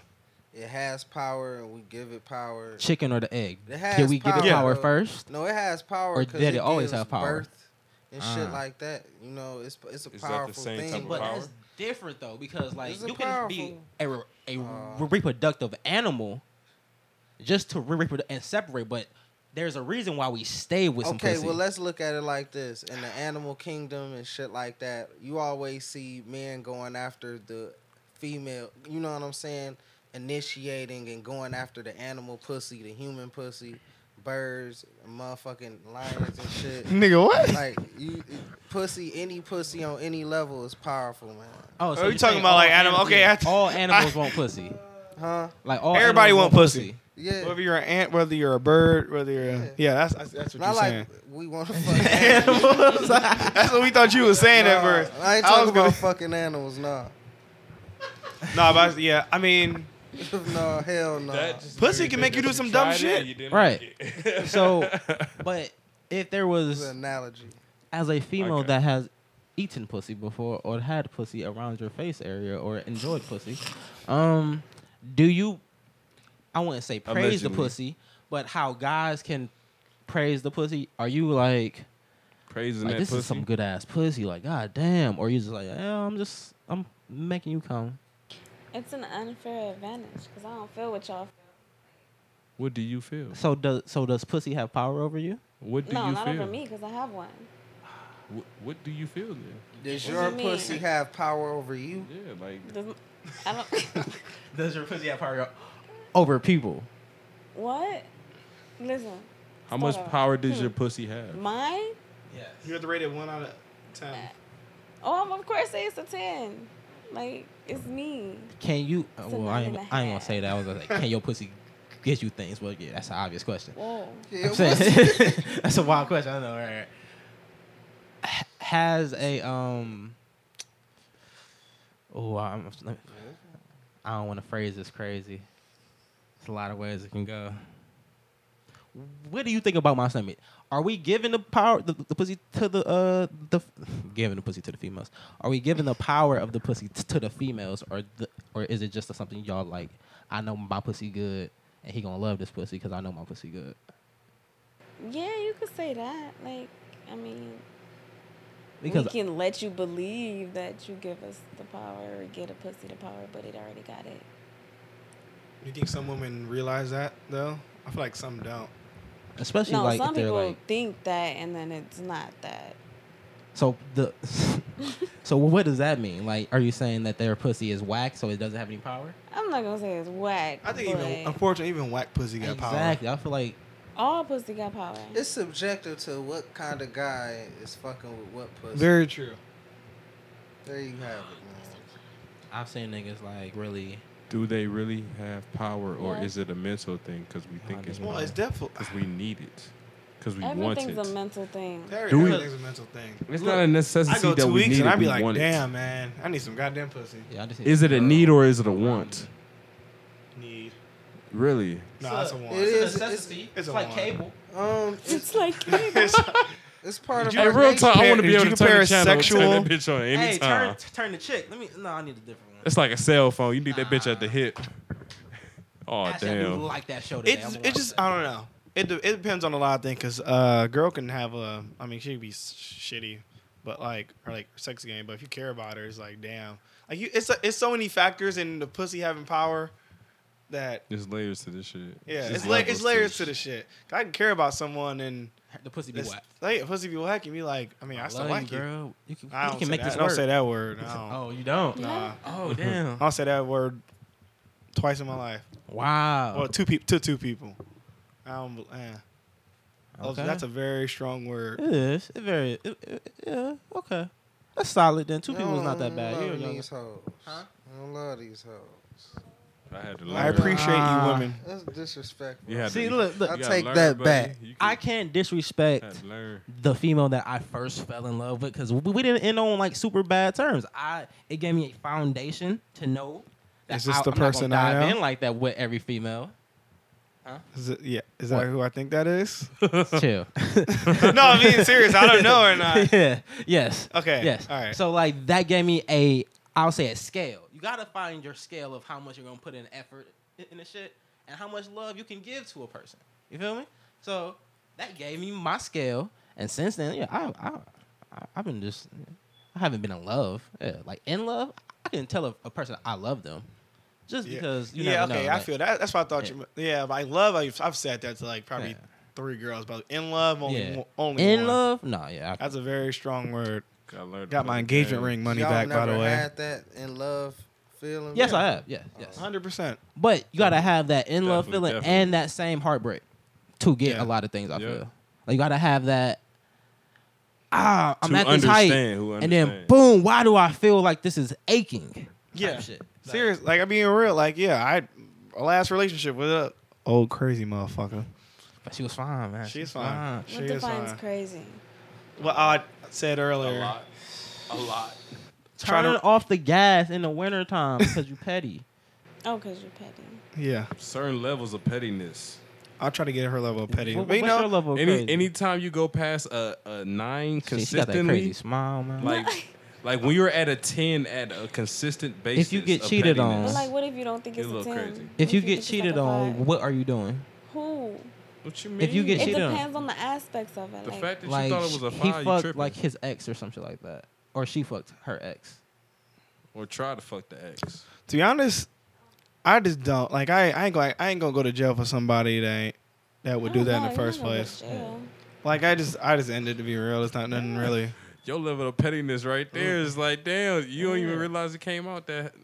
Speaker 3: It has power, and we give it power.
Speaker 1: chicken or the egg?
Speaker 3: It has
Speaker 1: Did we give it
Speaker 5: power.
Speaker 1: power
Speaker 3: Yeah.
Speaker 1: first?
Speaker 3: No, it has power.
Speaker 1: Or
Speaker 3: 'cause
Speaker 1: did it always
Speaker 3: gives
Speaker 1: have power?
Speaker 3: Birth and shit
Speaker 1: Ah.
Speaker 3: like that. You know, it's it's a
Speaker 2: Is that the
Speaker 3: powerful
Speaker 2: same
Speaker 3: thing.
Speaker 2: type of
Speaker 1: But
Speaker 2: power?
Speaker 1: that's different though, because like
Speaker 3: It's a
Speaker 1: you can be
Speaker 3: powerful-
Speaker 1: a, re- a re-
Speaker 3: Uh.
Speaker 1: reproductive animal just to re- reprodu- and separate, but there's a reason why we stay with some
Speaker 3: okay,
Speaker 1: pussy.
Speaker 3: well, let's look at it like this: in the animal kingdom and shit like that, you always see men going after the female. You know what I'm saying? Initiating and going after the animal pussy, the human pussy, birds, motherfucking lions and shit.
Speaker 5: Nigga, what?
Speaker 3: like you, pussy, any pussy on any level is powerful, man.
Speaker 1: oh,
Speaker 5: Are we
Speaker 1: you're
Speaker 5: talking
Speaker 1: saying
Speaker 5: about,
Speaker 1: all
Speaker 5: like, animal-
Speaker 1: animals-
Speaker 5: okay,
Speaker 1: yeah,
Speaker 5: I th-
Speaker 1: all animals want pussy.
Speaker 3: Huh?
Speaker 1: Like all
Speaker 5: Everybody
Speaker 1: animals
Speaker 5: want pussy.
Speaker 3: Yeah.
Speaker 5: Whether you're an ant, whether you're a bird, whether you're
Speaker 3: Yeah.
Speaker 5: a, yeah, that's that's, that's what
Speaker 3: Not
Speaker 5: you're
Speaker 3: like
Speaker 5: saying.
Speaker 3: we want to fuck animals.
Speaker 5: that's what we thought you were saying at first.
Speaker 3: I ain't
Speaker 5: I
Speaker 3: talking
Speaker 5: was
Speaker 3: about
Speaker 5: gonna-
Speaker 3: fucking animals, nah.
Speaker 5: Nah, but I- yeah, I mean,
Speaker 3: no, hell
Speaker 5: Uh,
Speaker 3: no.
Speaker 2: That just
Speaker 5: Pussy
Speaker 2: literally
Speaker 5: can make
Speaker 2: said
Speaker 5: you
Speaker 2: that
Speaker 5: do some dumb
Speaker 2: tried it
Speaker 5: shit.
Speaker 2: and you didn't
Speaker 1: Right.
Speaker 2: like it.
Speaker 1: So, but if there
Speaker 3: It's
Speaker 1: was
Speaker 3: an analogy.
Speaker 1: as a female
Speaker 2: Okay.
Speaker 1: that has eaten pussy before or had pussy around your face area or enjoyed pussy, um, do you? I wouldn't say praise the
Speaker 2: Allegedly.
Speaker 1: pussy, but how guys can praise the pussy? Are you like,
Speaker 2: praising
Speaker 1: like
Speaker 2: that
Speaker 1: this
Speaker 2: pussy.
Speaker 1: is some good ass pussy? Like god damn, or you just like, yeah, I'm just I'm making you come.
Speaker 4: It's an unfair advantage because I don't feel what y'all
Speaker 2: what do you feel?
Speaker 1: So does so does pussy have power over you?
Speaker 2: What do
Speaker 4: feel. No,
Speaker 2: you
Speaker 4: not
Speaker 2: feel?
Speaker 4: over me because I have one.
Speaker 2: What, what do you feel then?
Speaker 3: Does
Speaker 4: What
Speaker 3: your
Speaker 4: do you mean?
Speaker 3: pussy have power over you?
Speaker 2: Yeah, like
Speaker 4: Doesn't- I don't.
Speaker 1: Does your pussy have power over people?
Speaker 4: what? Listen,
Speaker 2: how much
Speaker 4: Hold on.
Speaker 2: power does your pussy have?
Speaker 4: mine.
Speaker 5: You had to rate it one out of ten.
Speaker 4: Oh, I'm- of course, it's a ten. Like it's me.
Speaker 1: Can you? uh,
Speaker 4: It's a
Speaker 1: well, I
Speaker 4: nine
Speaker 1: ain't,
Speaker 4: and a
Speaker 1: I ain't gonna
Speaker 4: half.
Speaker 1: say that. I was gonna say, can your pussy get you things? Well, yeah, that's an obvious question.
Speaker 4: Whoa.
Speaker 3: Yeah,
Speaker 1: I'm saying- that's a wild question. I know. Right, right. H- Has a um. Oh, I'm. let me- I don't want to phrase this crazy. It's a lot of ways it can go. What do you think about my stomach? Are we giving the power the, the pussy to the uh the giving the pussy to the females? Are we giving the power of the pussy t- to the females, or the, or is it just something y'all like? I know my pussy good, and he gonna love this pussy because I know my pussy good.
Speaker 4: Yeah, you could say that. Like, I mean,
Speaker 1: Because
Speaker 4: we can let you believe that you give us the power or get a pussy the power, but it already got it.
Speaker 5: You think some women realize that though? I feel like some don't.
Speaker 1: especially
Speaker 4: no,
Speaker 1: like
Speaker 4: some
Speaker 1: if they're
Speaker 4: people
Speaker 1: like
Speaker 4: think that, and then it's not that.
Speaker 1: so the so what does that mean? Like, are you saying that their pussy is whack, so it doesn't have any power?
Speaker 4: I'm not gonna say it's whack.
Speaker 5: I think
Speaker 4: but
Speaker 5: even unfortunately even whack pussy got power.
Speaker 1: Exactly. I feel like
Speaker 4: all pussy got power.
Speaker 3: It's subjective to what kind of guy is fucking with what pussy.
Speaker 5: Very true.
Speaker 3: there you have it, man.
Speaker 1: I've seen niggas like really
Speaker 2: Do they really have power, or
Speaker 4: Yeah.
Speaker 2: is it a mental thing? Because we think it's
Speaker 5: Well, it's definitely
Speaker 2: because we need it, because we want
Speaker 4: Everything's
Speaker 2: it.
Speaker 4: a mental thing.
Speaker 2: Do we-
Speaker 5: everything's a mental thing.
Speaker 2: it's not a necessity
Speaker 5: I go
Speaker 2: that
Speaker 5: two
Speaker 2: we
Speaker 5: weeks
Speaker 2: need
Speaker 5: and
Speaker 2: it.
Speaker 5: I'd be
Speaker 2: we
Speaker 5: like,
Speaker 2: want it.
Speaker 5: damn man, I need some goddamn pussy.
Speaker 1: yeah. I just
Speaker 2: Is it a need or is it a want?
Speaker 5: Need.
Speaker 2: Really?
Speaker 5: No, that's a one.
Speaker 3: it is- it's-
Speaker 5: it's a like cable.
Speaker 3: Um, it's,
Speaker 4: It's like
Speaker 3: it's part of
Speaker 5: Did you-
Speaker 3: our
Speaker 5: Hey, real
Speaker 3: nature.
Speaker 5: talk- wanna be able to turn the channel and turn
Speaker 2: sexual?
Speaker 5: that
Speaker 2: that bitch on
Speaker 1: Hey,
Speaker 2: anytime.
Speaker 1: turn turn the chick. Let me. No, I need a different one.
Speaker 2: uh-huh. It's like a cell phone. You need that bitch at the hip. Oh
Speaker 1: Actually, I do
Speaker 2: damn!
Speaker 1: like that show. Today.
Speaker 5: It's
Speaker 1: I'm gonna
Speaker 5: it
Speaker 1: watch
Speaker 5: just
Speaker 1: that.
Speaker 5: um, I don't know. It de- it depends on a lot of things because uh, a girl can have a I mean she could be s- shitty, but like or like sex game. But if you care about her, it's like damn. Like you, it's it's so many factors in the pussy having power that
Speaker 2: There's layers to this shit.
Speaker 5: yeah,
Speaker 2: There's
Speaker 5: it's la-
Speaker 2: levels
Speaker 5: it's layers to
Speaker 2: this
Speaker 5: the shit. I can care about someone and
Speaker 1: the pussy be
Speaker 5: it's,
Speaker 1: whack.
Speaker 5: like a pussy be whacking me like I mean I, still
Speaker 1: Love
Speaker 5: like
Speaker 1: you,
Speaker 5: you.
Speaker 1: girl. You can,
Speaker 5: I
Speaker 1: you
Speaker 5: don't,
Speaker 1: can
Speaker 5: say
Speaker 1: make
Speaker 5: that.
Speaker 1: this
Speaker 5: I don't
Speaker 1: work.
Speaker 5: say that word. I don't,
Speaker 1: Oh, you don't.
Speaker 5: Nah.
Speaker 1: Oh, damn.
Speaker 5: I don't say that word twice in my life.
Speaker 1: Wow.
Speaker 5: Well, two people to two people. I don't. Eh. Those-
Speaker 1: Okay.
Speaker 5: That's a very strong word.
Speaker 1: It is. It very. It, it- yeah. Okay. That's solid. Then two
Speaker 3: I
Speaker 1: people is not that
Speaker 3: don't
Speaker 1: bad. You're
Speaker 3: Love
Speaker 1: young.
Speaker 2: Mm-hmm.
Speaker 3: these hoes. I don't love these hoes.
Speaker 2: shit. I had to learn.
Speaker 5: I appreciate
Speaker 1: Ah.
Speaker 5: you, women.
Speaker 3: That's disrespectful.
Speaker 2: You had
Speaker 1: See,
Speaker 2: to,
Speaker 1: look,
Speaker 2: you
Speaker 1: look.
Speaker 2: gotta
Speaker 3: take
Speaker 2: learn,
Speaker 3: that
Speaker 2: buddy.
Speaker 3: back.
Speaker 2: You
Speaker 1: I
Speaker 2: can-
Speaker 1: can't
Speaker 2: had
Speaker 1: disrespect
Speaker 2: to learn.
Speaker 1: the female that I first fell in love with because we, we didn't end on like super bad terms. I it gave me a foundation to know that
Speaker 5: Is this
Speaker 1: I,
Speaker 5: the
Speaker 1: I'm not gonna
Speaker 5: person I
Speaker 1: dive
Speaker 5: am?
Speaker 1: in like that with every female.
Speaker 5: Is it, yeah, is that who I think that is?
Speaker 1: Chill.
Speaker 5: no, I'm being serious. I don't know or not.
Speaker 1: yeah. Yes.
Speaker 5: Okay.
Speaker 1: Yes.
Speaker 5: All right.
Speaker 1: So like that gave me a I'll say a scale. You gotta find your scale of how much you're gonna put in effort i- in the shit and how much love you can give to a person. You feel me? So that gave me my scale, and since then, yeah, I, I, I I've been just I haven't been in love, yeah, like in love. I can tell a, a person I love them just
Speaker 5: Yeah.
Speaker 1: because you
Speaker 5: yeah,
Speaker 1: never
Speaker 5: okay,
Speaker 1: know.
Speaker 5: I
Speaker 1: like-
Speaker 5: feel that. That's what I thought
Speaker 1: Yeah.
Speaker 5: you. meant. Yeah, but I love. I've, I've said that to like probably
Speaker 1: Yeah.
Speaker 5: three girls, but in love, only
Speaker 1: Yeah.
Speaker 5: one- only
Speaker 1: in
Speaker 5: one.
Speaker 1: love. No, yeah, I,
Speaker 5: That's a very strong word.
Speaker 2: Gotta learn to
Speaker 5: Got
Speaker 2: play
Speaker 5: my
Speaker 2: the
Speaker 5: engagement
Speaker 2: game.
Speaker 5: ring money
Speaker 3: Y'all
Speaker 5: back,
Speaker 3: never
Speaker 5: by the way.
Speaker 3: had that in love feeling.
Speaker 1: yes, I have. Yeah, yes.
Speaker 5: Hundred percent.
Speaker 1: But you gotta have that in love
Speaker 2: Definitely,
Speaker 1: feeling
Speaker 2: definitely.
Speaker 1: and that same heartbreak to get
Speaker 5: Yeah.
Speaker 1: a lot of things. I
Speaker 2: Yeah.
Speaker 1: feel like you gotta have that. Ah, I'm
Speaker 2: To
Speaker 1: at this height,
Speaker 2: understand who
Speaker 1: and then
Speaker 2: understands.
Speaker 1: boom, why do I feel like this is aching? type
Speaker 5: Yeah.
Speaker 1: shit.
Speaker 5: Serious. Like I'm being real. Like yeah, I our last relationship with a old crazy motherfucker.
Speaker 1: But she was fine, man.
Speaker 5: She's fine. She
Speaker 4: what
Speaker 5: is uh,
Speaker 4: defines
Speaker 5: fine.
Speaker 4: crazy?
Speaker 5: What I said earlier. Tryna-
Speaker 1: Turning off the gas in the wintertime because you petty.
Speaker 4: Oh, because you're petty.
Speaker 5: Yeah,
Speaker 2: Certain levels of pettiness.
Speaker 5: I'll try to get her level of petty.
Speaker 1: What-
Speaker 5: But you
Speaker 1: what's your
Speaker 5: know,
Speaker 1: level of
Speaker 2: Any
Speaker 1: crazy?
Speaker 2: anytime you go past a, a nine
Speaker 1: she, she got that
Speaker 2: consistently,
Speaker 1: crazy smile, man.
Speaker 2: like like when you're at a ten at a consistent basis.
Speaker 1: If you get
Speaker 2: of
Speaker 1: cheated on-
Speaker 2: pettiness,
Speaker 4: But like, what if you don't think
Speaker 2: You
Speaker 4: it's
Speaker 2: look
Speaker 4: a ten?
Speaker 2: crazy.
Speaker 1: if you
Speaker 4: think
Speaker 1: get
Speaker 4: it's just like
Speaker 1: cheated
Speaker 4: a
Speaker 1: on,
Speaker 4: five?
Speaker 1: what are you doing?
Speaker 4: who?
Speaker 2: what you mean?
Speaker 1: if you get
Speaker 4: It
Speaker 1: cheated on.
Speaker 4: depends on the aspects of it.
Speaker 2: the
Speaker 4: like,
Speaker 2: fact that
Speaker 1: Like
Speaker 2: you thought it was a
Speaker 1: he
Speaker 2: five, you
Speaker 1: fucked
Speaker 2: tripping.
Speaker 1: like his ex or some shit like that, or she fucked her ex.
Speaker 2: or try to fuck the ex.
Speaker 5: to be honest, I just don't like. I, I ain't like I ain't gonna go to jail for somebody that ain't, that would do
Speaker 4: I don't
Speaker 5: that
Speaker 4: know,
Speaker 5: in the
Speaker 4: you're
Speaker 5: first
Speaker 4: not gonna go to
Speaker 5: place.
Speaker 4: jail.
Speaker 5: Like I just I just ended to be real. It's not nothing really.
Speaker 2: your level of pettiness right there is like, damn, you don't even realize it came out that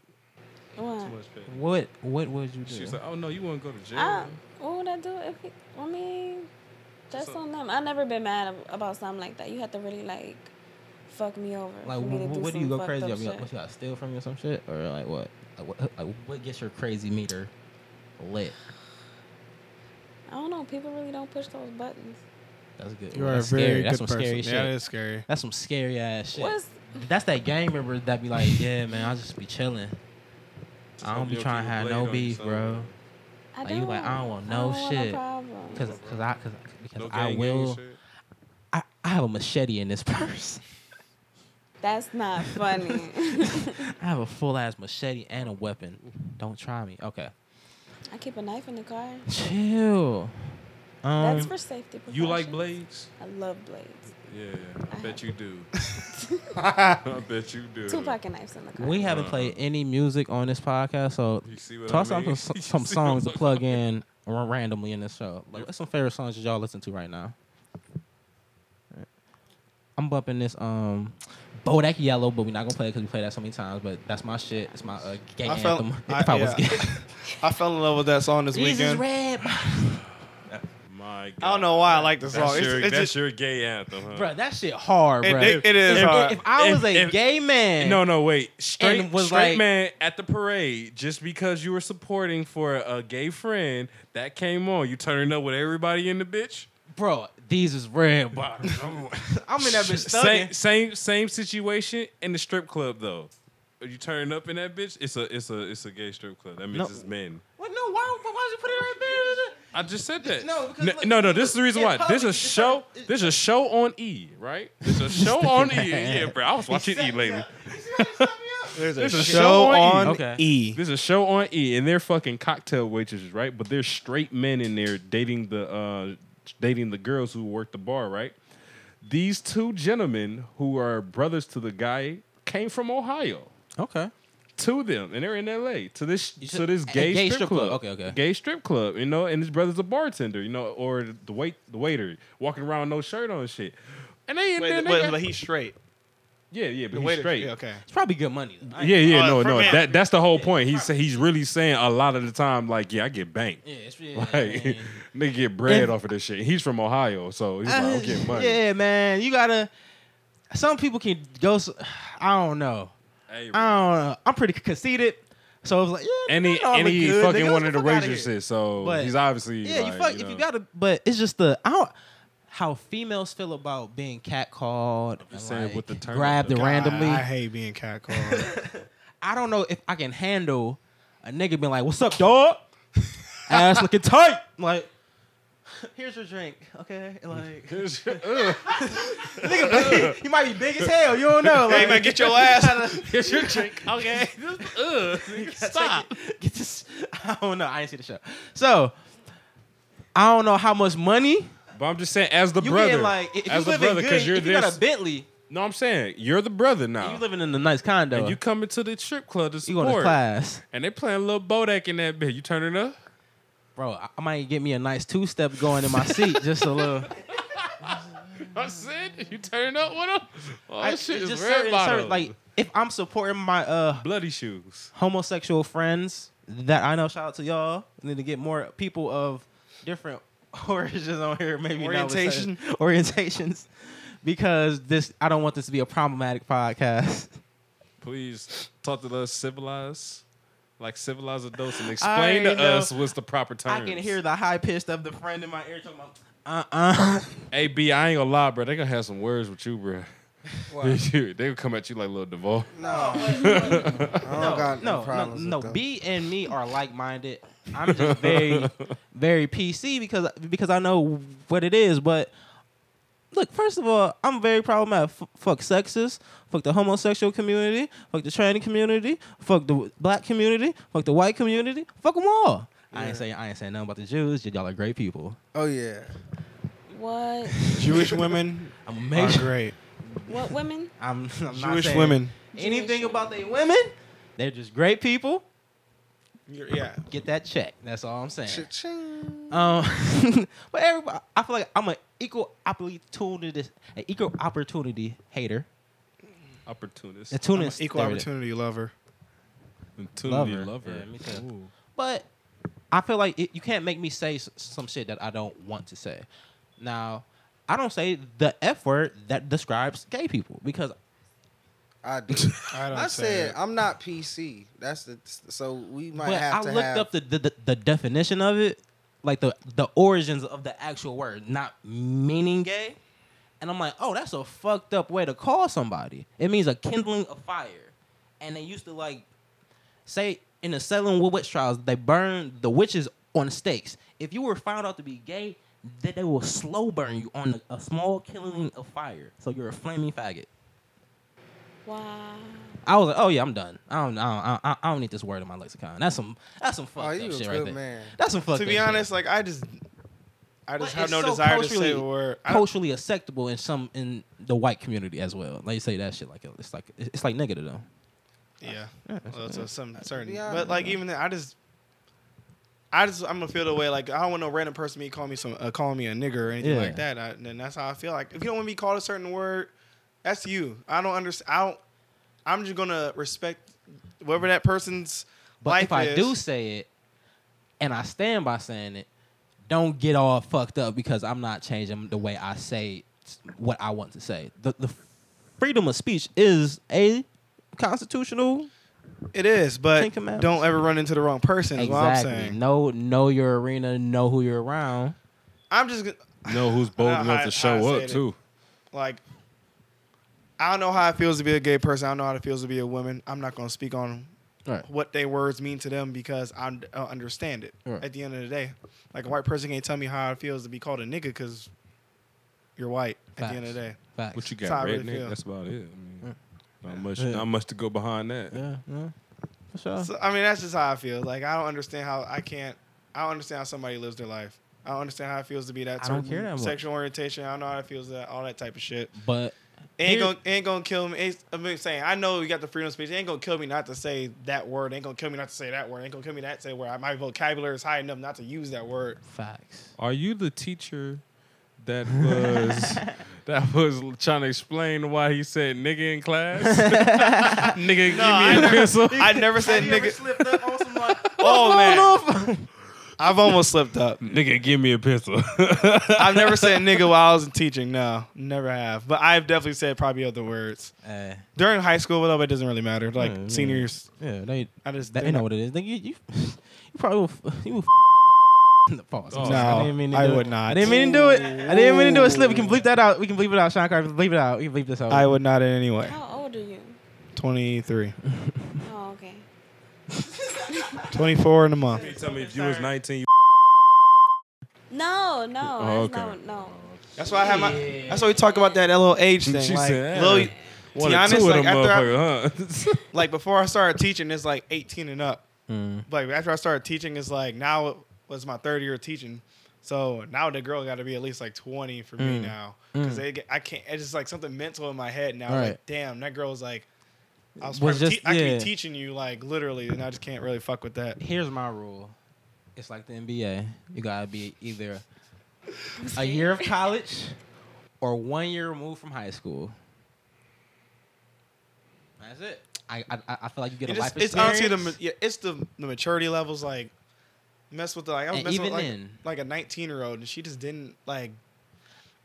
Speaker 4: What?
Speaker 2: much petty.
Speaker 1: What what would you do?
Speaker 2: She was like, oh no, you wouldn't go to jail.
Speaker 4: I, what would I do if he, I mean, that's on them. I've never been mad ab- about something like that. You have to really like fuck me over.
Speaker 1: like
Speaker 4: for me
Speaker 1: wh- wh-
Speaker 4: to do
Speaker 1: what do
Speaker 4: some
Speaker 1: you go
Speaker 4: fucked
Speaker 1: crazy
Speaker 4: up
Speaker 1: over? You
Speaker 4: shit.
Speaker 1: got, what you got steal from you or some shit or like what? Like what? Like what gets your crazy meter lit?
Speaker 4: I don't know. People really don't push those buttons.
Speaker 1: That's good.
Speaker 5: You
Speaker 1: Well,
Speaker 5: are a
Speaker 1: that's
Speaker 5: very
Speaker 1: scary.
Speaker 5: good
Speaker 1: That's some
Speaker 5: person.
Speaker 1: scary
Speaker 5: yeah, that
Speaker 1: shit.
Speaker 5: is scary.
Speaker 1: That's some scary ass shit.
Speaker 4: What's
Speaker 1: That's that gang member that be like, yeah, man, I just be chilling. I
Speaker 2: hope
Speaker 1: don't be
Speaker 2: your
Speaker 1: trying to
Speaker 2: kid
Speaker 1: have
Speaker 2: blade on
Speaker 1: no
Speaker 2: you
Speaker 1: beef,
Speaker 2: somewhere.
Speaker 1: bro.
Speaker 4: I
Speaker 1: Like,
Speaker 4: don't.
Speaker 1: you like, I don't want no
Speaker 4: want
Speaker 1: shit.
Speaker 4: problem.
Speaker 1: Cause, cause I, cause, because
Speaker 2: No
Speaker 1: I
Speaker 2: gang gang
Speaker 1: will.
Speaker 2: shit.
Speaker 1: I, I have a machete in this purse.
Speaker 4: that's not funny.
Speaker 1: I have a full ass machete and a weapon. Don't try me. Okay,
Speaker 4: I keep a knife in the car.
Speaker 1: chill. Um,
Speaker 4: That's for safety. Precautions.
Speaker 2: You like blades?
Speaker 4: I love blades.
Speaker 2: Yeah, I
Speaker 4: I
Speaker 2: bet
Speaker 4: have-
Speaker 2: you do. I bet you do.
Speaker 4: Two pocket knives in the car.
Speaker 1: we haven't played any music on this podcast, so
Speaker 2: You see what
Speaker 1: toss
Speaker 2: I
Speaker 1: out
Speaker 2: mean?
Speaker 1: some,
Speaker 2: You
Speaker 1: some
Speaker 2: see
Speaker 1: songs to
Speaker 2: what-
Speaker 1: plug in ra- randomly in this show. Like, what's some favorite songs that y'all listen to right now? I'm bumping this um Bodak Yellow, but we're not gonna play it because we played that so many times. But that's my shit. It's my uh, gang
Speaker 5: I felt-
Speaker 1: anthem.
Speaker 5: I-
Speaker 1: if I was
Speaker 5: yeah.
Speaker 1: gay.
Speaker 5: I fell in love with that song this
Speaker 1: This is
Speaker 5: weekend.
Speaker 1: red,
Speaker 2: My God.
Speaker 5: I don't know why I like the
Speaker 2: That's,
Speaker 5: song. It's,
Speaker 2: your,
Speaker 5: it's
Speaker 2: that's
Speaker 5: just,
Speaker 2: your gay anthem, huh?
Speaker 1: bro. That shit hard,
Speaker 5: It-
Speaker 1: bro.
Speaker 5: it- it is
Speaker 1: If,
Speaker 5: hard.
Speaker 1: if I was
Speaker 2: If-
Speaker 1: a
Speaker 2: if-
Speaker 1: gay man,
Speaker 2: No, no, wait. Straight,
Speaker 1: And was
Speaker 2: straight
Speaker 1: like-
Speaker 2: man at the parade, just because you were supporting for a gay friend, that came on. You turning up with everybody in the bitch.
Speaker 1: bro. These is red bottoms. I'm in that bitch thugging.
Speaker 2: Same, same, same situation in the strip club though. Are you turning up in that bitch? It's a, it's a, it's a gay strip club. That means
Speaker 1: No.
Speaker 2: it's men.
Speaker 1: What? No, why? Why would you put it right there?
Speaker 2: I just said that.
Speaker 1: No, because
Speaker 2: no,
Speaker 1: look-
Speaker 2: no, no, This is the reason
Speaker 1: in
Speaker 2: why. This is a
Speaker 1: public, it's
Speaker 2: show.
Speaker 1: not-
Speaker 2: This is a show on E, right? It's a show on E. Yeah, bro. I was watching E lately.
Speaker 5: there's a,
Speaker 2: There's a
Speaker 5: show,
Speaker 2: show on
Speaker 5: on,
Speaker 2: E.
Speaker 1: Okay.
Speaker 5: E.
Speaker 2: There's a show on E, and they're fucking cocktail waitresses, right? But they're straight men in there dating the uh, dating the girls who work the bar, right? These two gentlemen who are brothers to the guy came from Ohio
Speaker 1: Okay.
Speaker 2: to them, and they're in L.A. to this
Speaker 1: said-
Speaker 2: to this
Speaker 1: a
Speaker 2: gay,
Speaker 1: gay
Speaker 2: strip,
Speaker 1: strip
Speaker 2: club.
Speaker 1: club. Okay, okay.
Speaker 2: Gay strip club, you know, and his brother's a bartender, you know, or the wait the waiter walking around no shirt on and shit. And they in there,
Speaker 5: Wait,
Speaker 2: they
Speaker 5: wait,
Speaker 2: got-
Speaker 5: but he's straight.
Speaker 2: yeah, yeah, but
Speaker 5: The
Speaker 2: he's
Speaker 5: waiter-
Speaker 2: straight.
Speaker 5: yeah, okay.
Speaker 1: It's probably good money. Though. I ain't-
Speaker 2: Yeah, yeah,
Speaker 5: Uh,
Speaker 2: no,
Speaker 5: for
Speaker 2: no.
Speaker 5: me, I-
Speaker 2: That that's the whole point. He's he's really saying a lot of the time, like, yeah, I get banked.
Speaker 1: Yeah, it's yeah,
Speaker 2: Like,
Speaker 1: yeah, yeah.
Speaker 2: nigga get bread off of this shit. He's from Ohio, so he's like, I'm getting money.
Speaker 1: Uh, Yeah, man. You gotta. Some people can go. s- I don't know.
Speaker 2: Hey, bro.
Speaker 1: I don't know. I'm pretty conceited, so I was like, yeah.
Speaker 2: and
Speaker 1: man,
Speaker 2: he,
Speaker 1: I
Speaker 2: and
Speaker 1: look
Speaker 2: he
Speaker 1: good,
Speaker 2: fucking
Speaker 1: nigga,
Speaker 2: wanted
Speaker 1: what the
Speaker 2: to
Speaker 1: fuck outta
Speaker 2: raise your
Speaker 1: here?
Speaker 2: shit, so
Speaker 1: But-
Speaker 2: he's obviously
Speaker 1: Yeah,
Speaker 2: like,
Speaker 1: you fuck if
Speaker 2: know.
Speaker 1: you gotta. But it's just the I don't. How females feel about being catcalled, and
Speaker 2: saying
Speaker 1: like,
Speaker 2: with the turn up,
Speaker 1: grabbed
Speaker 2: though.
Speaker 1: and randomly.
Speaker 5: I, I hate being catcalled.
Speaker 1: I don't know if I can handle a nigga being like, "What's up, dog? Ass looking tight." I'm like, here's your drink, okay? And like, nigga, he might be big as hell. You don't know. Like,
Speaker 5: hey man, get your ass.
Speaker 1: here's your drink.
Speaker 5: okay.
Speaker 1: Stop. Get this. I don't know. I didn't see the show, so I don't know how much money
Speaker 2: But I'm just saying, as the
Speaker 1: you
Speaker 2: brother,
Speaker 1: getting. Like, if you
Speaker 2: as the
Speaker 1: living
Speaker 2: brother,
Speaker 1: good,
Speaker 2: because you're
Speaker 1: if you got
Speaker 2: this.
Speaker 1: a Bentley,
Speaker 2: no, I'm saying you're the brother now.
Speaker 1: and you living in a nice condo,
Speaker 2: and you coming to the strip club to
Speaker 1: you going to
Speaker 2: support,
Speaker 1: class,
Speaker 2: and they playing little Bodak in that bit. You turning up?
Speaker 1: bro. I I might get me a nice two step going in my seat, just a little.
Speaker 2: I said, you turning up with him? Oh,
Speaker 1: I-
Speaker 2: that shit
Speaker 1: it's
Speaker 2: is
Speaker 1: just
Speaker 2: red
Speaker 1: certain-
Speaker 2: bottom.
Speaker 1: certain- like if I'm supporting my uh
Speaker 2: bloody shoes.
Speaker 1: homosexual friends that I know, shout out to y'all. I need to get more people of different origins on here, maybe not with certain orientations, because this I don't want this to be a problematic podcast.
Speaker 2: Please talk to us civilized, like civilized adults, and explain to
Speaker 1: know.
Speaker 2: us what's the proper terms.
Speaker 1: I can hear the high pitched of the friend in my ear talking about. Uh uh
Speaker 2: Hey, B, I ain't gonna lie, bro. They gonna have some words with you, bro. they gonna come at you like little Duvall.
Speaker 3: I don't got no,
Speaker 1: no no
Speaker 3: problems.
Speaker 1: no
Speaker 3: with them.
Speaker 1: B and me are like minded. I'm just very very PC because because I know what it is. But look, first of all, I'm very problematic. F- fuck sexist. Fuck the homosexual community. Fuck the trans community. Fuck the black community. Fuck the white community. Fuck them all. I ain't saying I ain't saying nothing about the Jews. Y'all are great people.
Speaker 3: Oh yeah.
Speaker 4: What?
Speaker 5: Jewish women
Speaker 1: I'm
Speaker 5: are
Speaker 1: amazing.
Speaker 5: great.
Speaker 4: What women?
Speaker 1: I'm, I'm not
Speaker 5: Jewish
Speaker 1: saying
Speaker 5: women.
Speaker 1: Anything
Speaker 4: Jewish
Speaker 1: about they women? They're just great people.
Speaker 5: Yeah.
Speaker 1: Get that check. That's all I'm saying.
Speaker 3: Cha-ching.
Speaker 1: Um, but everybody, I feel like I'm an equal opportunity, an equal opportunity hater.
Speaker 6: Opportunist.
Speaker 1: A tuna is
Speaker 5: Equal
Speaker 1: there it is.
Speaker 5: opportunity lover.
Speaker 6: Opportunity
Speaker 1: lover.
Speaker 6: lover.
Speaker 1: Yeah, me too.
Speaker 6: Ooh.
Speaker 1: But I feel like it, you can't make me say s- some shit that I don't want to say. Now, I don't say the F word that describes gay people because
Speaker 3: I do.
Speaker 5: I don't
Speaker 3: I
Speaker 5: say
Speaker 3: said
Speaker 5: it.
Speaker 3: I'm not PC. That's the so we might
Speaker 1: but I
Speaker 3: have to
Speaker 1: looked
Speaker 3: have.
Speaker 1: up the, the, the, the definition of it, like the, the origins of the actual word, not meaning gay. And I'm like, oh, that's a fucked up way to call somebody. It means a kindling of fire. And they used to like say in the Salem witch trials, they burned the witches on stakes. If you were found out to be gay, then they will slow burn you on a, a small kindling of fire. So you're a flaming faggot.
Speaker 4: Wow.
Speaker 1: I was like, oh yeah, I'm done. I don't, I don't, I, I don't need this word in my lexicon. That's some, that's some fucked
Speaker 3: oh,
Speaker 1: up
Speaker 3: you a
Speaker 1: shit
Speaker 3: good
Speaker 1: right there.
Speaker 3: man.
Speaker 1: That's some fucked
Speaker 5: To
Speaker 1: up
Speaker 5: be
Speaker 1: shit.
Speaker 5: honest, like I just, I just
Speaker 1: But
Speaker 5: have
Speaker 1: it's
Speaker 5: no
Speaker 1: so
Speaker 5: desire to say
Speaker 1: culturally-
Speaker 5: a word. I don't-
Speaker 1: culturally acceptable in some in the white community as well. Like you say that shit like it's like it's like negative though.
Speaker 5: Yeah. Well, so some certain.
Speaker 3: Yeah,
Speaker 5: But like even then, I just, I just I'm gonna feel the way like I don't want no random person to be calling me some uh, calling me a nigger or anything
Speaker 1: Yeah.
Speaker 5: like that. I, and that's how I feel like if you don't want to be called a certain word, that's you. I don't understand. I don't. I'm just gonna respect whatever that person's
Speaker 1: But
Speaker 5: life
Speaker 1: if I
Speaker 5: is.
Speaker 1: do say it, and I stand by saying it, don't get all fucked up because I'm not changing the way I say what I want to say. The the freedom of speech is a constitutional.
Speaker 5: it is,
Speaker 1: Ten
Speaker 5: but
Speaker 1: Commandments.
Speaker 5: don't ever run into the wrong person. Is what I'm
Speaker 1: Exactly.
Speaker 5: saying.
Speaker 1: Know know your arena. Know who you're around.
Speaker 5: I'm just gonna-
Speaker 2: Know who's bold
Speaker 5: I-
Speaker 2: enough
Speaker 5: I-
Speaker 2: to show
Speaker 5: I
Speaker 2: up
Speaker 5: said it.
Speaker 2: too.
Speaker 5: like I don't know how it feels to be a gay person. I don't know how it feels to be a woman. I'm not going to speak on
Speaker 1: Right.
Speaker 5: what their words mean to them because I d- I don't understand it.
Speaker 1: Right.
Speaker 5: At the end of the day, like a white person can't tell me how it feels to be called a nigga because you're white. At the end of the day,
Speaker 1: Facts.
Speaker 2: What you
Speaker 5: That's how I
Speaker 2: got,
Speaker 5: really
Speaker 2: redneck?
Speaker 5: feel.
Speaker 2: That's about it. I mean, Not much.
Speaker 1: Yeah.
Speaker 2: Not much to go behind that.
Speaker 1: Yeah. yeah. For sure.
Speaker 5: so, I mean that's just how I feel. Like I don't understand how I can't. I don't understand how somebody lives their life. I don't understand how it feels to be that.
Speaker 1: I don't
Speaker 5: certain
Speaker 1: care that much.
Speaker 5: sexual orientation. I don't know how it feels that all that type of shit.
Speaker 1: But
Speaker 5: It ain't
Speaker 1: Here-
Speaker 5: gonna it ain't gonna kill me. It's, I'm just saying I know you got the freedom of speech. It ain't gonna kill me not to say that word. It ain't gonna kill me not to say that word. It ain't gonna kill me not to say where I- my vocabulary is high enough not to use that word.
Speaker 1: facts.
Speaker 2: Are you the teacher that was that was trying to explain why he said nigga in class? nigga, give me
Speaker 5: I
Speaker 2: a
Speaker 5: never-
Speaker 2: pencil.
Speaker 5: I never said nigga.
Speaker 3: slipped up on some like
Speaker 5: Oh man, I've almost slipped up.
Speaker 2: nigga, give me a pencil.
Speaker 5: I've never said nigga while I was in teaching. No, never have. But I've definitely said probably other words
Speaker 1: Uh,
Speaker 5: during high school. Whatever, it doesn't really matter. Like
Speaker 1: Yeah, yeah.
Speaker 5: seniors,
Speaker 1: yeah, they
Speaker 5: I just
Speaker 1: That,
Speaker 5: they're
Speaker 1: you know
Speaker 5: not-
Speaker 1: what it is. Nigga, you, you, you probably will, f- you will f- pause. I'm
Speaker 2: Oh.
Speaker 1: sorry.
Speaker 5: No, I
Speaker 1: do
Speaker 5: would
Speaker 1: it.
Speaker 5: not.
Speaker 1: I didn't mean to do it. I didn't mean to do it. Slip. We can bleep that out. We can bleep it out. Sean Carter, bleep it out. We can bleep this out.
Speaker 5: I would not in any way.
Speaker 4: How old are you?
Speaker 5: Twenty three.
Speaker 4: Oh, okay.
Speaker 5: 24 in a month.
Speaker 2: Tell me if you was 19. You
Speaker 4: No, no,
Speaker 2: Oh,
Speaker 4: that's
Speaker 2: okay.
Speaker 4: not- no.
Speaker 5: That's why I have my. That's why we talk about that little age thing.
Speaker 2: She
Speaker 5: like,
Speaker 2: said,
Speaker 5: little,
Speaker 2: one
Speaker 5: to be
Speaker 2: or
Speaker 5: honest,
Speaker 2: two
Speaker 5: like
Speaker 2: of them
Speaker 5: after I,
Speaker 2: motherfuckers, huh?
Speaker 5: like before I started teaching, it's like 18 and up.
Speaker 1: Mm.
Speaker 5: Like after I started teaching, it's like now it was my third year teaching. So now the girl got to be at least like 20 for
Speaker 1: Mm.
Speaker 5: me now, because I can't. It's just like something mental in my head now.
Speaker 1: Right.
Speaker 5: Like damn, that girl's like. I was,
Speaker 1: Was
Speaker 5: probably
Speaker 1: just-
Speaker 5: te- I could
Speaker 1: yeah.
Speaker 5: be teaching you like literally, and I just can't really fuck with that.
Speaker 1: Here's my rule. It's like the NBA. You gotta be either a year of college or one year removed from high school. That's it. I I, I- I feel like you get
Speaker 5: It
Speaker 1: a life
Speaker 5: just, it's
Speaker 1: experience.
Speaker 5: honestly the ma- yeah, it's the, the maturity levels like mess with the like I was
Speaker 1: And
Speaker 5: messing
Speaker 1: even
Speaker 5: with like,
Speaker 1: then-
Speaker 5: like a 19 year old and she just didn't like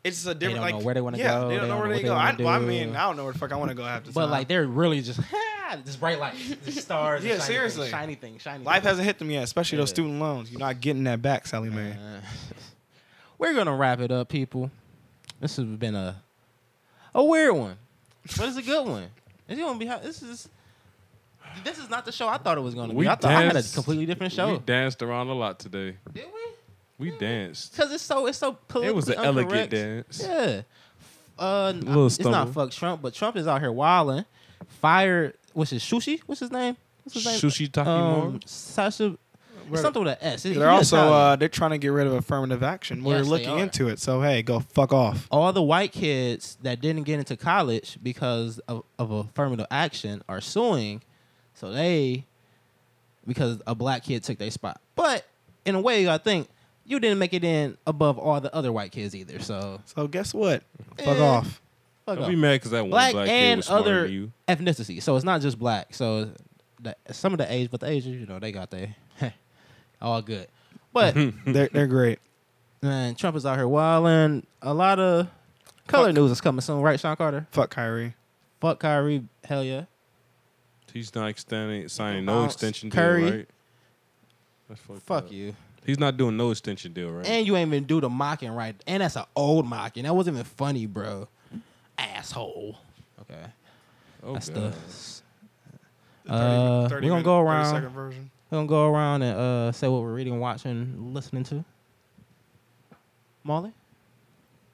Speaker 5: it's just a different
Speaker 1: don't
Speaker 5: like
Speaker 1: know where they wanna
Speaker 5: yeah,
Speaker 1: go,
Speaker 5: they don't know where
Speaker 1: what
Speaker 5: they
Speaker 1: they
Speaker 5: go I,
Speaker 1: wanna
Speaker 5: well, I
Speaker 1: do.
Speaker 5: mean I don't know where the fuck I want to go half the
Speaker 1: but
Speaker 5: time
Speaker 1: like they're really just just bright lights, just stars.
Speaker 5: Yeah,
Speaker 1: and shiny
Speaker 5: seriously.
Speaker 1: Things, shiny things, shiny.
Speaker 5: life
Speaker 1: things.
Speaker 5: hasn't hit them yet especially those
Speaker 1: Yeah.
Speaker 5: student loans you're not getting that back Sally Mae
Speaker 1: Uh, We're gonna wrap it up, people. This has been a a weird one, but it's a good one. It's gonna be. This is this is not the show I thought it was gonna
Speaker 2: We
Speaker 1: be. I thought I had a
Speaker 2: danced-
Speaker 1: completely different
Speaker 2: We
Speaker 1: show.
Speaker 2: danced around a lot today.
Speaker 1: Did we?
Speaker 2: We danced.
Speaker 1: Because it's so it's so
Speaker 2: It
Speaker 1: politically
Speaker 2: was an
Speaker 1: incorrect.
Speaker 2: elegant dance.
Speaker 1: Yeah. Uh, n-
Speaker 2: Little
Speaker 1: it's not
Speaker 2: stumble.
Speaker 1: fuck Trump, but Trump is out here wilding. Fired. What's his sushi? What's his name? What's his name?
Speaker 2: Sushi
Speaker 1: Um,
Speaker 2: Takimura.
Speaker 1: Sasha. it's Something with an S. He-
Speaker 5: they're
Speaker 1: he
Speaker 5: also
Speaker 1: Italian.
Speaker 5: uh, they're trying to get rid of affirmative action we're
Speaker 1: Yes, they
Speaker 5: looking
Speaker 1: are.
Speaker 5: into it so hey go fuck off
Speaker 1: all the white kids that didn't get into college because of, of affirmative action are suing. So they, because a black kid took their spot. But in a way, I think you didn't make it in above all the other white kids either. So
Speaker 5: so guess what fuck
Speaker 1: Eh.
Speaker 5: off
Speaker 1: fuck
Speaker 2: Don't
Speaker 1: up.
Speaker 2: be mad because that one
Speaker 1: black,
Speaker 2: black, kid
Speaker 1: and
Speaker 2: was smarter
Speaker 1: other
Speaker 2: than you.
Speaker 1: ethnicities. So it's not just black. So the, some of the Asians, but the Asians, you know, they got their all good. But
Speaker 5: They're, they're great.
Speaker 1: man, Trump is out here wilding. A lot of color news is coming soon, right, Sean Carter?
Speaker 5: Fuck Kyrie.
Speaker 1: Fuck Kyrie, hell yeah.
Speaker 2: He's not extending, signing no
Speaker 1: Bounce,
Speaker 2: extension
Speaker 1: Curry.
Speaker 2: deal, right? That's fucked
Speaker 1: Fuck
Speaker 2: up.
Speaker 1: you.
Speaker 2: He's not doing no extension deal, right?
Speaker 1: And you ain't even do the mocking right. And that's an old mocking. That wasn't even funny, bro. Asshole. Okay.
Speaker 2: oh,
Speaker 1: That's
Speaker 2: God.
Speaker 1: the
Speaker 5: The 30
Speaker 1: Uh,
Speaker 5: thirty
Speaker 1: we gonna
Speaker 5: minute-
Speaker 1: go
Speaker 5: 30
Speaker 1: around.
Speaker 5: second version.
Speaker 1: We're gonna go around and uh, say what we're reading, watching, listening to. Molly, How
Speaker 5: Oh,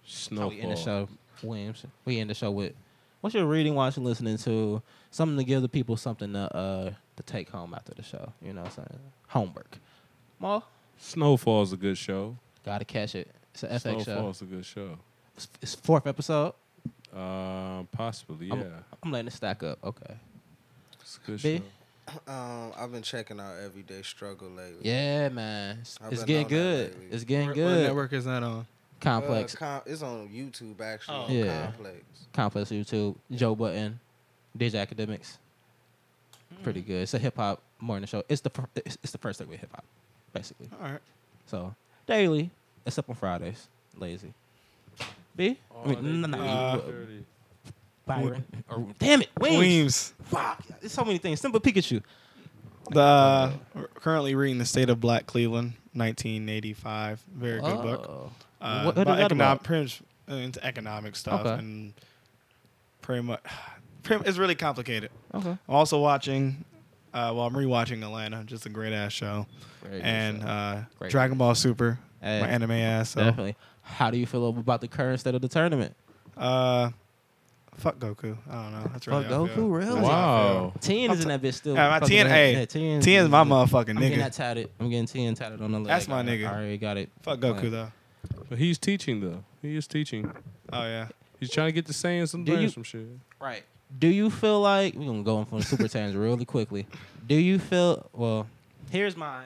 Speaker 2: snowfall.
Speaker 1: we end the show. Williams, we end the show with what's your reading, watching, listening to? Something to give the people something to uh, to take home after the show. You know, what I'm saying homework. Maul,
Speaker 2: Snowfall's a good show.
Speaker 1: gotta catch it. It's an FX show.
Speaker 2: Snowfall's a good show.
Speaker 1: It's, it's fourth episode.
Speaker 2: Uh, possibly, yeah.
Speaker 1: I'm- I'm letting it stack up. Okay.
Speaker 2: it's a good
Speaker 1: B?
Speaker 2: show.
Speaker 3: Um, I've been checking out Everyday Struggle lately.
Speaker 1: Yeah, man. It's,
Speaker 3: I've
Speaker 1: it's getting
Speaker 3: been on that
Speaker 1: good.
Speaker 3: lately.
Speaker 1: It's getting
Speaker 5: What- What
Speaker 1: good.
Speaker 5: network is that on?
Speaker 3: Uh,
Speaker 1: Complex,
Speaker 3: Com- it's on YouTube actually.
Speaker 5: Oh.
Speaker 3: on
Speaker 1: Yeah.
Speaker 3: Complex.
Speaker 1: Complex YouTube, Joe Button, DJ Academics.
Speaker 5: Hmm.
Speaker 1: Pretty good. It's a hip hop morning show. It's the fir- it's, it's the first thing with hip hop, basically.
Speaker 5: All right.
Speaker 1: So daily, except on Fridays. Lazy. B. I mean, n- n- not
Speaker 5: Uh,
Speaker 1: you, uh, Byron. Or- damn it, wings.
Speaker 5: Weems.
Speaker 1: Fuck, there's so many things. Simple Pikachu.
Speaker 5: The uh, we're currently reading the State of Black Cleveland, 1985. Very good book.
Speaker 1: Oh.
Speaker 5: Uh,
Speaker 1: What- what is that
Speaker 5: econo-
Speaker 1: about?
Speaker 5: pretty much uh, into economic stuff
Speaker 1: Okay.
Speaker 5: and pretty much, pretty, it's really complicated.
Speaker 1: Okay.
Speaker 5: I'm also watching. Uh, well, I'm rewatching Atlanta, just a great ass show,
Speaker 1: Very good
Speaker 5: and
Speaker 1: show.
Speaker 5: uh,
Speaker 1: Great
Speaker 5: Dragon Ball Super,
Speaker 1: Hey.
Speaker 5: my anime ass. So,
Speaker 1: definitely. How do you feel about the current state of the tournament?
Speaker 5: uh, fuck Goku. I don't know. That's really
Speaker 1: Fuck
Speaker 5: how I
Speaker 1: Goku,
Speaker 5: feel.
Speaker 1: really?
Speaker 5: That's how I feel.
Speaker 1: Tien
Speaker 5: I'm
Speaker 1: is in
Speaker 5: t-
Speaker 1: that bitch still.
Speaker 5: Yeah, my
Speaker 1: Fucking
Speaker 5: Tien,
Speaker 1: in-
Speaker 5: hey,
Speaker 1: yeah, Tien's-
Speaker 5: Tien's my motherfucking
Speaker 1: I'm getting
Speaker 5: nigga.
Speaker 1: that tatted. I'm getting Tien tatted on the leg.
Speaker 5: That's my nigga.
Speaker 1: I already got it.
Speaker 5: Fuck Goku though.
Speaker 2: But he's teaching though. He is teaching.
Speaker 5: Oh yeah.
Speaker 2: He's trying to get to saying some
Speaker 1: Do
Speaker 2: learn
Speaker 1: you-
Speaker 2: some shit.
Speaker 1: Right. Do you feel like we're gonna go in for the super tangent really quickly? Do you feel well? Here's my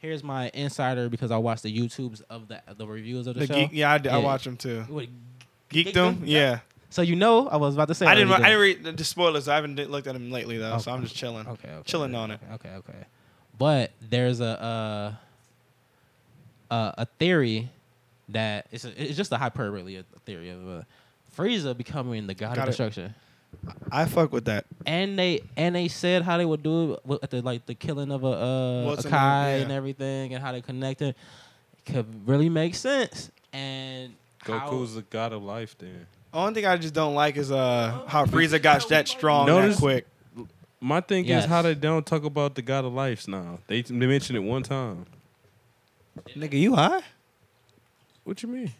Speaker 1: here's my insider because I watched the YouTubes of the the reviews of the,
Speaker 5: The
Speaker 1: show.
Speaker 5: geek, yeah, I, d- I
Speaker 1: Yeah.
Speaker 5: watch them too.
Speaker 1: What,
Speaker 5: Geekdom, yeah.
Speaker 1: So you know, I was about to say.
Speaker 5: I didn't.
Speaker 1: already
Speaker 5: I didn't read the- the spoilers. I haven't d- looked at them lately though, so I'm just chilling.
Speaker 1: Okay, okay.
Speaker 5: Chilling on it.
Speaker 1: Okay, okay. But there's a uh, uh, a theory that it's a, it's just a hyperbole theory of uh, Frieza becoming the god
Speaker 5: Got
Speaker 1: of
Speaker 5: it.
Speaker 1: destruction.
Speaker 5: I fuck with that.
Speaker 1: And they and they said how they would do it with at the like the killing of a uh,
Speaker 5: What's
Speaker 1: Akai
Speaker 5: her name? Yeah.
Speaker 1: and everything and how they connected could really make sense. And how-
Speaker 2: Goku's the god of life. Then
Speaker 5: Only thing I just don't like is uh how Frieza got that strong that
Speaker 2: Notice-
Speaker 5: quick.
Speaker 2: my thing
Speaker 1: Yes.
Speaker 2: is how they don't talk about the god of lives now. They, they mentioned it one time.
Speaker 5: Nigga, you high?
Speaker 2: What you mean?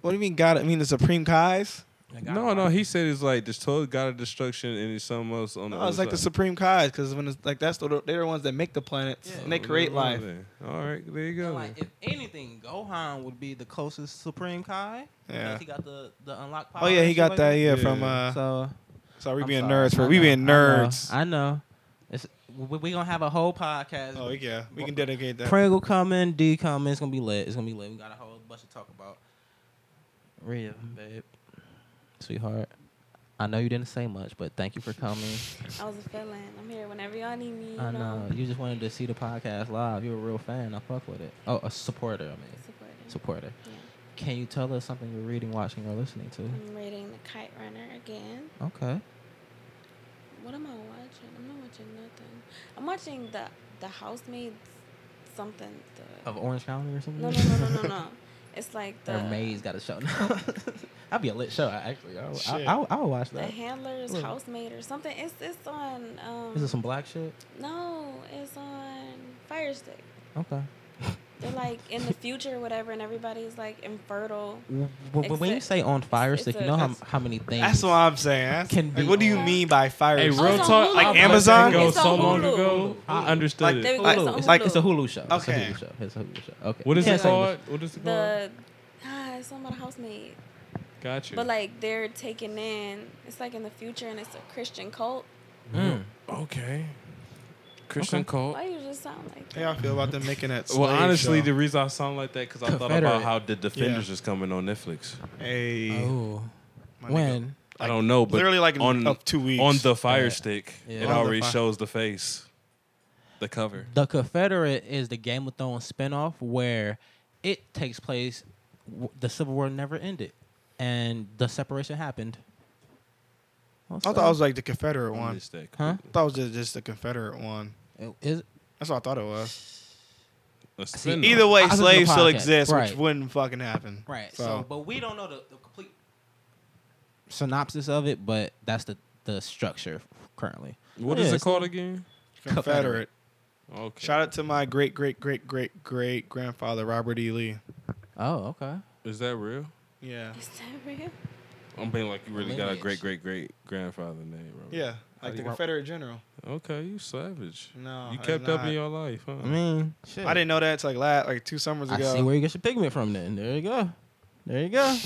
Speaker 5: What do you mean God? I mean the Supreme Kais?
Speaker 2: No, no. He said it's like destroy god of destruction and it's something else on the.
Speaker 5: No, it's like the Supreme Kais because when it's like that's the, they're the ones that make the planets and they create life.
Speaker 2: All right, there you
Speaker 1: And,
Speaker 2: go.
Speaker 1: like if anything, Gohan would be the closest Supreme Kai.
Speaker 5: Yeah.
Speaker 1: because He got the the unlock power.
Speaker 5: Oh yeah,
Speaker 1: and
Speaker 5: he
Speaker 1: shit
Speaker 5: got
Speaker 1: like
Speaker 5: that yeah, from
Speaker 2: Yeah.
Speaker 5: uh. So,
Speaker 1: So
Speaker 5: we
Speaker 1: I'm
Speaker 5: being
Speaker 1: sorry.
Speaker 5: nerds for
Speaker 1: I
Speaker 5: we
Speaker 1: know,
Speaker 5: being
Speaker 1: I know,
Speaker 5: nerds.
Speaker 1: I know. It's we, we gonna have a whole podcast.
Speaker 5: Oh yeah, we can dedicate that.
Speaker 1: Pringle coming, D coming. It's gonna be lit. It's gonna be lit. We got a whole bunch to talk about. Rhea, babe, sweetheart. I know you didn't say much, but thank you for coming.
Speaker 4: I was a felon. I'm here whenever y'all need me. You
Speaker 1: I
Speaker 4: know.
Speaker 1: know you just wanted to see the podcast live. You're a real fan. I fuck with it. Oh, a supporter. I mean,
Speaker 4: Support it.
Speaker 1: supporter.
Speaker 4: Yeah.
Speaker 1: Can you tell us something you're reading, watching, or listening to?
Speaker 4: I'm reading The Kite Runner again.
Speaker 1: Okay.
Speaker 4: What am I watching? I'm not watching nothing. I'm watching the the housemaid something. The,
Speaker 1: Of Orange County or something?
Speaker 4: no, no, no, no, no, no. It's like the
Speaker 1: Or Maze got a show. now. That'd be a lit show, actually. I'll,
Speaker 5: Shit.
Speaker 1: I'll, I'll, I'll watch
Speaker 4: the
Speaker 1: that.
Speaker 4: handler's
Speaker 1: Look.
Speaker 4: housemaid or something. It's it's on. Um,
Speaker 1: Is it some black shit?
Speaker 4: no, it's on Firestick.
Speaker 1: Okay.
Speaker 4: They're like in the future, or whatever, and everybody's like infertile.
Speaker 1: W- w- When, you
Speaker 4: Except-
Speaker 1: say on fire
Speaker 4: it's
Speaker 1: stick, you
Speaker 4: a-
Speaker 1: know how,
Speaker 4: that's-
Speaker 1: how many things.
Speaker 5: That's what I'm saying. That's-
Speaker 1: Can
Speaker 5: like,
Speaker 1: be
Speaker 5: what do you
Speaker 4: on-
Speaker 5: mean by fire?
Speaker 2: Hey,
Speaker 4: Oh,
Speaker 2: real
Speaker 4: it's on
Speaker 2: talk.
Speaker 4: Hulu.
Speaker 2: Like
Speaker 4: It's
Speaker 5: Amazon?
Speaker 2: Amazon goes
Speaker 4: It's
Speaker 2: so
Speaker 4: on
Speaker 2: long
Speaker 4: Hulu.
Speaker 2: ago. I understood
Speaker 4: Like,
Speaker 2: it.
Speaker 4: there we go.
Speaker 5: Like-
Speaker 4: It's on
Speaker 5: like-
Speaker 4: Hulu.
Speaker 1: it's a Hulu show.
Speaker 5: Okay.
Speaker 1: It's a Hulu show. It's a Hulu show. Okay.
Speaker 2: What is
Speaker 1: You
Speaker 2: it
Speaker 1: can't say
Speaker 2: called? What is it called?
Speaker 4: the ah, it's something about a housemaid.
Speaker 2: Gotcha.
Speaker 4: But like they're taking in, it's like in the future, and it's a Christian cult.
Speaker 1: Mm.
Speaker 2: Okay. Christian
Speaker 1: Okay.
Speaker 5: Oh.
Speaker 2: cult.
Speaker 4: Why you just sound like that?
Speaker 5: How y'all feel about them making that?
Speaker 2: Well,
Speaker 5: slave
Speaker 2: honestly,
Speaker 5: show?
Speaker 2: the reason I sound like that because I thought
Speaker 1: Confederate.
Speaker 2: about how the Defenders is coming on Netflix.
Speaker 5: hey,
Speaker 1: Oh.
Speaker 5: my nigga.
Speaker 1: When?
Speaker 5: Like,
Speaker 2: I don't know, but
Speaker 5: literally like in
Speaker 2: on
Speaker 5: up two weeks.
Speaker 2: on the fire stick,
Speaker 1: Yeah.
Speaker 2: it
Speaker 1: On the
Speaker 2: already
Speaker 5: fi-
Speaker 2: shows the face, the cover.
Speaker 1: The Confederate is the Game of Thrones spinoff where it takes place. w- The Civil War never ended, and the separation happened.
Speaker 5: I thought it was like the Confederate one.
Speaker 2: Missed that
Speaker 1: Huh?
Speaker 5: I thought it was just, just the Confederate one.
Speaker 1: It- is-
Speaker 5: That's what I thought it was.
Speaker 2: Let's
Speaker 1: See,
Speaker 2: send
Speaker 5: Either
Speaker 2: them.
Speaker 5: way,
Speaker 1: I was in the
Speaker 5: slaves still
Speaker 1: podcast.
Speaker 5: exist,
Speaker 1: Right.
Speaker 5: which wouldn't fucking happen.
Speaker 1: right. So,
Speaker 5: So,
Speaker 1: but we don't know the, the complete synopsis of it, but that's the the structure currently.
Speaker 2: What
Speaker 1: Yeah,
Speaker 2: is it
Speaker 1: it's-
Speaker 2: called again?
Speaker 5: Confederate.
Speaker 2: Okay.
Speaker 5: Shout out to my great great great great great grandfather Robert E. Lee.
Speaker 1: Oh, okay.
Speaker 2: Is that real?
Speaker 5: Yeah.
Speaker 4: Is that real?
Speaker 2: I'm being like you really got a
Speaker 1: Lineage.
Speaker 2: great great great grandfather name, bro.
Speaker 5: Yeah. Like the Confederate general.
Speaker 2: Okay, you savage.
Speaker 5: No,
Speaker 2: You
Speaker 1: Uh-huh,
Speaker 5: it's
Speaker 2: kept up in
Speaker 5: not.
Speaker 2: your life, huh?
Speaker 1: I mean, shit.
Speaker 5: I didn't know that until like last, like two summers
Speaker 1: I
Speaker 5: ago.
Speaker 1: see where you get your pigment from. Then there you go. There you go.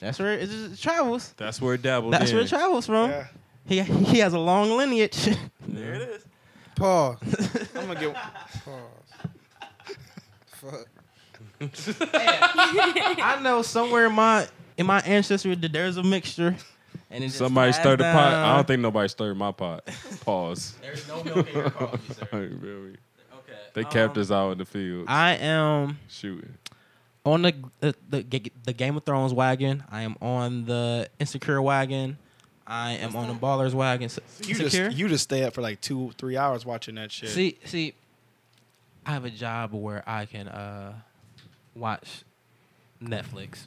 Speaker 1: that's where it, it travels.
Speaker 2: That's where it dabbled
Speaker 1: That's
Speaker 2: in.
Speaker 1: where it travels from.
Speaker 5: yeah.
Speaker 1: He he has a long lineage.
Speaker 2: There it is.
Speaker 3: Pause.
Speaker 5: I'm gonna get
Speaker 3: Pause. Fuck.
Speaker 1: I know somewhere in my in my ancestry that there's a mixture, and it just
Speaker 2: Somebody
Speaker 1: slides
Speaker 2: stirred the pot. I
Speaker 1: down.
Speaker 2: don't think nobody stirred my pot. Pause.
Speaker 1: there's no milk in your coffee, sir.
Speaker 2: really?
Speaker 1: Okay.
Speaker 2: They kept
Speaker 1: um,
Speaker 2: us out in the field
Speaker 1: I am
Speaker 2: shooting.
Speaker 1: on the, the the Ga- the Game of Thrones wagon. I am on the Insecure wagon. I am on the Ballers wagon. S-
Speaker 5: you
Speaker 1: Insecure?
Speaker 5: just you just stay up for like two three hours watching that shit.
Speaker 1: See, see, I have a job where I can uh, watch Netflix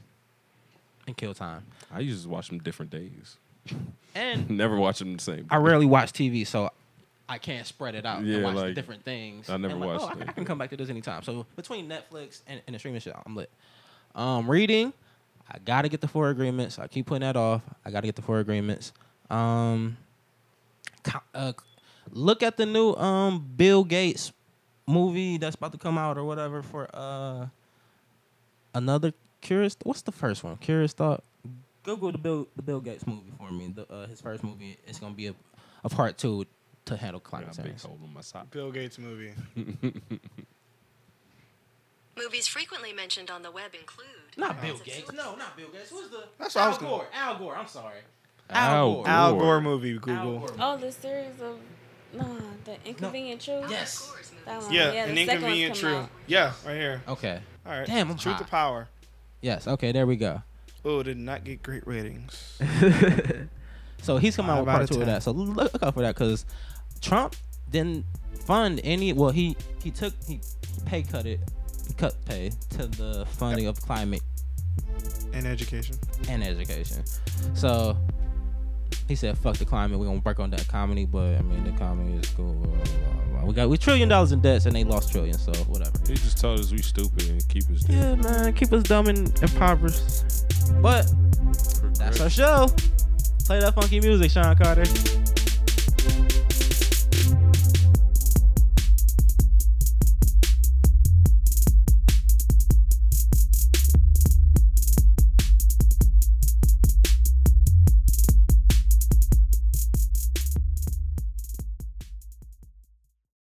Speaker 1: and kill time,
Speaker 2: I used to watch them different days.
Speaker 1: and
Speaker 2: Never watch them the same.
Speaker 1: I rarely watch TV, so I can't spread it out
Speaker 2: Yeah,
Speaker 1: and watch the
Speaker 2: like,
Speaker 1: different things.
Speaker 2: I never
Speaker 1: And, like,
Speaker 2: watched
Speaker 1: oh, I- I,
Speaker 2: that.
Speaker 1: can come back to this anytime. So between Netflix and, and the streaming shit, I'm lit. Um, reading, I gotta get the four agreements. I keep putting that off. I gotta get the four agreements. Um, co- uh, look at the new um Bill Gates movie that's about to come out or whatever for uh another curious. What's the first one? Curious thought. Google the Bill the Bill Gates movie for me. The, uh, his first movie. It's gonna be a, a part two to handle climate
Speaker 2: Got a big
Speaker 1: change.
Speaker 2: hole in my sock.
Speaker 5: Bill Gates movie.
Speaker 10: Movies frequently mentioned on the web include.
Speaker 1: Not Bill Gates. No, not Bill Gates. Who's the?
Speaker 5: That's what I
Speaker 1: Al
Speaker 5: was gonna-
Speaker 1: Gore. Al Gore. I'm sorry.
Speaker 2: Al Gore.
Speaker 5: Al Gore movie. Google.
Speaker 1: Al Gore.
Speaker 4: Oh, the series of no, the Inconvenient Truth.
Speaker 1: Yes.
Speaker 4: That one.
Speaker 5: Yeah,
Speaker 4: yeah
Speaker 5: an
Speaker 4: the second one's
Speaker 5: inconvenient
Speaker 4: come
Speaker 5: truth.
Speaker 4: out.
Speaker 5: Yeah, right here.
Speaker 1: Okay.
Speaker 5: All right.
Speaker 1: Damn, I'm
Speaker 5: Truth to
Speaker 1: hot.
Speaker 5: power.
Speaker 1: Yes. Okay. There we go.
Speaker 5: Oh, did not get great ratings.
Speaker 1: So he's coming out with
Speaker 5: Five out
Speaker 1: part
Speaker 5: of
Speaker 1: two of
Speaker 5: ten.
Speaker 1: that. So look, look out for that because Trump didn't fund any. Well, he he took he pay cut it, cut pay to the funding of climate
Speaker 5: And education.
Speaker 1: and education. So he said, "Fuck the climate. We're gonna work on that comedy." But I mean, the comedy is cool. Blah, blah, blah. We got we trillion dollars in debts and they lost trillions. So whatever.
Speaker 2: He just told us we stupid and keep us there.
Speaker 1: Yeah, man, keep us dumb and impoverished. But that's our show. Play that funky music, Sean Carter.